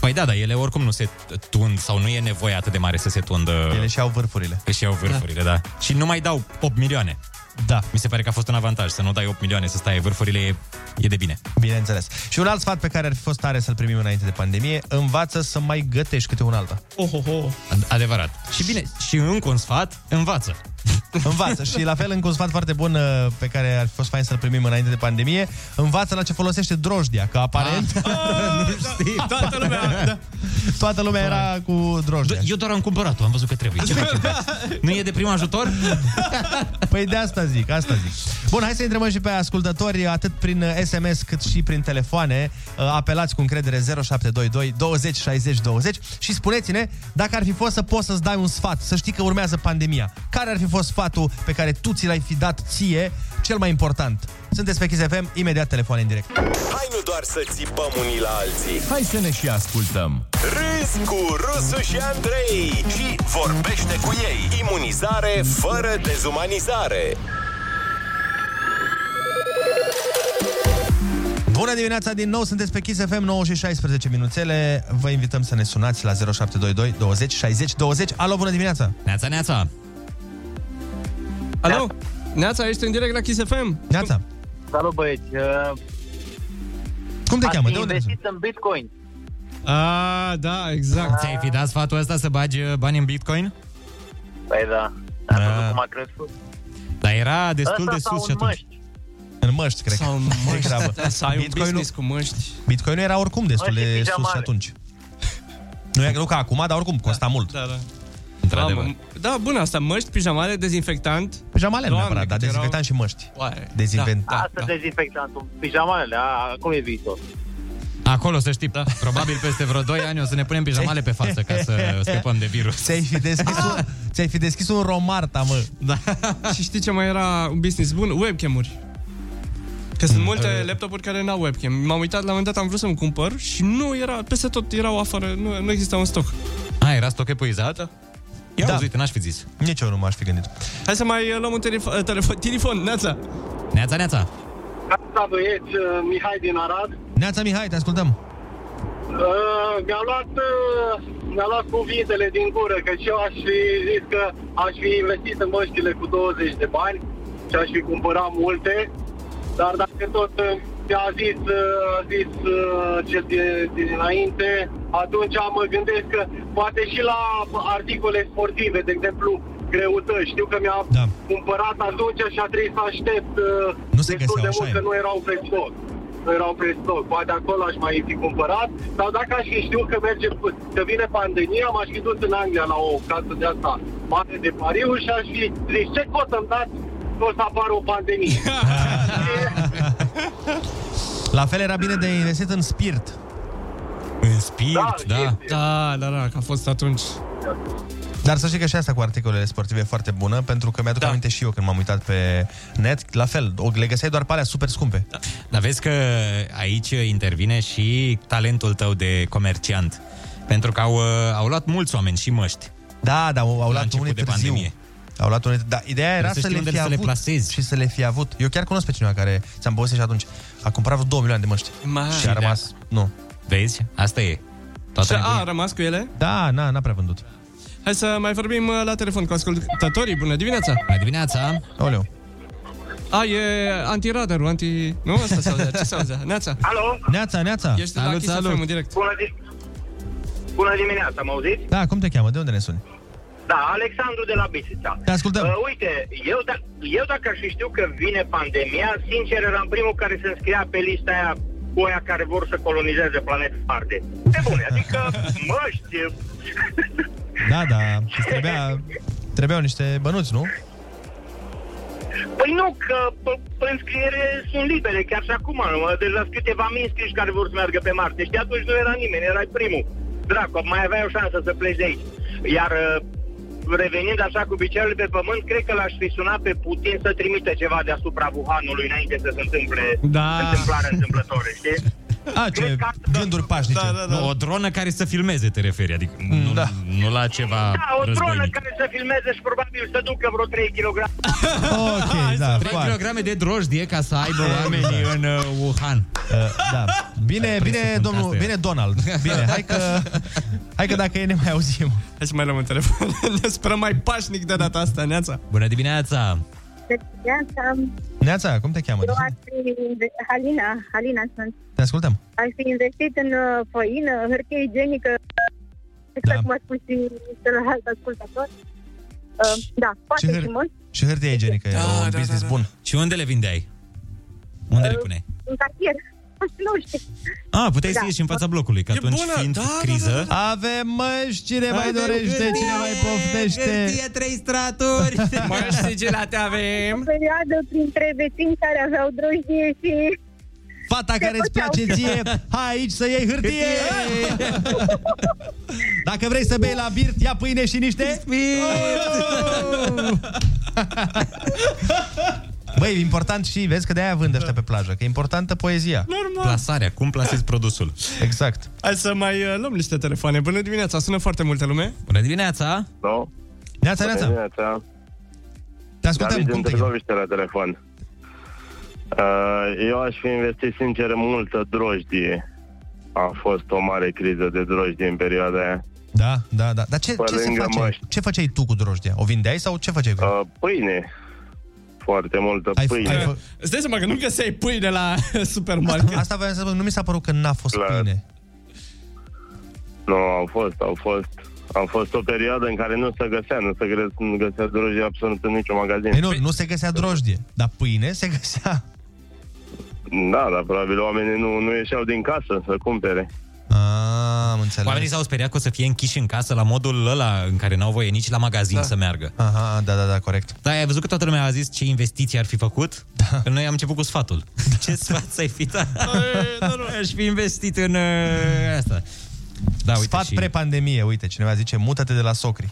[SPEAKER 8] Păi da, dar ele oricum nu se tund sau nu e nevoie atât de mare să se tundă. Ele
[SPEAKER 7] și au vârfurile.
[SPEAKER 8] Și au vârfurile, da. da. Și nu mai dau 8 milioane.
[SPEAKER 7] Da.
[SPEAKER 8] Mi se pare că a fost un avantaj să nu dai 8 milioane să stai vârfurile e, e de bine.
[SPEAKER 7] Bineînțeles. Și un alt sfat pe care ar fi fost tare să-l primim înainte de pandemie, învață să mai gătești câte un alta.
[SPEAKER 10] Oh, oh, oh.
[SPEAKER 8] Ad- Adevărat. Și bine, și încă un sfat, învață.
[SPEAKER 7] Învață și la fel încă un sfat foarte bun uh, pe care ar fi fost fain să-l primim înainte de pandemie, învață la ce folosește drojdia, că aparent *laughs*
[SPEAKER 1] Ah.
[SPEAKER 8] Știi?
[SPEAKER 10] Toată lumea, da.
[SPEAKER 7] toată lumea era cu drojdia.
[SPEAKER 8] Da, Eu doar am cumpărat-o, am văzut că trebuie. Ce *laughs* facem?
[SPEAKER 7] *laughs*
[SPEAKER 8] nu e de prim ajutor?
[SPEAKER 7] Păi de asta zic, asta zic. Bun, hai să întrebăm și pe ascultători, atât prin uh, SMS cât și prin telefoane. Uh, Apelați cu încredere 0722 20 60 20 și spuneți-ne dacă ar fi fost să poți să-ți dai un sfat, să știi că urmează pandemia. Care ar fi fost sfatul pe care tu ți l-ai fi dat ție, cel mai important? Sunteți pe Kiss FM, imediat telefoane în direct.
[SPEAKER 12] Hai nu doar să țipăm unii la alții
[SPEAKER 6] Hai să ne și ascultăm.
[SPEAKER 12] Râzi cu Rusu și Andrei Și vorbește cu ei Imunizare fără dezumanizare
[SPEAKER 7] Bună dimineața din nou, sunteți pe Kiss FM 9 și 16 minuțele. Vă invităm să ne sunați la 0722 20 60 20. Alo, bună dimineața!
[SPEAKER 8] Neața, neața!
[SPEAKER 10] Alo? Neața, ești în direct la Kiss FM?
[SPEAKER 7] Neața!
[SPEAKER 10] Salut, băieți! Uh,
[SPEAKER 7] Cum te
[SPEAKER 10] Ați
[SPEAKER 7] cheamă? De unde
[SPEAKER 10] investit
[SPEAKER 7] ești?
[SPEAKER 15] Sunt bitcoin.
[SPEAKER 10] A, da, exact.
[SPEAKER 8] Ți-ai fi dat sfatul ăsta să bagi uh, bani în Bitcoin?
[SPEAKER 15] Păi da,
[SPEAKER 8] Am
[SPEAKER 15] văzut cum a crescut.
[SPEAKER 8] Dar era destul
[SPEAKER 15] Ăsta
[SPEAKER 8] de
[SPEAKER 15] sau
[SPEAKER 8] sus și
[SPEAKER 15] în
[SPEAKER 8] atunci.
[SPEAKER 7] În măști, cred.
[SPEAKER 10] Sau în măști. Da, *laughs* să ai un business cu măști.
[SPEAKER 7] Bitcoinul era oricum destul
[SPEAKER 10] Măști și
[SPEAKER 7] de sus și
[SPEAKER 10] pijamale.
[SPEAKER 7] atunci. Nu e greu ca acum, dar oricum costa mult.
[SPEAKER 10] Da, da. Da, mă- da, bun, asta, măști, pijamale, dezinfectant.
[SPEAKER 7] Pijamale nu neapărat, dar dezinfectant și măști. Dezinfectant.
[SPEAKER 10] Da,
[SPEAKER 15] Asta dezinfectantul, pijamalele, a, acum e viitor.
[SPEAKER 8] Acolo, să știi, da. probabil peste vreo 2 ani o să ne
[SPEAKER 7] *laughs*
[SPEAKER 8] punem pijamale pe față ca să scăpăm de virus.
[SPEAKER 7] Ți-ai fi deschis un, ți-ai fi deschis un romarta, mă.
[SPEAKER 10] Da. Și știi ce mai era un business bun? Webcam-uri. Că Că
[SPEAKER 8] Mm.
[SPEAKER 10] sunt multe laptopuri care n-au webcam. M-am uitat, la un moment dat am vrut să-mi cumpăr și nu era, peste tot erau afară, nu, nu exista un stoc.
[SPEAKER 8] A, era stoc epuizat? Ia da. uite, n-aș fi zis.
[SPEAKER 7] Nici eu nu m-aș fi gândit.
[SPEAKER 10] Hai să mai uh, luăm un telefon, telefon, *laughs* telefon Neața.
[SPEAKER 8] Neața, neața.
[SPEAKER 4] Da, băieți, uh, Mihai din Arad.
[SPEAKER 7] Neața Mihai, te ascultăm.
[SPEAKER 4] Uh, mi-a luat, uh, mi-a luat cuvintele din gură, că și eu aș fi zis că aș fi investit în măștile cu 20 de bani și aș fi cumpărat multe, dar dacă tot uh, mi-a zis, uh, a zis uh, cel de, dinainte, atunci mă gândesc că poate și la articole sportive, de exemplu, greutăți. Știu că mi-a da. cumpărat atunci și a trebuit să aștept uh,
[SPEAKER 7] nu se
[SPEAKER 4] destul
[SPEAKER 7] găseau,
[SPEAKER 4] de
[SPEAKER 7] așa
[SPEAKER 4] mult,
[SPEAKER 7] e.
[SPEAKER 4] că nu erau pe stoc nu erau pe stoc. Poate acolo aș mai fi cumpărat, sau dacă aș fi știut că merge, că vine pandemia, m-aș fi dus în Anglia la o casă de asta mare de pariu și aș fi zis, ce pot să-mi dați că o să apară o pandemie.
[SPEAKER 7] La fel era bine de investit în spirit.
[SPEAKER 8] În spirit,
[SPEAKER 7] da.
[SPEAKER 10] Da, da, da, că a fost atunci.
[SPEAKER 7] Dar să știi că și asta cu articolele sportive e foarte bună, pentru că mi-aduc da. aminte și eu când m-am uitat pe net, la fel, o- le găseai doar pe alea super scumpe. Da.
[SPEAKER 8] Dar vezi că aici intervine și talentul tău de comerciant. Pentru că au, uh, au luat mulți oamenii și măști.
[SPEAKER 7] Da, dar au, au
[SPEAKER 8] La
[SPEAKER 7] luat
[SPEAKER 8] început
[SPEAKER 7] unii
[SPEAKER 8] de
[SPEAKER 7] târziu.
[SPEAKER 8] pandemie.
[SPEAKER 7] Au luat unii, da, ideea era
[SPEAKER 8] Trebuie să
[SPEAKER 7] să
[SPEAKER 8] știi
[SPEAKER 7] le
[SPEAKER 8] unde
[SPEAKER 7] fi
[SPEAKER 8] să le
[SPEAKER 7] avut
[SPEAKER 8] plasezi.
[SPEAKER 7] și să le fi avut. Eu chiar cunosc pe cineva care, ți-am povestit și atunci, a cumpărat vreo 2 milioane de măști.
[SPEAKER 10] Mai.
[SPEAKER 7] și a rămas, nu.
[SPEAKER 8] Vezi? Asta e.
[SPEAKER 10] și a, a rămas cu ele?
[SPEAKER 7] Da, na, n-a prea vândut.
[SPEAKER 10] Hai să mai vorbim uh, la telefon cu ascultătorii. Bună dimineața!
[SPEAKER 8] Bună dimineața!
[SPEAKER 7] Oleu!
[SPEAKER 10] A, e antiradarul, anti... Nu, asta se auzea. Ce se auzea? Neața!
[SPEAKER 4] Alo?
[SPEAKER 7] Neața, neața!
[SPEAKER 10] Ești la Kiss FM în direct.
[SPEAKER 4] Bună, zi- Bună dimineața, mă auziți?
[SPEAKER 7] Da, cum te cheamă? De unde ne suni?
[SPEAKER 4] Da, Alexandru de la Bisița.
[SPEAKER 7] Te ascultăm.
[SPEAKER 4] Uh, uite, eu, da- eu dacă aș fi știut că vine pandemia, sincer, eram primul care se înscria pe lista aia cu aia care vor să colonizeze planeta Marte. Pe bune, adică
[SPEAKER 7] *laughs*
[SPEAKER 4] măști,
[SPEAKER 7] Da, da, îți trebuia, trebuiau niște bănuți, nu?
[SPEAKER 4] Păi nu, că p- pe înscriere sunt libere, chiar și acum. mă, Deja sunt câteva mii înscriși care vor să meargă pe Marte. Și atunci nu era nimeni, erai primul. Dracu, mai aveai o șansă să pleci de aici. Iar uh, revenind așa cu picioarele pe pământ, cred că l-aș fi sunat pe Putin să trimite ceva deasupra Wuhanului înainte să se întâmple
[SPEAKER 7] Da.
[SPEAKER 4] întâmplare întâmplătoare, știi?
[SPEAKER 7] A, ce gânduri pașnice. Da, da, Mm,
[SPEAKER 8] da. Nu, o dronă care să filmeze, te referi, adică nu, da. nu la ceva
[SPEAKER 4] Da, o dronă care să filmeze și probabil să ducă vreo 3 kg.
[SPEAKER 7] Ok, da,
[SPEAKER 8] 3
[SPEAKER 7] foarte. Exact.
[SPEAKER 8] kg de drojdie ca să aibă oamenii în uh, Wuhan.
[SPEAKER 7] da. Bine, bine, domnul, bine, Donald. Bine, hai
[SPEAKER 8] *laughs*
[SPEAKER 7] că, hai că dacă e, ne mai auzim.
[SPEAKER 10] Hai să mai luăm un telefon. *laughs* Ne sperăm mai pașnic de data asta, Neața.
[SPEAKER 8] Bună dimineața!
[SPEAKER 5] Deci, Dimineața,
[SPEAKER 7] Neața, cum te cheamă?
[SPEAKER 5] eu aș fi inve- Halina, Halina sunt.
[SPEAKER 7] Te ascultăm.
[SPEAKER 5] Aș fi investit în uh, făină, hârtie igienică,
[SPEAKER 7] Da.
[SPEAKER 5] exact cum a spus și celălalt ascultător. Uh, da, poate
[SPEAKER 8] hâr-
[SPEAKER 5] și mult.
[SPEAKER 7] Și hârtie igienică, e un business bun.
[SPEAKER 8] Și unde le vindeai? Unde le puneai?
[SPEAKER 5] În cartier. *laughs* Nu știu.
[SPEAKER 8] Ah, puteai
[SPEAKER 5] da.
[SPEAKER 8] să ieși în fața blocului, că atunci
[SPEAKER 5] bună,
[SPEAKER 8] fiind
[SPEAKER 5] da,
[SPEAKER 8] criză...
[SPEAKER 5] da, da, da.
[SPEAKER 7] Avem măști, cine mai
[SPEAKER 5] Avem
[SPEAKER 7] dorește,
[SPEAKER 5] hârtie,
[SPEAKER 7] cine mai poftește.
[SPEAKER 5] hârtie,
[SPEAKER 8] trei straturi.
[SPEAKER 5] Măști
[SPEAKER 10] sigilate
[SPEAKER 5] O perioadă printre vecini care aveau drojdie și...
[SPEAKER 7] Fata care îți place ție, hai aici să iei hârtie! Dacă vrei să bei la birt, ia pâine și niște... Băi, important și, vezi că de-aia vând ăștia pe plajă, că e importantă poezia.
[SPEAKER 10] Normal.
[SPEAKER 8] Plasarea, cum plasezi produsul.
[SPEAKER 7] Exact.
[SPEAKER 10] Hai să mai uh, luăm niște telefoane. Bună dimineața, sună foarte multă lume.
[SPEAKER 8] Bună dimineața!
[SPEAKER 4] No.
[SPEAKER 7] Neața,
[SPEAKER 4] Da. Bună
[SPEAKER 7] neața!
[SPEAKER 4] dimineața.
[SPEAKER 7] Te ascultăm,
[SPEAKER 4] David
[SPEAKER 7] cum
[SPEAKER 4] din
[SPEAKER 7] te
[SPEAKER 4] Târgoviște la telefon. Uh, eu aș fi investit sincer în multă drojdie. A fost o mare criză de drojdie în perioada aia.
[SPEAKER 7] Da, da, da. Dar ce,
[SPEAKER 4] Pe
[SPEAKER 7] ce se
[SPEAKER 4] lângă
[SPEAKER 7] face?
[SPEAKER 4] măști.
[SPEAKER 7] Ce făceai tu cu drojdia? O vindeai sau ce făceai? Cu...
[SPEAKER 4] Uh, pâine. Foarte multă
[SPEAKER 7] Ai f-
[SPEAKER 4] pâine.
[SPEAKER 7] ai f-
[SPEAKER 10] Îți dai seama că nu găseai pâine la *laughs* supermarket.
[SPEAKER 7] Asta voiam să spun, nu mi s-a părut că n-a fost
[SPEAKER 4] La-
[SPEAKER 7] pâine.
[SPEAKER 4] Nu, au fost, au fost. Am fost o perioadă în care nu se găsea, nu se găsea, nu găsea drojdie absolut în niciun magazin.
[SPEAKER 7] Ei, Păi nu, nu se găsea drojdie, dar pâine se
[SPEAKER 8] *laughs*
[SPEAKER 7] găsea.
[SPEAKER 4] Da, dar probabil oamenii nu, nu ieșeau din casă să cumpere.
[SPEAKER 7] *laughs* Ah, Am înțeles.
[SPEAKER 8] Oamenii s-au speriat că o să fie închiși în casă la modul ăla în care n-au voie nici la magazin da. să meargă.
[SPEAKER 7] Aha, da, da, da, corect.
[SPEAKER 8] Da, ai văzut că toată lumea a zis ce investiții ar fi făcut? Da. Că noi am început cu
[SPEAKER 7] *laughs*
[SPEAKER 8] sfatul. Da. Ce sfat ți-ai fi da. dat? Aș fi investit în uh, asta. Da, uite
[SPEAKER 7] Sfat *laughs*
[SPEAKER 8] și-
[SPEAKER 7] pre-pandemie, uite, cineva zice, mută-te de la socri.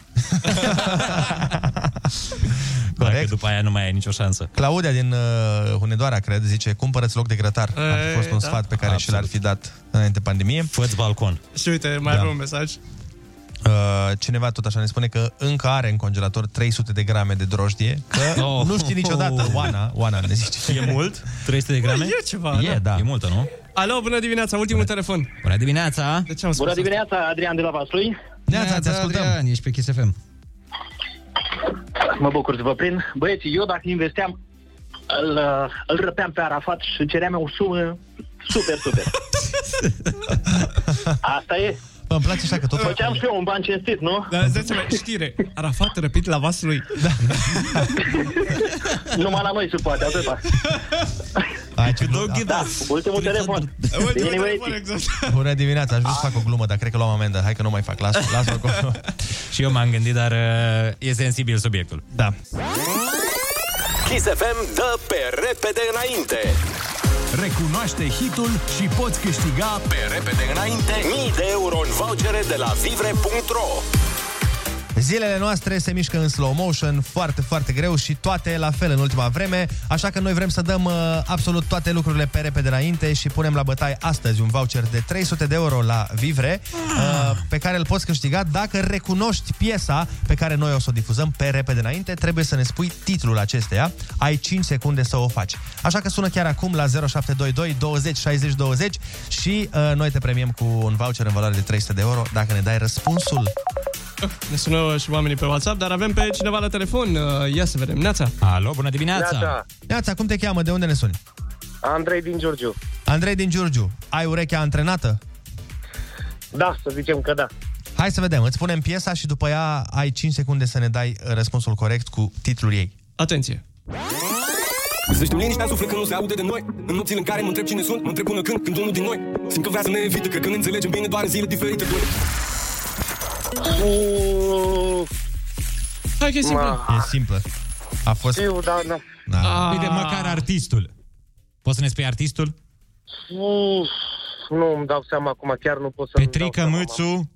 [SPEAKER 8] Corect. Dacă după aia nu mai ai nicio șansă.
[SPEAKER 7] Claudia din uh, Hunedoara, cred, zice, cumpărăți loc de grătar. Ar fi fost un
[SPEAKER 10] da.
[SPEAKER 7] sfat pe care și l-ar fi dat înainte pandemie. Fă-ți balcon.
[SPEAKER 10] Și uite, mai
[SPEAKER 7] Da.
[SPEAKER 10] da. avem un mesaj.
[SPEAKER 7] Uh, cineva tot așa ne spune că încă are în congelator 300 de grame de drojdie, că
[SPEAKER 8] *laughs* Oh.
[SPEAKER 7] oh. nu știi niciodată. Oana, Oana ne zice.
[SPEAKER 8] E mult? 300 de grame?
[SPEAKER 10] Bă, e ceva,
[SPEAKER 8] E,
[SPEAKER 10] da.
[SPEAKER 8] da. E multă, nu?
[SPEAKER 10] Alo, bună dimineața, ultimul telefon.
[SPEAKER 27] Bună dimineața!
[SPEAKER 10] De ce am spus
[SPEAKER 9] Bună
[SPEAKER 10] asta?
[SPEAKER 9] dimineața, Adrian de la Vaslui.
[SPEAKER 7] Neața,
[SPEAKER 27] te ascultăm. Adrian, ești pe Kiss FM.
[SPEAKER 9] Mă bucur să vă prind. Băieți, eu dacă investeam, îl, uh, îl răpeam pe Arafat și ceream o sumă super, super. Asta e.
[SPEAKER 7] Bă, îmi place așa că tot...
[SPEAKER 9] Făceam și eu un ban cinstit, nu?
[SPEAKER 10] Da, zice știre. Arafat răpit la vasului. Da.
[SPEAKER 9] Numai la noi se poate, atâta.
[SPEAKER 7] Ai, ce glumă, da.
[SPEAKER 9] Da, ultimul telefon. Bine, băieți.
[SPEAKER 7] Bună dimineața, aș vrea să fac o glumă, dar cred că luam amendă. Hai că nu mai fac, las, las acolo.
[SPEAKER 8] Și eu m-am gândit, dar uh, e sensibil subiectul.
[SPEAKER 7] Da.
[SPEAKER 1] Kiss FM dă pe repede înainte. Recunoaște hitul și poți câștiga pe repede înainte mii de euro în vouchere de la vivre.ro.
[SPEAKER 7] Zilele noastre se mișcă în slow motion foarte, foarte greu și toate la fel în ultima vreme, așa că noi vrem să dăm uh, absolut toate lucrurile pe repede înainte și punem la bătaie astăzi un voucher de 300 de euro la Vivre, uh, pe care îl poți câștiga dacă recunoști piesa pe care noi o să o difuzăm pe repede înainte. Trebuie să ne spui titlul acesteia. Ai 5 secunde să o faci. Așa că sună chiar acum la 0722 20 60 20 și uh, noi te premiem cu un voucher în valoare de 300 de euro dacă ne dai răspunsul.
[SPEAKER 10] Ne sună și oamenii pe WhatsApp, dar avem pe cineva la telefon. Uh, Ia să vedem. Neața.
[SPEAKER 8] Alo, bună
[SPEAKER 10] Neața.
[SPEAKER 7] Neața, cum te cheamă? De unde ne suni?
[SPEAKER 9] Andrei din Giurgiu.
[SPEAKER 7] Andrei din Giurgiu, ai urechea antrenată?
[SPEAKER 9] Da, să zicem că da.
[SPEAKER 7] Hai să vedem, îți punem piesa și după ea ai 5 secunde să ne dai uh, răspunsul corect cu titlul ei.
[SPEAKER 10] Atenție!
[SPEAKER 14] Să știm liniștea suflet că nu se aude de noi În nopțile în care mă întreb cine sunt Mă întreb până când, când unul din noi Simt că vrea să ne evite, cred că ne înțelegem bine Doar în zile diferite doi
[SPEAKER 9] Oh,
[SPEAKER 10] Hai că e
[SPEAKER 9] simplă.
[SPEAKER 7] E simplă. A fost...
[SPEAKER 9] Știu, da, da.
[SPEAKER 8] Da.
[SPEAKER 9] Ah.
[SPEAKER 8] Uite, măcar artistul. Poți să ne spui artistul?
[SPEAKER 9] Uf, nu îmi dau seama acum, chiar nu pot să Petrica
[SPEAKER 8] Mățu.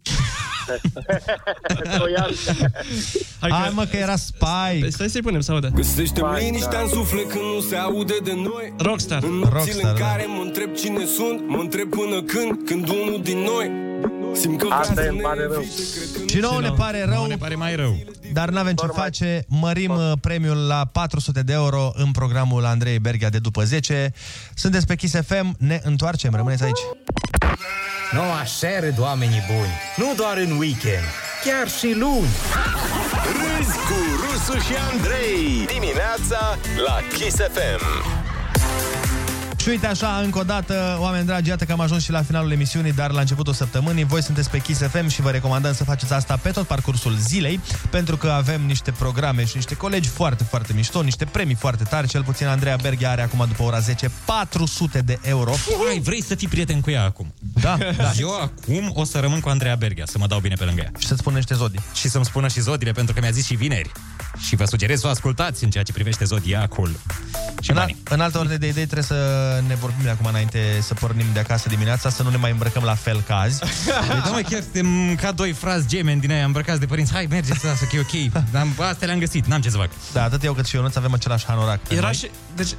[SPEAKER 10] Hai, Hai mă că era Spike. Stai să-i punem, să audă.
[SPEAKER 14] Găsește-mi
[SPEAKER 9] da.
[SPEAKER 14] liniștea în suflet că nu se aude de noi
[SPEAKER 10] Rockstar.
[SPEAKER 14] În nopțile în care mă întreb cine sunt Mă întreb până când, când unul din noi Simt că vrea
[SPEAKER 9] Asta
[SPEAKER 14] să
[SPEAKER 9] e, îmi pare rău.
[SPEAKER 7] Și nouă ne pare rău, ne pare mai rău. dar n-avem ce face. Mărim uh, premiul la 400 de euro în programul Andrei Berghia de după 10. Sunteți pe Kiss FM, ne întoarcem, rămâneți aici.
[SPEAKER 17] Nu așa râd oamenii buni, nu doar în weekend, chiar și luni.
[SPEAKER 1] Râzi cu Rusu și Andrei. Dimineața la Kiss FM.
[SPEAKER 7] Și uite așa, încă o dată, oameni dragi, iată că am ajuns și la finalul emisiunii, dar la începutul săptămânii. Voi sunteți pe Kiss FM și vă recomandăm să faceți asta pe tot parcursul zilei, pentru că avem niște programe și niște colegi foarte, foarte mișto, niște premii foarte tari. Cel puțin Andreea Berghia are acum, după ora 10, 400 de euro.
[SPEAKER 8] Ai, vrei să fii prieten cu ea acum?
[SPEAKER 7] Da,
[SPEAKER 8] da. Eu acum o să rămân cu Andreea Berghia, să mă dau bine pe lângă ea.
[SPEAKER 7] Și să-ți spună niște zodii.
[SPEAKER 8] Și să-mi spună și zodiile, pentru că mi-a zis și vineri. Și vă sugerez să o ascultați în ceea ce privește zodiacul. Și
[SPEAKER 7] în, al- în altă ordine de idei trebuie să ne vorbim de acum înainte să pornim de acasă dimineața, să nu ne mai îmbrăcăm la fel ca azi.
[SPEAKER 8] Deci, da, mă, chiar suntem ca doi frați gemeni din aia îmbrăcați de părinți. Hai, mergeți, lasă, că e ok. Am, astea le-am găsit, n-am ce să fac.
[SPEAKER 7] Da, atât eu cât și eu nu avem același hanorac. pe
[SPEAKER 10] Era
[SPEAKER 7] noi.
[SPEAKER 10] și, deci,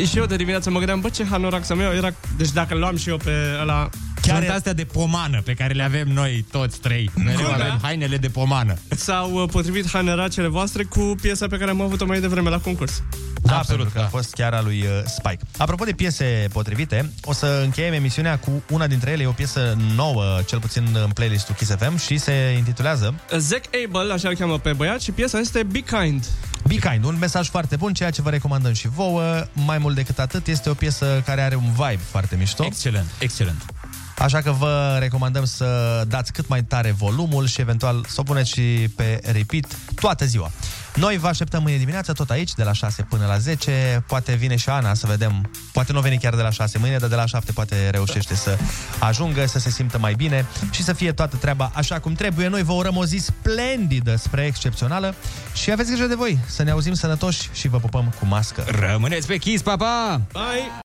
[SPEAKER 10] e, și eu de dimineață mă gândeam, bă, ce hanorac să-mi iau, era, deci dacă luam și eu pe ăla...
[SPEAKER 8] Chiar Sunt astea de pomană pe care le avem noi toți trei. Mereu
[SPEAKER 10] Cum, da?
[SPEAKER 8] avem hainele de pomană.
[SPEAKER 10] S-au uh, potrivit haneracele voastre cu piesa pe care am avut-o mai devreme la concurs.
[SPEAKER 7] Da, Absolut, pentru că a fost chiar a lui uh, Spike. Apropo de piese potrivite, o să încheiem emisiunea cu una dintre ele, e o piesă nouă, cel puțin în playlistul Kiss FM și se intitulează
[SPEAKER 10] Zac Uh, Abel, așa îl cheamă pe băiat, și piesa este Be Kind.
[SPEAKER 7] Be Kind, un mesaj foarte bun, ceea ce vă recomandăm și vouă. Mai mult decât atât, este o piesă care are un vibe foarte mișto.
[SPEAKER 8] Excelent, excelent.
[SPEAKER 7] Așa că vă recomandăm să dați cât mai tare volumul și eventual să o puneți și pe repeat toată ziua. Noi vă așteptăm mâine dimineață tot aici, de la 6 până la 10. Poate vine și Ana să vedem. Poate nu vine chiar de la 6 mâine, dar de la 7 poate reușește să ajungă, să se simtă mai bine și să fie toată treaba așa cum trebuie. Noi vă urăm o zi splendidă spre excepțională și aveți grijă de voi. Să ne auzim sănătoși și vă pupăm cu mască.
[SPEAKER 8] Rămâneți pe Kiss, pa, pa!
[SPEAKER 10] Bye!